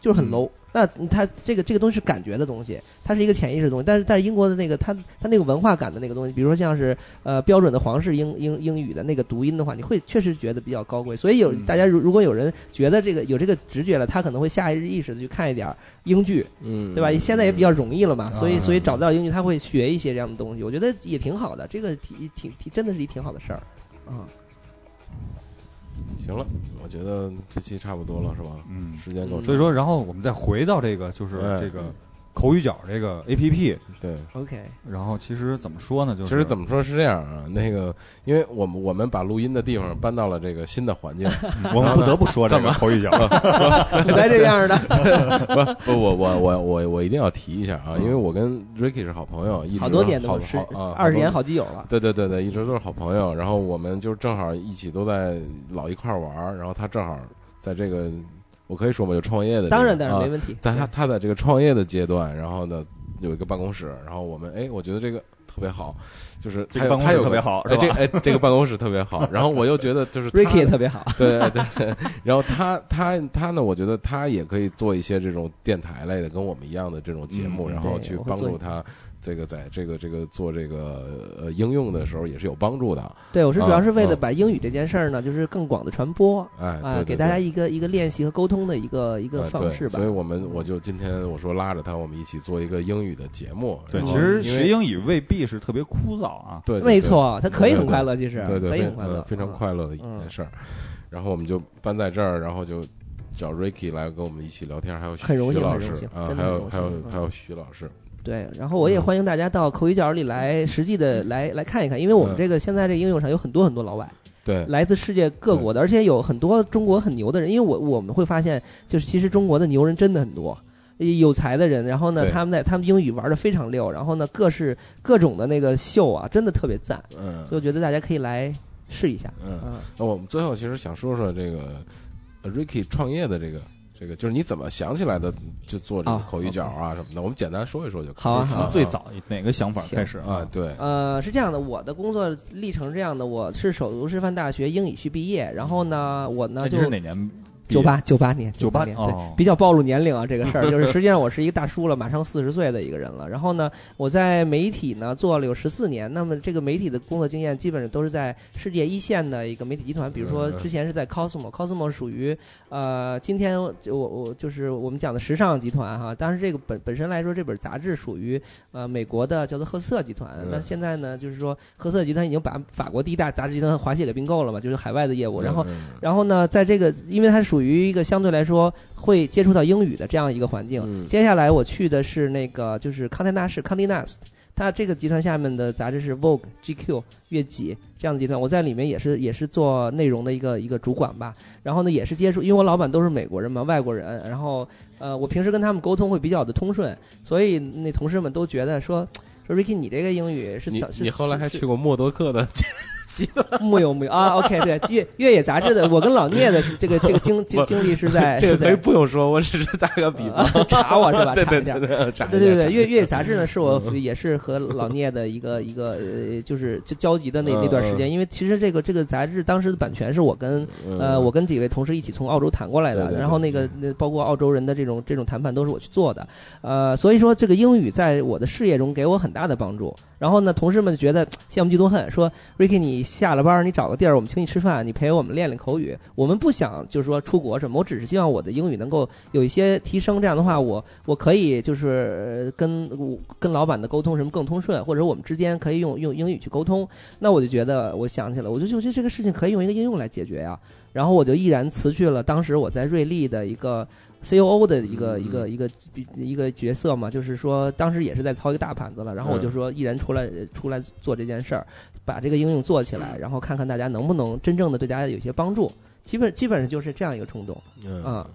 Speaker 3: 就是很
Speaker 2: 嗯
Speaker 3: low。那它这个这个东西是感觉的东西，它是一个潜意识的东西。但是但是英国的那个它它那个文化感的那个东西，比如说像是呃标准的皇室英英英语的那个读音的话，你会确实觉得比较高贵。所以有
Speaker 2: 嗯
Speaker 3: 大家如如果有人觉得这个有这个直觉了，他可能会下意识的去看一点儿英剧，
Speaker 4: 嗯，
Speaker 3: 对吧？现在也比较容易了嘛，
Speaker 2: 嗯
Speaker 1: 啊
Speaker 3: 所以所以找到英剧，他会学一些这样的东西，我觉得也挺好的。这个挺挺挺真的是一挺好的事儿啊。
Speaker 1: 行了，我觉得这期差不多了，是吧？
Speaker 2: 嗯，
Speaker 1: 时间够长，
Speaker 2: 所以说，然后我们再回到这个，就是
Speaker 1: 哎
Speaker 2: 这个口语角这个 A P P，
Speaker 1: 对。
Speaker 3: OK，
Speaker 2: 然后其实怎么说呢，就是
Speaker 1: 嗯其
Speaker 3: 嗯
Speaker 1: 实怎么说是这样啊，那个，因为我们我们把录音的地
Speaker 3: 嗯
Speaker 1: 方搬到了这个新的环 境，
Speaker 2: 我们不得不说这个口语角，
Speaker 3: 你才这样的，
Speaker 1: 不，我我我我我一定要提一下啊，因为我跟 Ricky 是好朋友，一直
Speaker 3: 好多年
Speaker 1: 好
Speaker 3: 都是
Speaker 1: 好啊
Speaker 3: 二十年
Speaker 1: 好多。
Speaker 3: 好基友了。
Speaker 1: 对对对对，一直都是好朋友。然后我们就正好一起都在老一块儿玩儿，然后他正好在这个，我可以说嘛，就创业的这个，
Speaker 3: 当然当然
Speaker 1: 啊
Speaker 3: 没问题，
Speaker 1: 但他他在这个创业的阶段，然后呢有一个办公室，然后我们哎，我觉得这个特别好，就是
Speaker 2: 这
Speaker 1: 他有
Speaker 2: 个办公
Speaker 1: 他
Speaker 2: 室
Speaker 1: 有
Speaker 2: 特别
Speaker 1: 个
Speaker 2: 好，
Speaker 1: 哎
Speaker 2: 是
Speaker 1: 这
Speaker 2: 吧？
Speaker 1: 哎这个办公室特别好，然后我又觉得 就是他
Speaker 3: Ricky 也特别好。
Speaker 1: 对对对，然后他他他呢，我觉得他也可以做一些这种电台类的，跟我们一样的这种节目，
Speaker 2: 嗯
Speaker 1: 然后
Speaker 3: 对
Speaker 1: 去
Speaker 3: 我会
Speaker 1: 帮
Speaker 3: 做
Speaker 1: 助他。这个在这个这个做这个呃应用的时候也是有帮助的，
Speaker 3: 对，我是主要是为了
Speaker 1: 嗯
Speaker 3: 把英语这件事儿呢，就是更广的传播。
Speaker 1: 哎，对
Speaker 3: 啊，
Speaker 1: 对
Speaker 3: 给大家
Speaker 1: 对
Speaker 3: 一个一个练习和沟通的一个一
Speaker 1: 呃
Speaker 3: 个方
Speaker 1: 对
Speaker 3: 式吧
Speaker 1: 所以。我们我就今天我说拉着他，我们一起做一个英语的节目。
Speaker 2: 对，
Speaker 1: 然
Speaker 2: 其
Speaker 1: 后
Speaker 2: 实
Speaker 1: 因
Speaker 2: 学
Speaker 1: 为
Speaker 2: 英语未必是特别枯燥啊，
Speaker 1: 对，对
Speaker 3: 没，错，他可以很快乐，其
Speaker 1: 对
Speaker 3: 实
Speaker 1: 对对，
Speaker 3: 可以
Speaker 1: 非
Speaker 3: 很快乐
Speaker 1: 呃，非常
Speaker 3: 嗯。
Speaker 1: 快乐的一件事儿。然后我们就搬在这儿，然后就找 Ricky 来跟我们一起聊天，还有
Speaker 3: 很荣
Speaker 1: 徐
Speaker 3: 幸
Speaker 1: 老
Speaker 3: 很荣
Speaker 1: 师
Speaker 3: 幸
Speaker 1: 啊，
Speaker 3: 真的
Speaker 1: 还
Speaker 3: 很
Speaker 1: 有
Speaker 3: 荣
Speaker 1: 还有
Speaker 3: 幸嗯
Speaker 1: 还有徐老师，
Speaker 3: 对，然后我
Speaker 1: 嗯
Speaker 3: 也欢迎大家到口语角里来实际的来来看一看，因为我们
Speaker 1: 嗯
Speaker 3: 这个现在这个应用上有很多很多老外，
Speaker 1: 对，
Speaker 3: 来自世界各国的，而且有很多中国很牛的人，因为我我们会发现，就是其实中国的牛人真的很多。呃有才的人，然后呢，
Speaker 1: 对
Speaker 3: 他们在他们英语玩的非常溜，然后呢，各式各种的那个秀啊，真的特别赞，
Speaker 1: 嗯
Speaker 3: 所以我觉得大家可以来试一下。
Speaker 1: 嗯。
Speaker 3: 嗯，
Speaker 1: 那我们最后其实想说说这个呃 Ricky 创业的这个这个，就是你怎么想起来的，就做这个
Speaker 3: 啊
Speaker 1: 口语角啊什么的，我们简单说一说就可以。
Speaker 3: 好啊
Speaker 2: 就是
Speaker 3: 好
Speaker 2: 从
Speaker 3: 啊
Speaker 2: 最早哪个想法开始
Speaker 1: 啊，？对，
Speaker 3: 呃，是这样的，我的工作历程是这样的，我是首都师范大学英语系毕业，然后呢，我
Speaker 2: 那
Speaker 3: 呢
Speaker 2: 哎你
Speaker 3: 就是
Speaker 2: 哪年毕业？
Speaker 3: 九八九八年
Speaker 2: 九八
Speaker 3: 年、对。
Speaker 2: 哦，
Speaker 3: 比较暴露年龄啊，这个事儿就是实际上我是一个大叔了，马上四十岁的一个人了。然后呢，我在媒体呢做了有十四年，那么这个媒体的工作经验基本上都是在世界一线的一个媒体集团，比如说
Speaker 1: 嗯嗯
Speaker 3: 之前是在 Cosmo，Cosmo 属于呃，今天我我我就是我们讲的时尚集团哈，当时这个本本身来说，这本杂志属于呃美国的叫做赫瑟集团，
Speaker 1: 嗯
Speaker 3: 那现在呢就是说赫瑟集团已经把法国第一大杂志集团华西给并购了嘛，就是海外的业务，然后
Speaker 1: 嗯
Speaker 3: 然后呢，在这个，因为它属于一个相对来说会接触到英语的这样一个环境。
Speaker 1: 嗯
Speaker 3: 接下来我去的是那个就是康泰纳仕 （Condé Nast），它这个集团下面的杂志是 Vogue、GQ、月几这样的集团。我在里面也是也是做内容的一个一个主管吧。然后呢，也是接触，因为我老板都是美国人嘛，外国人。然后呃，我平时跟他们沟通会比较的通顺，所以那同事们都觉得说。说 Ricky，你这个英语是
Speaker 1: 你
Speaker 3: 怎？是
Speaker 1: 你后来还
Speaker 3: 是
Speaker 1: 去过默多克的，
Speaker 3: 木有木有啊，OK，对，越越野杂志的，我跟老聂的是 这个这个经经经历是在
Speaker 1: 这
Speaker 3: 是
Speaker 1: 个可以
Speaker 3: 在
Speaker 1: 不用说，我只是打个比方。
Speaker 3: 呃 查我是 吧？
Speaker 1: 对
Speaker 3: 查
Speaker 1: 对
Speaker 3: 一下
Speaker 1: 对。对，查一
Speaker 3: 对对
Speaker 1: 下嗯
Speaker 3: 对，越越野杂志呢，是我也是和老聂的一个一个呃，就是就交集的
Speaker 1: 嗯
Speaker 3: 那那段时间，因为其实这个这个杂志当时的版权是我跟
Speaker 1: 嗯
Speaker 3: 呃我跟几位同事一起从澳洲谈过来
Speaker 1: 对对
Speaker 3: 的，
Speaker 1: 对嗯
Speaker 3: 然后那个那包括澳洲人的这种这种谈判都是我去做的，呃，所以说这个英语在我的事业中给我很大的帮助。然后呢，同事们觉得羡慕嫉妒恨，说 Ricky，你下了班儿你找个地儿，我们请你吃饭，你陪我们练练口语。我们不想就是说出国什么，我只是希望我的英语能够有一些提升。这样的话，我我可以就是呃跟我跟老板的沟通什么更通顺，或者我们之间可以用用英语去沟通。那我就觉得，我想起来，我就就觉得这个事情可以用一个应用来解决呀、然后我就毅然辞去了当时我在瑞丽的一个 COO 的一个、一个一个一个角色嘛，就是说当时也是在操一个大盘子了，然后我就说毅然出来呃出来做这件事儿，把这个应用做起来，然后看看大家能不能真正的对大家有一些帮助。基本基本上就是这样一个冲动，
Speaker 1: 嗯
Speaker 3: 啊，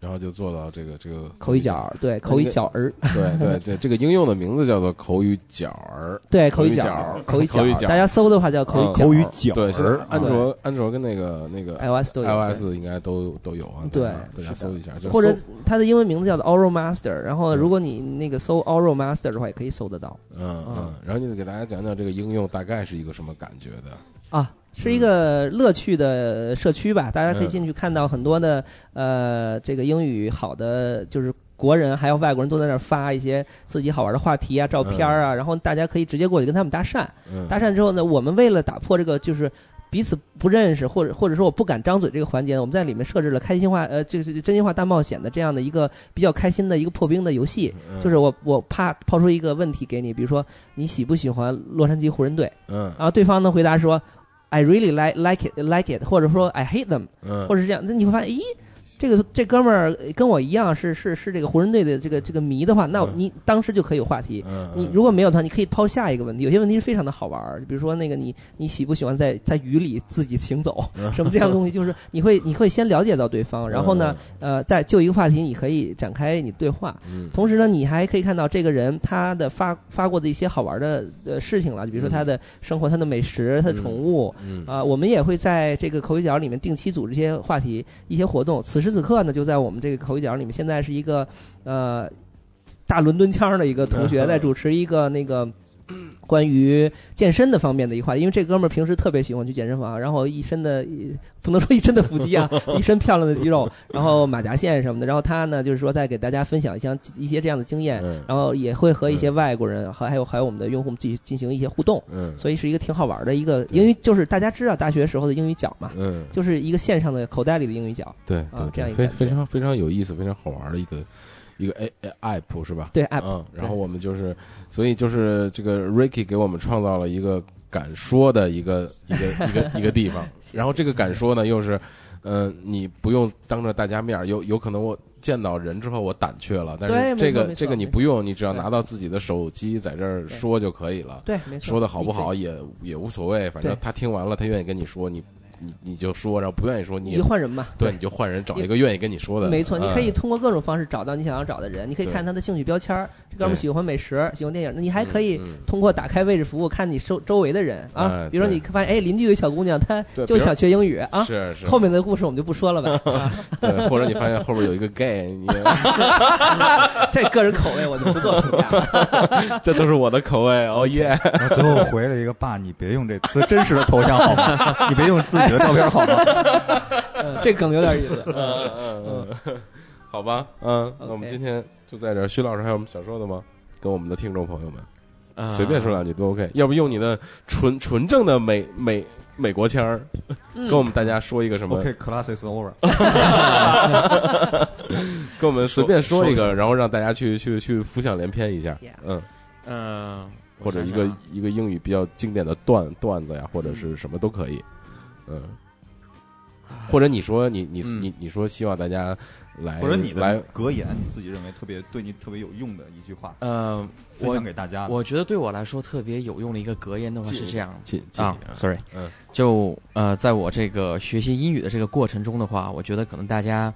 Speaker 1: 然后就做到这个这个
Speaker 3: 口语角，儿，对，口语角儿，
Speaker 1: 对对 对，这个应用的名字叫做口语角儿，
Speaker 3: 对，口
Speaker 1: 口语
Speaker 3: 角
Speaker 1: 角
Speaker 3: 儿
Speaker 1: 儿，
Speaker 3: 口语
Speaker 1: 口语角
Speaker 3: 儿，大家搜的话叫口
Speaker 1: 啊
Speaker 3: 语角儿，
Speaker 2: 嗯口语角
Speaker 1: 对，现在
Speaker 2: 儿，啊
Speaker 1: 安卓安卓跟那个那个
Speaker 3: iOS 都有对
Speaker 1: iOS 应该都都有啊，
Speaker 3: 对
Speaker 1: 大家大家
Speaker 3: 是的
Speaker 1: 搜一下，就
Speaker 3: 或者
Speaker 1: 搜
Speaker 3: 它的英文名字叫做 Oral Master，然后如果你那个搜 Oral Master 的话，也可以搜得到
Speaker 1: 嗯嗯
Speaker 3: 嗯，
Speaker 1: 然后你得给大家讲讲这个应用大概是一个什么感觉的，
Speaker 3: 啊。是一个乐趣的社区吧，大家可以进去看到很多的呃，这个英语好的就是国人还有外国人都在那儿发一些自己好玩的话题啊、照片啊，然后大家可以直接过去跟他们搭讪。
Speaker 1: 嗯，
Speaker 3: 搭讪之后呢，我们为了打破这个就是彼此不认识，或者或者说我不敢张嘴这个环节，我们在里面设置了开心话呃，就是真心话大冒险的这样的一个比较开心的一个破冰的游戏。
Speaker 1: 嗯
Speaker 3: 就是我我怕抛出一个问题给你，比如说你喜不喜欢洛杉矶湖人队？
Speaker 1: 嗯
Speaker 3: 然后对方呢回答说 I really like like it like it，或者说 I hate them，
Speaker 1: 嗯
Speaker 3: 或者是这样，那你会发现，咦，这个这哥们儿跟我一样是是是这个湖人队的这个这个迷的话，那
Speaker 1: 嗯
Speaker 3: 你当时就可以有话题。
Speaker 1: 嗯，
Speaker 3: 你如果没有的话，你可以抛下一个问题。有些问题是非常的好玩儿，比如说那个你你喜不喜欢在在雨里自己行走，
Speaker 1: 嗯
Speaker 3: 什么这样的东西，就是 你会你会先了解到对方，然后呢，呃，再就一个话题，你可以展开你对话。
Speaker 1: 嗯，嗯
Speaker 3: 同时呢，你还可以看到这个人他的发发过的一些好玩的呃事情了，比如说他的生活、他的美食、他的宠物
Speaker 1: 嗯
Speaker 3: 啊、我们也会在这个口语角里面定期组织一些话题、一些活动。此时此刻呢，就在我们这个口语角里面，现在是一个呃大伦敦腔儿的一个同学在主持一个那个。关于健身的方面的一个话题，因为这哥们儿平时特别喜欢去健身房，然后一身的不能说一身的腹肌啊，一身漂亮的肌肉，然后马甲线什么的。然后他呢，就是说在给大家分享一些一些这样的经验，
Speaker 1: 嗯
Speaker 3: 然后也会和一些外国人和还有还有我们的用户进进行一些互动，
Speaker 1: 嗯
Speaker 3: 所以是一个挺好玩的一个英语，就是大家知道大学时候的英语角嘛，
Speaker 1: 嗯，
Speaker 3: 就是一个线上的口袋里的英语角，
Speaker 1: 对对，
Speaker 3: 啊这样一个
Speaker 1: 非
Speaker 3: 感觉
Speaker 1: 非常非常有意思、非常好玩的一个一个 A A app 是吧？
Speaker 3: 对 app，
Speaker 1: 嗯，然后
Speaker 3: 对
Speaker 1: 我们就是，所以就是这个 Ricky 给我们创造了一个敢说的一 个一个一个一个地方，然后这个敢说呢，又是，嗯、你不用当着大家面儿，有有可能我见到人之后我胆怯了，但
Speaker 3: 对
Speaker 1: 是
Speaker 3: 没
Speaker 1: 这
Speaker 3: 错
Speaker 1: 个
Speaker 3: 没错
Speaker 1: 这个你
Speaker 3: 没
Speaker 1: 不用，你只要
Speaker 3: 对
Speaker 1: 拿到自己的手机在这儿
Speaker 3: 对
Speaker 1: 说就可以了，
Speaker 3: 对，没错，
Speaker 1: 说的好不好
Speaker 3: 你
Speaker 1: 也也无所谓，反正
Speaker 3: 对
Speaker 1: 他听完了，他愿意跟你说，你你你就说，然后不愿意说
Speaker 3: 可
Speaker 1: 你
Speaker 3: 以？
Speaker 1: 也
Speaker 3: 你就换人嘛，
Speaker 1: 对，你就换人找一个愿意跟你说的。
Speaker 3: 没错，你可以
Speaker 1: 嗯
Speaker 3: 通过各种方式找到你想要找的人，你可以
Speaker 1: 对
Speaker 3: 看他的兴趣标签儿，这哥们儿
Speaker 1: 对
Speaker 3: 喜欢美食，喜欢电影，你还可以
Speaker 1: 嗯嗯
Speaker 3: 通过打开位置服务看你周周围的人啊
Speaker 1: 哎，
Speaker 3: 比如说
Speaker 1: 对
Speaker 3: 你发现哎邻居有一小姑娘，她
Speaker 1: 对
Speaker 3: 就
Speaker 1: 比如
Speaker 3: 想学英语啊，
Speaker 1: 是是
Speaker 3: 后面的故事我们就不说了吧， 啊
Speaker 1: 对，或者你发现后边有一个 gay，你
Speaker 3: 这个人口味我就不做评价了。
Speaker 1: 这都是我的口 味，哦耶！
Speaker 2: 然后最后回了一个爸，你别用这最真实的头像好吗？你别用自己的照片好吗？
Speaker 3: 嗯这梗有点意 思。嗯
Speaker 1: 好吧，嗯，那
Speaker 3: OK
Speaker 1: 我们今天就在这儿。徐老师还有我们想说的吗？跟我们的听众朋友们
Speaker 3: 嗯
Speaker 4: 啊
Speaker 1: 随便说两句都 OK，要不用你的纯纯正的美美美国腔儿，跟我们大家说一个什么？
Speaker 2: OK，class is over。
Speaker 1: 跟我们随便说一
Speaker 4: 说
Speaker 1: 个，然后让大家去去去浮想联翩一下
Speaker 3: Yeah，
Speaker 1: 嗯，
Speaker 4: 嗯，我
Speaker 1: 或者
Speaker 4: 想
Speaker 1: 一
Speaker 4: 想
Speaker 1: 个
Speaker 4: 啊
Speaker 1: 一个英语比较经典的段段子呀，或者是什么都可以，嗯。或者你说你你
Speaker 4: 嗯
Speaker 1: 你你说希望大家来
Speaker 2: 或者你的
Speaker 1: 来
Speaker 2: 格言，你自己认为特别对你特别有用的一句话，
Speaker 4: 呃，
Speaker 2: 分
Speaker 4: 我
Speaker 2: 享给大家。
Speaker 4: 我觉得对我来说特别有用的一个格言的
Speaker 1: 哦
Speaker 4: 话是这样
Speaker 1: 进进
Speaker 4: 啊，sorry，
Speaker 1: 嗯
Speaker 4: 就呃，在我这个学习英语的这个过程中的话，我觉得可能大家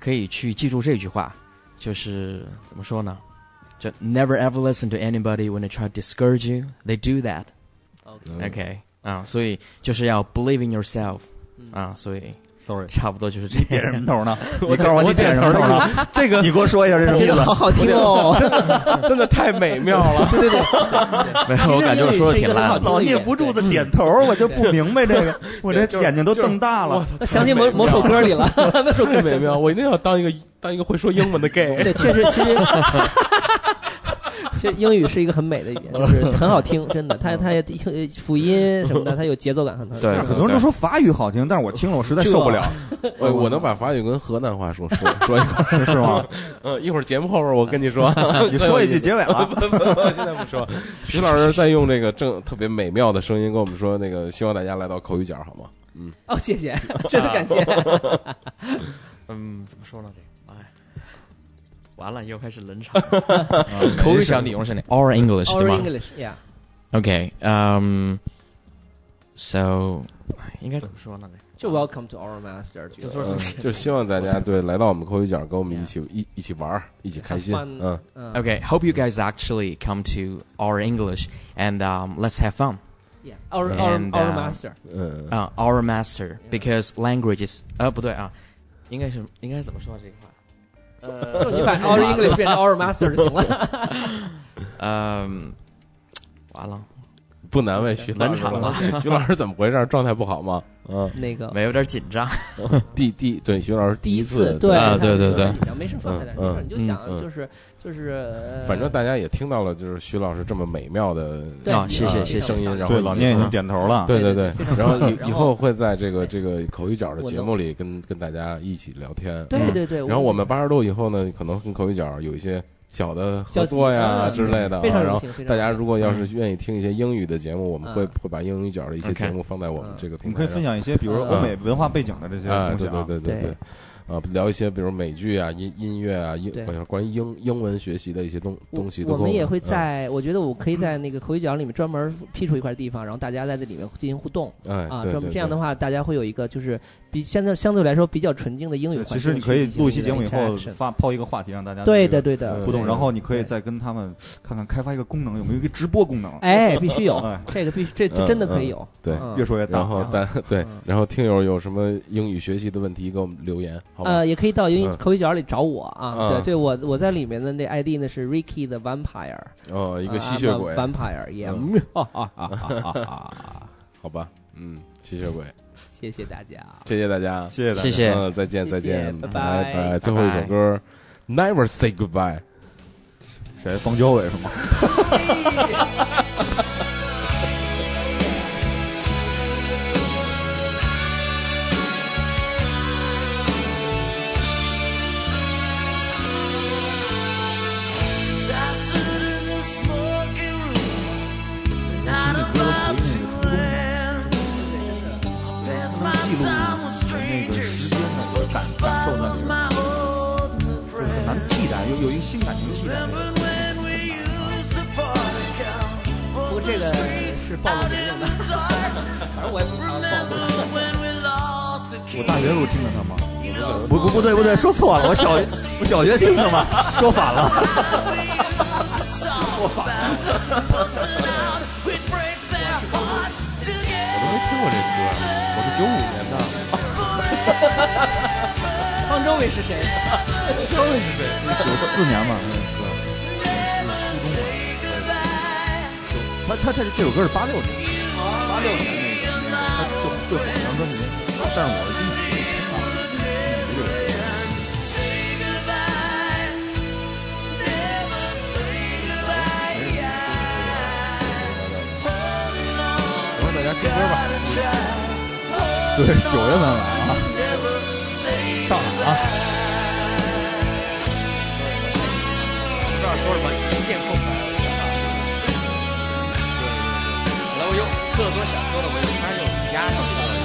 Speaker 4: 可以去记住这句话，就是怎么说呢？就 never ever listen to anybody when they try to discourage you, they do that.
Speaker 1: 嗯
Speaker 4: OK，啊，所以就是要 believe in yourself
Speaker 3: 嗯
Speaker 4: 啊，所以
Speaker 2: Sorry，
Speaker 4: 差不多就是这
Speaker 2: 点
Speaker 4: 样。
Speaker 2: 什么头呢？你告诉我你点什么头呢？这个你给我说一下这什么意
Speaker 3: 这个
Speaker 2: 思啊
Speaker 3: 好？好听哦，
Speaker 1: 真的太美妙了。
Speaker 3: 对对对，
Speaker 4: 没 有，我感觉我说的挺烂的。
Speaker 2: 老念不住的点头，我就不明白这 个，我这眼睛都瞪大了。
Speaker 3: 那想起某某首歌 里了，那首 歌
Speaker 1: 太美妙！我一定要当一个当一个会说英文的 gay。
Speaker 3: 对， 确实，其实，其实英语是一个很美的语言，就是很好听，真的。
Speaker 1: 嗯
Speaker 3: 它它也辅音什么的，它有节奏感很很。
Speaker 4: 对
Speaker 2: 很多人都说法语好听，但是我听了我实在受不了，
Speaker 1: 我哎我能把法语跟河南话说说说一会儿。
Speaker 2: 是吗？
Speaker 1: 嗯，一会儿节目后边我跟 你说。
Speaker 2: 你说一句结尾了，
Speaker 1: 现在 不 说。徐老师在用这个正特别美妙的声音跟我们说，那个希望大家来到口语角好吗？嗯，
Speaker 3: 哦，谢谢，真的感谢。
Speaker 4: 嗯，怎么说呢？这哎，完了又开始冷场。 口语小女佣是你 or English
Speaker 3: Or
Speaker 4: 对吗
Speaker 3: English，yeah，
Speaker 4: ？OK，嗯、s o 应该怎么说呢？
Speaker 3: 就 Welcome to Our Master，
Speaker 4: 就说
Speaker 1: 嗯，就希望大家对来到我们口语角，跟我们一起一一起玩儿，一起开心。
Speaker 3: Have fun
Speaker 1: 嗯，
Speaker 3: 嗯
Speaker 4: Okay, hope you guys actually come to our English and um, let's have fun.
Speaker 3: ，yeah，Our Our
Speaker 4: And,
Speaker 3: Our
Speaker 4: uh,
Speaker 3: Master，
Speaker 1: 嗯，
Speaker 4: Uh, our master,
Speaker 3: Yeah.
Speaker 4: because language is 呃不对啊，应该是应该是怎么说这句话？呃，
Speaker 3: 就你把 Our English 变成 Our Master 就 行了。
Speaker 4: 嗯，完了，
Speaker 1: 不难为徐老
Speaker 4: 冷
Speaker 1: 师
Speaker 4: 场了，
Speaker 1: 徐老师怎么回事？状态不好吗？嗯，
Speaker 3: 那个
Speaker 4: 没有有点紧张。
Speaker 1: 第第对徐老师
Speaker 3: 第
Speaker 1: 一
Speaker 3: 次，
Speaker 1: 对，
Speaker 4: 啊对对对，
Speaker 3: 没什么状态的，
Speaker 1: 嗯
Speaker 3: 没事，你就
Speaker 4: 嗯
Speaker 3: 想
Speaker 1: 嗯
Speaker 3: 就是就是，呃
Speaker 1: 反正大家也听到了，就是徐老师这么美妙的
Speaker 3: 对
Speaker 4: 啊
Speaker 3: 你
Speaker 4: 谢谢
Speaker 3: 呃
Speaker 4: 谢谢
Speaker 1: 声音，然后
Speaker 2: 对，老聂已经点头了。
Speaker 1: 对
Speaker 3: 对
Speaker 1: 对
Speaker 3: 对非常
Speaker 1: 然后以
Speaker 3: 棒
Speaker 1: 以
Speaker 3: 然后
Speaker 1: 后会在这个这个口语角的
Speaker 3: 我
Speaker 1: 节
Speaker 3: 能
Speaker 1: 目里跟跟大家一起聊天。嗯
Speaker 3: 对对对，
Speaker 1: 然后我们八十度以后呢，可能跟口语角有一些小的合作呀
Speaker 3: 交集嗯
Speaker 1: 之类的啊。
Speaker 3: 非常
Speaker 1: 然
Speaker 3: 荣
Speaker 1: 后
Speaker 3: 幸，非常
Speaker 1: 大家
Speaker 3: 荣幸
Speaker 1: 如果要是愿意听一些英语的节目，我们会
Speaker 3: 嗯
Speaker 1: 会把英语角的一些
Speaker 4: OK
Speaker 1: 节目放在我们这个平
Speaker 2: 你们可以
Speaker 1: 台
Speaker 2: 分
Speaker 1: 上。
Speaker 2: 享一些，比如
Speaker 3: 嗯
Speaker 2: 欧美文化背景的这些
Speaker 1: 哎，
Speaker 2: 东西
Speaker 1: 对
Speaker 2: 啊。
Speaker 1: 对对对
Speaker 3: 对
Speaker 1: 对，啊，聊一些比如美剧啊、音音乐啊、英
Speaker 3: 对
Speaker 1: 关于英英文学习的一些东
Speaker 3: 我
Speaker 1: 东西都
Speaker 3: 我
Speaker 1: 跟
Speaker 3: 们也
Speaker 1: 嗯
Speaker 3: 会在，我觉得我可以在那个口语角里面专门辟出一块地方，然后大家在这里面进行互动
Speaker 1: 哎
Speaker 3: 啊，
Speaker 1: 对
Speaker 3: 专
Speaker 1: 对
Speaker 3: 门这样的
Speaker 1: 对
Speaker 3: 话，大家会有一个就是比现在相对来说比较纯净的英语
Speaker 2: 对
Speaker 3: 环境
Speaker 2: 其
Speaker 3: 去
Speaker 2: 实你
Speaker 3: 进行一个
Speaker 2: 可以
Speaker 3: interaction。
Speaker 2: 录一期节目以后发抛一个话题，让大家
Speaker 3: 对
Speaker 2: 这
Speaker 3: 的
Speaker 2: 个
Speaker 3: 对的
Speaker 1: 对
Speaker 2: 互动，
Speaker 1: 对
Speaker 2: 然后你可以
Speaker 3: 对
Speaker 2: 再跟他们看看开发一个功能，有没有一个直播功能？
Speaker 3: 哎，必须有
Speaker 2: 哎
Speaker 3: 这个必须这这
Speaker 1: 嗯
Speaker 3: 真的可以有，
Speaker 1: 对
Speaker 3: 嗯
Speaker 2: 越说越大。
Speaker 1: 然后
Speaker 3: 啊
Speaker 1: 大对
Speaker 3: 嗯，
Speaker 1: 然后听友有什么英语学习的问题，给我们留言，好吧
Speaker 3: 呃，？也可以到英语
Speaker 1: 嗯
Speaker 3: 口语角里找我啊。
Speaker 1: 嗯
Speaker 3: 对对，我我在里面的那 ID 呢是 Ricky 的 Vampire，
Speaker 1: 哦，一
Speaker 3: 一
Speaker 1: 个吸血鬼，
Speaker 3: Vampire，也
Speaker 1: 嗯
Speaker 3: 啊啊啊啊啊啊！
Speaker 1: 好吧？嗯，吸血鬼，
Speaker 3: 谢谢大家，啊
Speaker 1: 谢谢大家，
Speaker 2: 谢谢大家
Speaker 4: 谢。谢
Speaker 1: 嗯，再见，
Speaker 3: 谢
Speaker 1: 再见，
Speaker 3: 拜拜
Speaker 1: 拜最后一首歌，Never Say Goodbye。
Speaker 2: 谁？邦交委是吗？
Speaker 6: I sit in the smoking room, and I
Speaker 2: 听这歌回应那个初衷，
Speaker 6: pass
Speaker 2: 能记录
Speaker 6: my time with
Speaker 2: 那个
Speaker 6: strangers.
Speaker 2: 时间的和感感受在里
Speaker 6: was
Speaker 2: 面，
Speaker 6: my old
Speaker 2: 就是很难替代，有有一个新感情替代。
Speaker 6: remember when we used to park out
Speaker 3: 不过这个是暴露年龄的， 反正我也不知道暴露。
Speaker 6: when we lost the
Speaker 2: 我
Speaker 6: key.
Speaker 2: 大学时候听的他吗？不不不对不对，说错了，我小我小学听的嘛，说反了。
Speaker 1: 我都没听过这歌，我是九五年的。
Speaker 3: 方周伟是谁？
Speaker 2: 九四年嘛，那个歌，初中嘛。他他他这首歌是八六年，八六年那个，他就最火那张专辑，但是我是第一次听到的。
Speaker 1: 然后
Speaker 2: 嗯
Speaker 1: 大家听歌吧。
Speaker 2: 对，九月份来啊，上哪啊？
Speaker 4: 不知道说什么，一片空白。然后又特多想说的，我一下又压上去了。